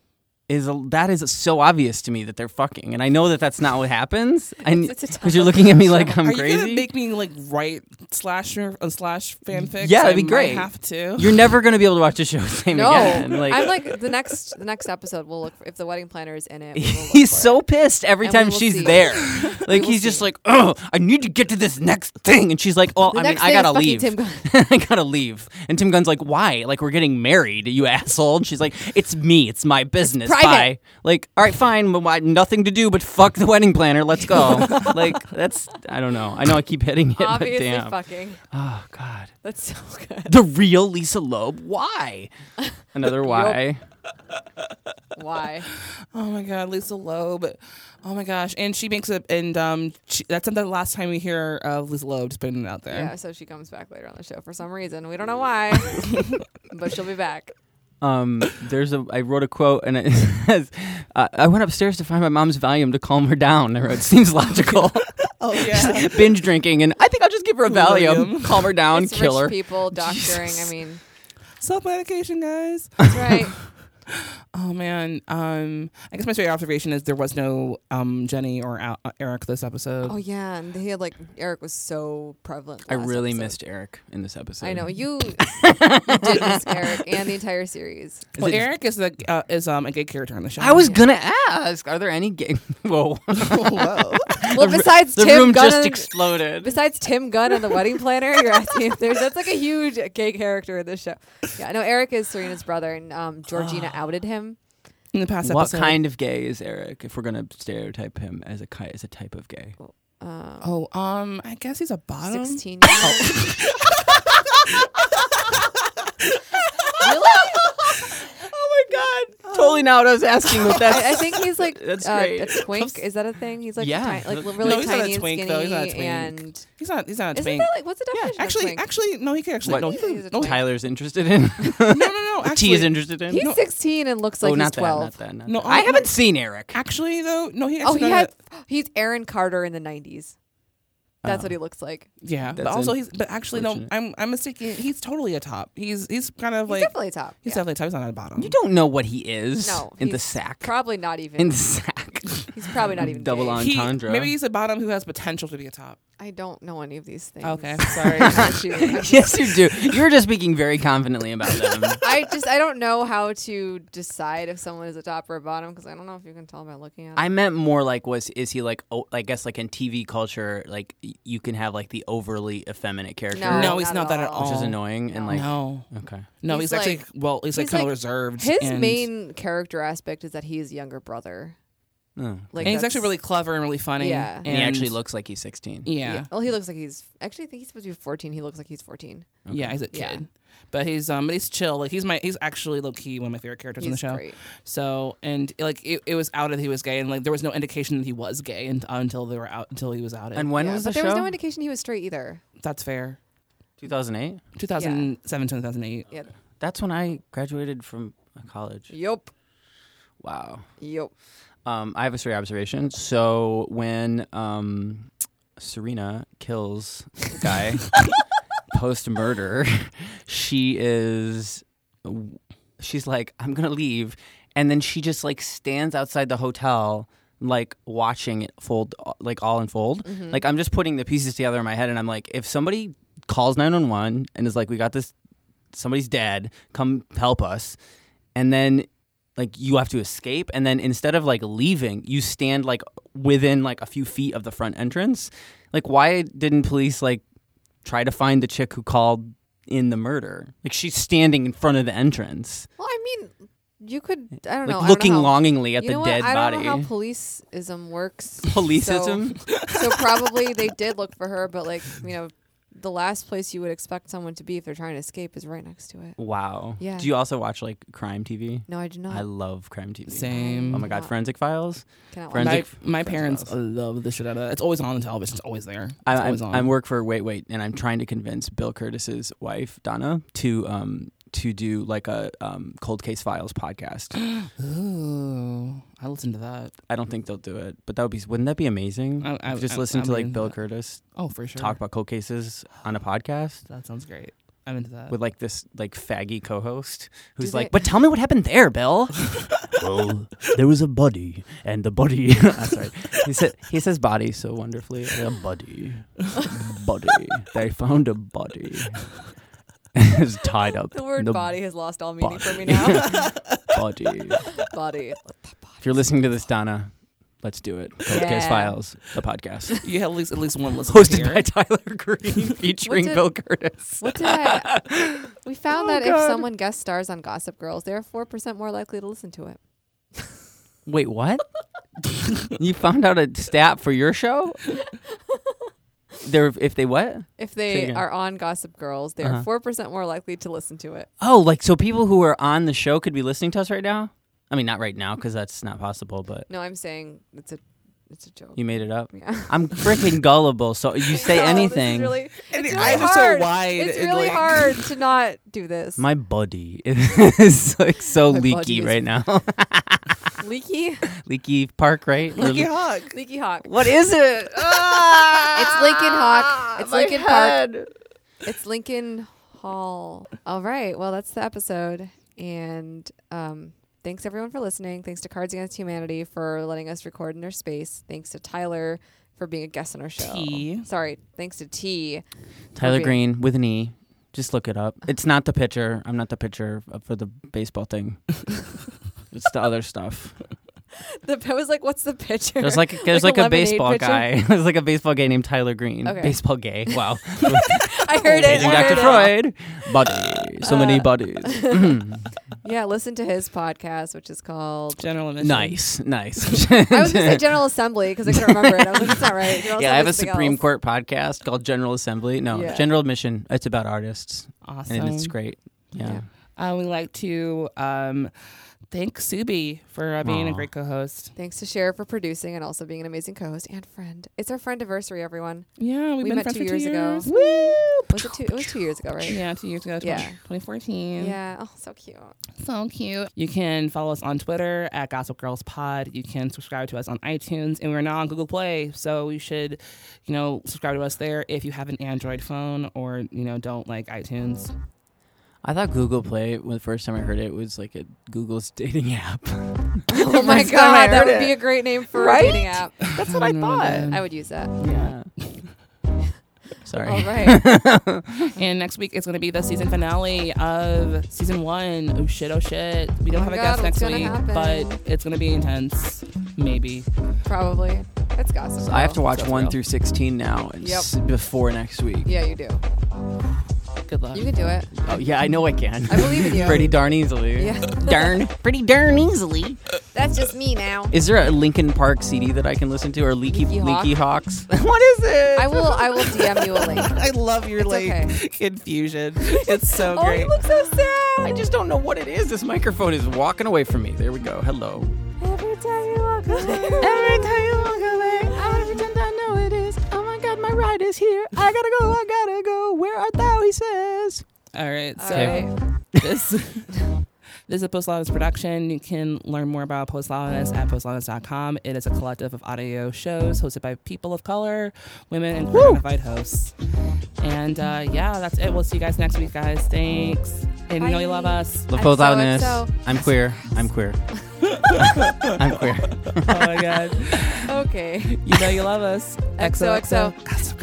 Speaker 4: is a, that is so obvious to me that they're fucking, and I know that that's not what happens. And
Speaker 3: It's- it's a
Speaker 4: because you're
Speaker 3: tough
Speaker 4: looking at me like I'm
Speaker 5: Are you
Speaker 4: crazy.
Speaker 5: gonna make me like write slasher uh, slash fanfic?
Speaker 4: yeah,
Speaker 5: I
Speaker 4: that'd be
Speaker 5: might
Speaker 4: great.
Speaker 5: Have to.
Speaker 4: You're never gonna be able to watch the show the same
Speaker 3: No,
Speaker 4: again. Like,
Speaker 3: I'm like the next the next episode. We'll look for, if the wedding planner is in it. we will look
Speaker 4: he's
Speaker 3: for
Speaker 4: so pissed every
Speaker 3: And we
Speaker 4: time
Speaker 3: will
Speaker 4: she's
Speaker 3: see.
Speaker 4: there.
Speaker 3: We
Speaker 4: Like
Speaker 3: will
Speaker 4: he's just like, oh, I need to get to this next thing, and she's like, oh,
Speaker 3: The
Speaker 4: I mean,
Speaker 3: next
Speaker 4: I
Speaker 3: thing
Speaker 4: gotta
Speaker 3: is
Speaker 4: leave.
Speaker 3: fucking
Speaker 4: I gotta leave. And Tim Gunn's like, why? Like we're getting married, you asshole. And she's like, it's me, it's my business.
Speaker 3: private.
Speaker 4: Bye. Like, all right, fine. But why? Nothing to do but fuck the wedding planner. Let's go. like that's I don't know. I know I keep hitting it,
Speaker 3: it. obviously
Speaker 4: but damn.
Speaker 3: fucking.
Speaker 4: Oh God.
Speaker 3: That's so good.
Speaker 4: The real Lisa Loeb. Why? Another why.
Speaker 3: Why?
Speaker 5: Oh my God, Lisa Loeb. Oh my gosh, and she makes it. And um, she, that's not the last time we hear of Lisa Loeb. Just putting it out there.
Speaker 3: Yeah, so she comes back later on the show for some reason. We don't know why, but she'll be back.
Speaker 4: Um, there's a. I wrote a quote and it says, uh, "I went upstairs to find my mom's Valium to calm her down." I wrote, "Seems logical."
Speaker 5: Oh yeah.
Speaker 4: Binge drinking, and I think I'll just give her a Valium,
Speaker 5: Valium.
Speaker 4: calm her down,
Speaker 3: It's
Speaker 4: kill
Speaker 3: rich
Speaker 4: her.
Speaker 3: people doctoring. I mean,
Speaker 5: Self medication, guys.
Speaker 3: that's right.
Speaker 5: Oh man. Um, I guess my straight observation is there was no um Jenny or Al- uh, Eric this episode.
Speaker 3: Oh yeah, and he had like Eric was so prevalent.
Speaker 4: I
Speaker 3: last
Speaker 4: really
Speaker 3: episode.
Speaker 4: missed Eric in this episode.
Speaker 3: I know you, you did miss Eric and the entire series.
Speaker 5: Well,
Speaker 4: it-
Speaker 5: Eric is the uh, is um a gay character on the show.
Speaker 4: I was gonna ask, are there any gay? Whoa!
Speaker 3: Well, besides
Speaker 4: the
Speaker 3: Tim
Speaker 4: room
Speaker 3: Gunn
Speaker 4: just
Speaker 3: and-
Speaker 4: exploded.
Speaker 3: Besides Tim Gunn and the wedding planner, you're asking if there's that's like a huge gay character in this show. Yeah, no, Eric is Serena's brother, and um, Georgina outed him.
Speaker 5: in the past
Speaker 4: What
Speaker 5: episode.
Speaker 4: kind of gay is Eric? If we're gonna stereotype him as a ki- as a type of gay,
Speaker 3: Uh, Um,
Speaker 5: Oh, um, I guess he's a bottom.
Speaker 3: 16
Speaker 5: years old.
Speaker 3: oh my god!
Speaker 4: Totally not what I was asking, but that's-
Speaker 3: I, I think he's like
Speaker 4: That's
Speaker 3: uh,
Speaker 4: great.
Speaker 3: a twink. Is that a thing? He's like
Speaker 5: Yeah.
Speaker 3: ti- like
Speaker 5: No,
Speaker 3: really
Speaker 5: he's not a
Speaker 3: tiny
Speaker 5: twink,
Speaker 3: and
Speaker 5: though. He's
Speaker 3: skinny.
Speaker 5: not a twink.
Speaker 3: And
Speaker 5: he's not. He's not a
Speaker 3: isn't
Speaker 5: twink.
Speaker 3: that like what's the definition?
Speaker 5: actually,
Speaker 3: of twink?
Speaker 5: actually, no, he could actually.
Speaker 4: What
Speaker 5: No, he could. No, he-
Speaker 4: Tyler's interested in.
Speaker 5: no, no, no.
Speaker 4: T is
Speaker 5: Actually,
Speaker 4: interested in?
Speaker 3: he's 16 and looks like
Speaker 4: oh,
Speaker 3: he's
Speaker 4: not
Speaker 3: 12.
Speaker 4: that, not that, not
Speaker 5: No,
Speaker 4: that.
Speaker 5: oh,
Speaker 4: I
Speaker 5: no.
Speaker 4: haven't seen Eric.
Speaker 5: Actually, though, no, he
Speaker 3: Oh,
Speaker 5: actually.
Speaker 3: he
Speaker 5: got
Speaker 3: had
Speaker 5: a-
Speaker 3: he's Aaron Carter in the 90s. That's
Speaker 4: Oh.
Speaker 3: what he looks like.
Speaker 5: Yeah, but
Speaker 4: That's
Speaker 5: also he's. But actually, no,
Speaker 4: unfortunate.
Speaker 5: I'm. I'm mistaken. He's totally a top. He's. He's kind of
Speaker 3: He's
Speaker 5: like.
Speaker 3: definitely a top.
Speaker 5: He's
Speaker 3: yeah.
Speaker 5: definitely a top. He's not a bottom.
Speaker 4: You don't know what he is
Speaker 3: No,
Speaker 4: in the
Speaker 3: he's
Speaker 4: sack.
Speaker 3: Probably not even.
Speaker 4: in the sack.
Speaker 3: he's probably not even
Speaker 4: Double
Speaker 3: gay.
Speaker 4: on-
Speaker 5: He,
Speaker 4: Entendre.
Speaker 5: maybe he's a bottom who has potential to be a top.
Speaker 3: I don't know any of these things.
Speaker 5: Okay, sorry.
Speaker 3: Shoot, I'm just-
Speaker 4: yes, you do. You're just speaking very confidently about them.
Speaker 3: I just I don't know how to decide if someone is a top or a bottom because I don't know if you can tell by looking at.
Speaker 4: I meant more like was is he like oh, I guess like in TV culture like y- you can have like the overly effeminate character
Speaker 3: No,
Speaker 5: No, he's not that at all.
Speaker 4: which is annoying and like
Speaker 5: No.
Speaker 4: okay
Speaker 5: No,
Speaker 3: Um, He's
Speaker 5: he's, actually
Speaker 3: like-
Speaker 5: well, he's, like
Speaker 3: he's
Speaker 5: kind of
Speaker 3: like-
Speaker 5: reserved.
Speaker 3: His
Speaker 5: and,
Speaker 3: main character aspect is that he is younger brother.
Speaker 4: Oh.
Speaker 3: Like
Speaker 5: and he's
Speaker 3: that's-
Speaker 5: actually really clever and really funny.
Speaker 3: Yeah.
Speaker 4: and he actually looks like he's 16
Speaker 5: Yeah, yeah,
Speaker 3: Well, he looks like he's actually I think he's supposed to be 14. He looks like he's 14.
Speaker 5: he's a kid,
Speaker 3: Yeah.
Speaker 5: but he's um, but he's chill. Like he's my, he's actually low key one of my favorite characters on the
Speaker 3: He's
Speaker 5: show.
Speaker 3: great.
Speaker 5: So and like it, it was outed he was gay, and like there was no indication that he was gay and, until they were out until he was outed.
Speaker 4: and when
Speaker 3: Yeah,
Speaker 4: was the
Speaker 3: but there
Speaker 4: show
Speaker 3: was no indication he was straight either.
Speaker 5: that's fair.
Speaker 4: 2008
Speaker 5: 2007, 2008.
Speaker 3: Yep.
Speaker 4: that's when I graduated from college
Speaker 3: Yup.
Speaker 4: wow
Speaker 3: Yup.
Speaker 4: um I have a story observation so when um Serena kills the guy post murder she is she's like i'm gonna leave and then she just like stands outside the hotel like watching it fold like all unfold like i'm just putting the pieces together in my head and i'm like if somebody calls 911 and is like we got this somebody's dead come help us and then like you have to escape and then instead of like leaving you stand like within like a few feet of the front entrance like why didn't police like try to find the chick who called in the murder like she's standing in front of the entrance
Speaker 3: Well, I mean, you could. Oh, I don't
Speaker 4: like
Speaker 3: know. I don't know
Speaker 4: looking
Speaker 3: how-
Speaker 4: longingly at
Speaker 3: you
Speaker 4: the
Speaker 3: know
Speaker 4: dead
Speaker 3: what? I
Speaker 4: body
Speaker 3: don't know how policeism works.
Speaker 4: Policeism?
Speaker 3: So, so probably they did look for her, but like you know, the last place you would expect someone to be if they're trying to escape is right next to it.
Speaker 4: wow
Speaker 3: Yeah.
Speaker 4: do you also watch like crime tv
Speaker 3: No, I do not.
Speaker 4: i love crime tv
Speaker 5: Same.
Speaker 4: oh my god forensic files
Speaker 3: Cannot watch
Speaker 5: My,
Speaker 4: forensic
Speaker 5: my
Speaker 4: Forensic
Speaker 5: parents
Speaker 4: Files.
Speaker 5: love the shit out of that. It's always on the television. It's always there. It's
Speaker 4: I,
Speaker 5: always
Speaker 4: I'm,
Speaker 5: on.
Speaker 4: I'm work for Wait Wait, and I'm trying to convince Bill Curtis's wife Donna to um to do like a um cold case files podcast.
Speaker 5: Ooh, I listened to that.
Speaker 4: I don't think they'll do it, but that would be wouldn't that be amazing?
Speaker 5: I- I-
Speaker 4: just
Speaker 5: I-
Speaker 4: listen
Speaker 5: I
Speaker 4: to like
Speaker 5: mean,
Speaker 4: Bill Curtis
Speaker 5: Oh, for sure.
Speaker 4: talk about cold cases on a podcast
Speaker 5: That sounds great. I'm into that.
Speaker 4: with like this like faggy co-host who's
Speaker 3: they-
Speaker 4: like, but tell me what happened there, Bill. well, there was a body, and the body. I'm sorry. He said he says body so wonderfully. A body, body. They found a body. it's tied up.
Speaker 3: The word
Speaker 4: in the
Speaker 3: body has lost all meaning for me
Speaker 4: body.
Speaker 3: now.
Speaker 4: Body.
Speaker 3: body.
Speaker 4: If you're listening to this, Donna, let's do it. Cold Case
Speaker 3: Yeah.
Speaker 4: Files, the podcast.
Speaker 5: you had at least at least one listener
Speaker 4: Hosted
Speaker 5: here.
Speaker 4: by Tyler Green, featuring
Speaker 3: did-
Speaker 4: Bill Curtis.
Speaker 3: What did I? We
Speaker 4: Oh
Speaker 3: found that if someone guest stars on Gossip Girls, they're four percent more likely to listen to it.
Speaker 4: Wait, what? you found out a stat for your show? They're, if they what?
Speaker 3: If
Speaker 4: Say it
Speaker 3: they
Speaker 4: again.
Speaker 3: are on Gossip Girls, they are
Speaker 4: Uh-huh.
Speaker 3: 4 percent more likely to listen to it.
Speaker 4: Oh, like so people who are on the show could be listening to us right now? I mean, not right now because that's not possible, but
Speaker 3: No, I'm saying it's a, it's a joke.
Speaker 4: you made it up.
Speaker 3: Yeah.
Speaker 4: I'm freaking gullible, so you say
Speaker 3: No, this is
Speaker 4: anything.
Speaker 3: really-
Speaker 5: And
Speaker 3: it's really
Speaker 5: the eyes are so
Speaker 3: hard.
Speaker 5: wide
Speaker 3: It's
Speaker 5: and,
Speaker 3: really
Speaker 5: like-
Speaker 3: hard to not do this.
Speaker 4: My body is like so
Speaker 3: My body
Speaker 4: leaky
Speaker 3: is-
Speaker 4: right now.
Speaker 3: leaky,
Speaker 4: leaky Park, right? Or
Speaker 5: Lucky
Speaker 4: Le-
Speaker 5: Hawk.
Speaker 3: leaky hawk.
Speaker 4: What is it?
Speaker 5: Ah,
Speaker 3: It's Lincoln Hawk. It's Lincoln Park. It's Lincoln Hall. All right. Well, that's the episode. And um, thanks everyone for listening. Thanks to Cards Against Humanity for letting us record in their space. Thanks to Tyler for being a guest on our show.
Speaker 5: T.
Speaker 3: Sorry. Thanks to T.
Speaker 4: Tyler
Speaker 3: Okay.
Speaker 4: Green with an E. Just look it up. It's not the pitcher. I'm not the pitcher for the baseball thing. it's the other stuff.
Speaker 3: The I was like, what's the pitcher?
Speaker 4: There's like there's like, a,
Speaker 3: lemonade
Speaker 4: baseball
Speaker 3: pitcher?
Speaker 4: guy. there's like a baseball guy named Tyler Green.
Speaker 3: Okay.
Speaker 4: Baseball gay. Wow.
Speaker 3: I heard it.
Speaker 4: Aging
Speaker 3: I heard
Speaker 4: "Oh, Dr.
Speaker 3: it.
Speaker 4: Freud. Bodies. So many
Speaker 3: Uh,
Speaker 4: bodies.
Speaker 3: yeah, listen to his podcast, which is called
Speaker 5: General Admission.
Speaker 4: nice. Nice.
Speaker 3: I was gonna say General Assembly because I couldn't remember it. I was like, it's not right. General
Speaker 4: yeah, I have a
Speaker 3: Assembly's something
Speaker 4: Supreme
Speaker 3: else.
Speaker 4: Court podcast called General Assembly. No,
Speaker 3: Yeah.
Speaker 4: General Admission. It's about artists. And it's
Speaker 5: Awesome.
Speaker 4: great. Yeah.
Speaker 5: Uh, we like to um, thank Subi for uh, being a
Speaker 4: Aw.
Speaker 5: great co-host.
Speaker 3: Thanks to Cher for producing and also being an amazing co-host and friend. It's our friend anniversary, everyone.
Speaker 5: Yeah, we've
Speaker 3: we
Speaker 5: been
Speaker 3: met
Speaker 5: friends
Speaker 3: two
Speaker 5: for two
Speaker 3: years, ago.
Speaker 5: years.
Speaker 3: Was it two? It was two years ago, right?
Speaker 5: Yeah, two years ago,
Speaker 3: Yeah.
Speaker 5: 2014.
Speaker 3: Yeah. Oh, so cute.
Speaker 5: So cute. You can follow us on Twitter at Gossip Girls Pod. You can subscribe to us on iTunes, and we're now on Google Play. So you should, you know, subscribe to us there if you have an Android phone or you know don't like iTunes.
Speaker 4: I thought Google Play when the first time I heard it was like a Google's dating app.
Speaker 3: Oh my
Speaker 5: First time I
Speaker 3: god, that
Speaker 5: heard
Speaker 3: would
Speaker 5: it.
Speaker 3: be a great name for
Speaker 5: Right?
Speaker 3: a dating app.
Speaker 5: That's what I thought.
Speaker 3: I would use that.
Speaker 4: Yeah. Sorry.
Speaker 5: All right. and next week it's going to be the season finale of season one. Oh shit! Oh shit! We don't
Speaker 3: Oh
Speaker 5: have a
Speaker 3: my
Speaker 5: guest
Speaker 3: God,
Speaker 5: next
Speaker 3: what's gonna
Speaker 5: week,
Speaker 3: happen?
Speaker 5: but it's going to be intense. Maybe.
Speaker 3: Probably. It's gossip.
Speaker 4: So I have to
Speaker 2: Oh,
Speaker 3: Girl.
Speaker 4: watch
Speaker 3: So-
Speaker 4: one through sixteen now and
Speaker 3: Yep.
Speaker 4: s- before next week.
Speaker 3: Yeah, you do.
Speaker 5: Good luck.
Speaker 3: You can do it.
Speaker 4: Oh yeah, I know I can.
Speaker 3: I believe in you.
Speaker 4: Pretty darn easily.
Speaker 3: Yeah.
Speaker 4: darn. Pretty darn easily.
Speaker 3: That's just me now.
Speaker 4: Is there a Linkin Park CD that I can listen to or Leaky
Speaker 3: Leaky
Speaker 4: Leaky,
Speaker 3: Hawk?
Speaker 4: Hawks?
Speaker 5: What is it?
Speaker 3: I will. I will DM you a link.
Speaker 5: I love your
Speaker 3: It's
Speaker 5: like
Speaker 3: okay.
Speaker 5: confusion. It's so
Speaker 3: Oh,
Speaker 5: great.
Speaker 3: you look so sad.
Speaker 4: I just don't know what it is. This microphone is walking away from me. There we go. Hello.
Speaker 2: Every time you walk away, every time you walk away, I wanna pretend I know it is. Oh my god, my ride is here. I gotta go, I gotta go. Where art thou? He says.
Speaker 5: All right.
Speaker 2: All
Speaker 5: So this this is a Postlawnus production. You can learn more about Postlawnus at postlawnus.com. It is a collective of audio shows hosted by people of color, women, and queer-identified hosts. And uh, yeah, that's it. We'll see you guys next week, guys. Thanks. And you know you love us.
Speaker 4: The full loudness. I'm queer. I'm queer. I'm queer.
Speaker 5: oh my god.
Speaker 3: Okay.
Speaker 5: You know you love us.
Speaker 3: XOXO.
Speaker 5: Gossip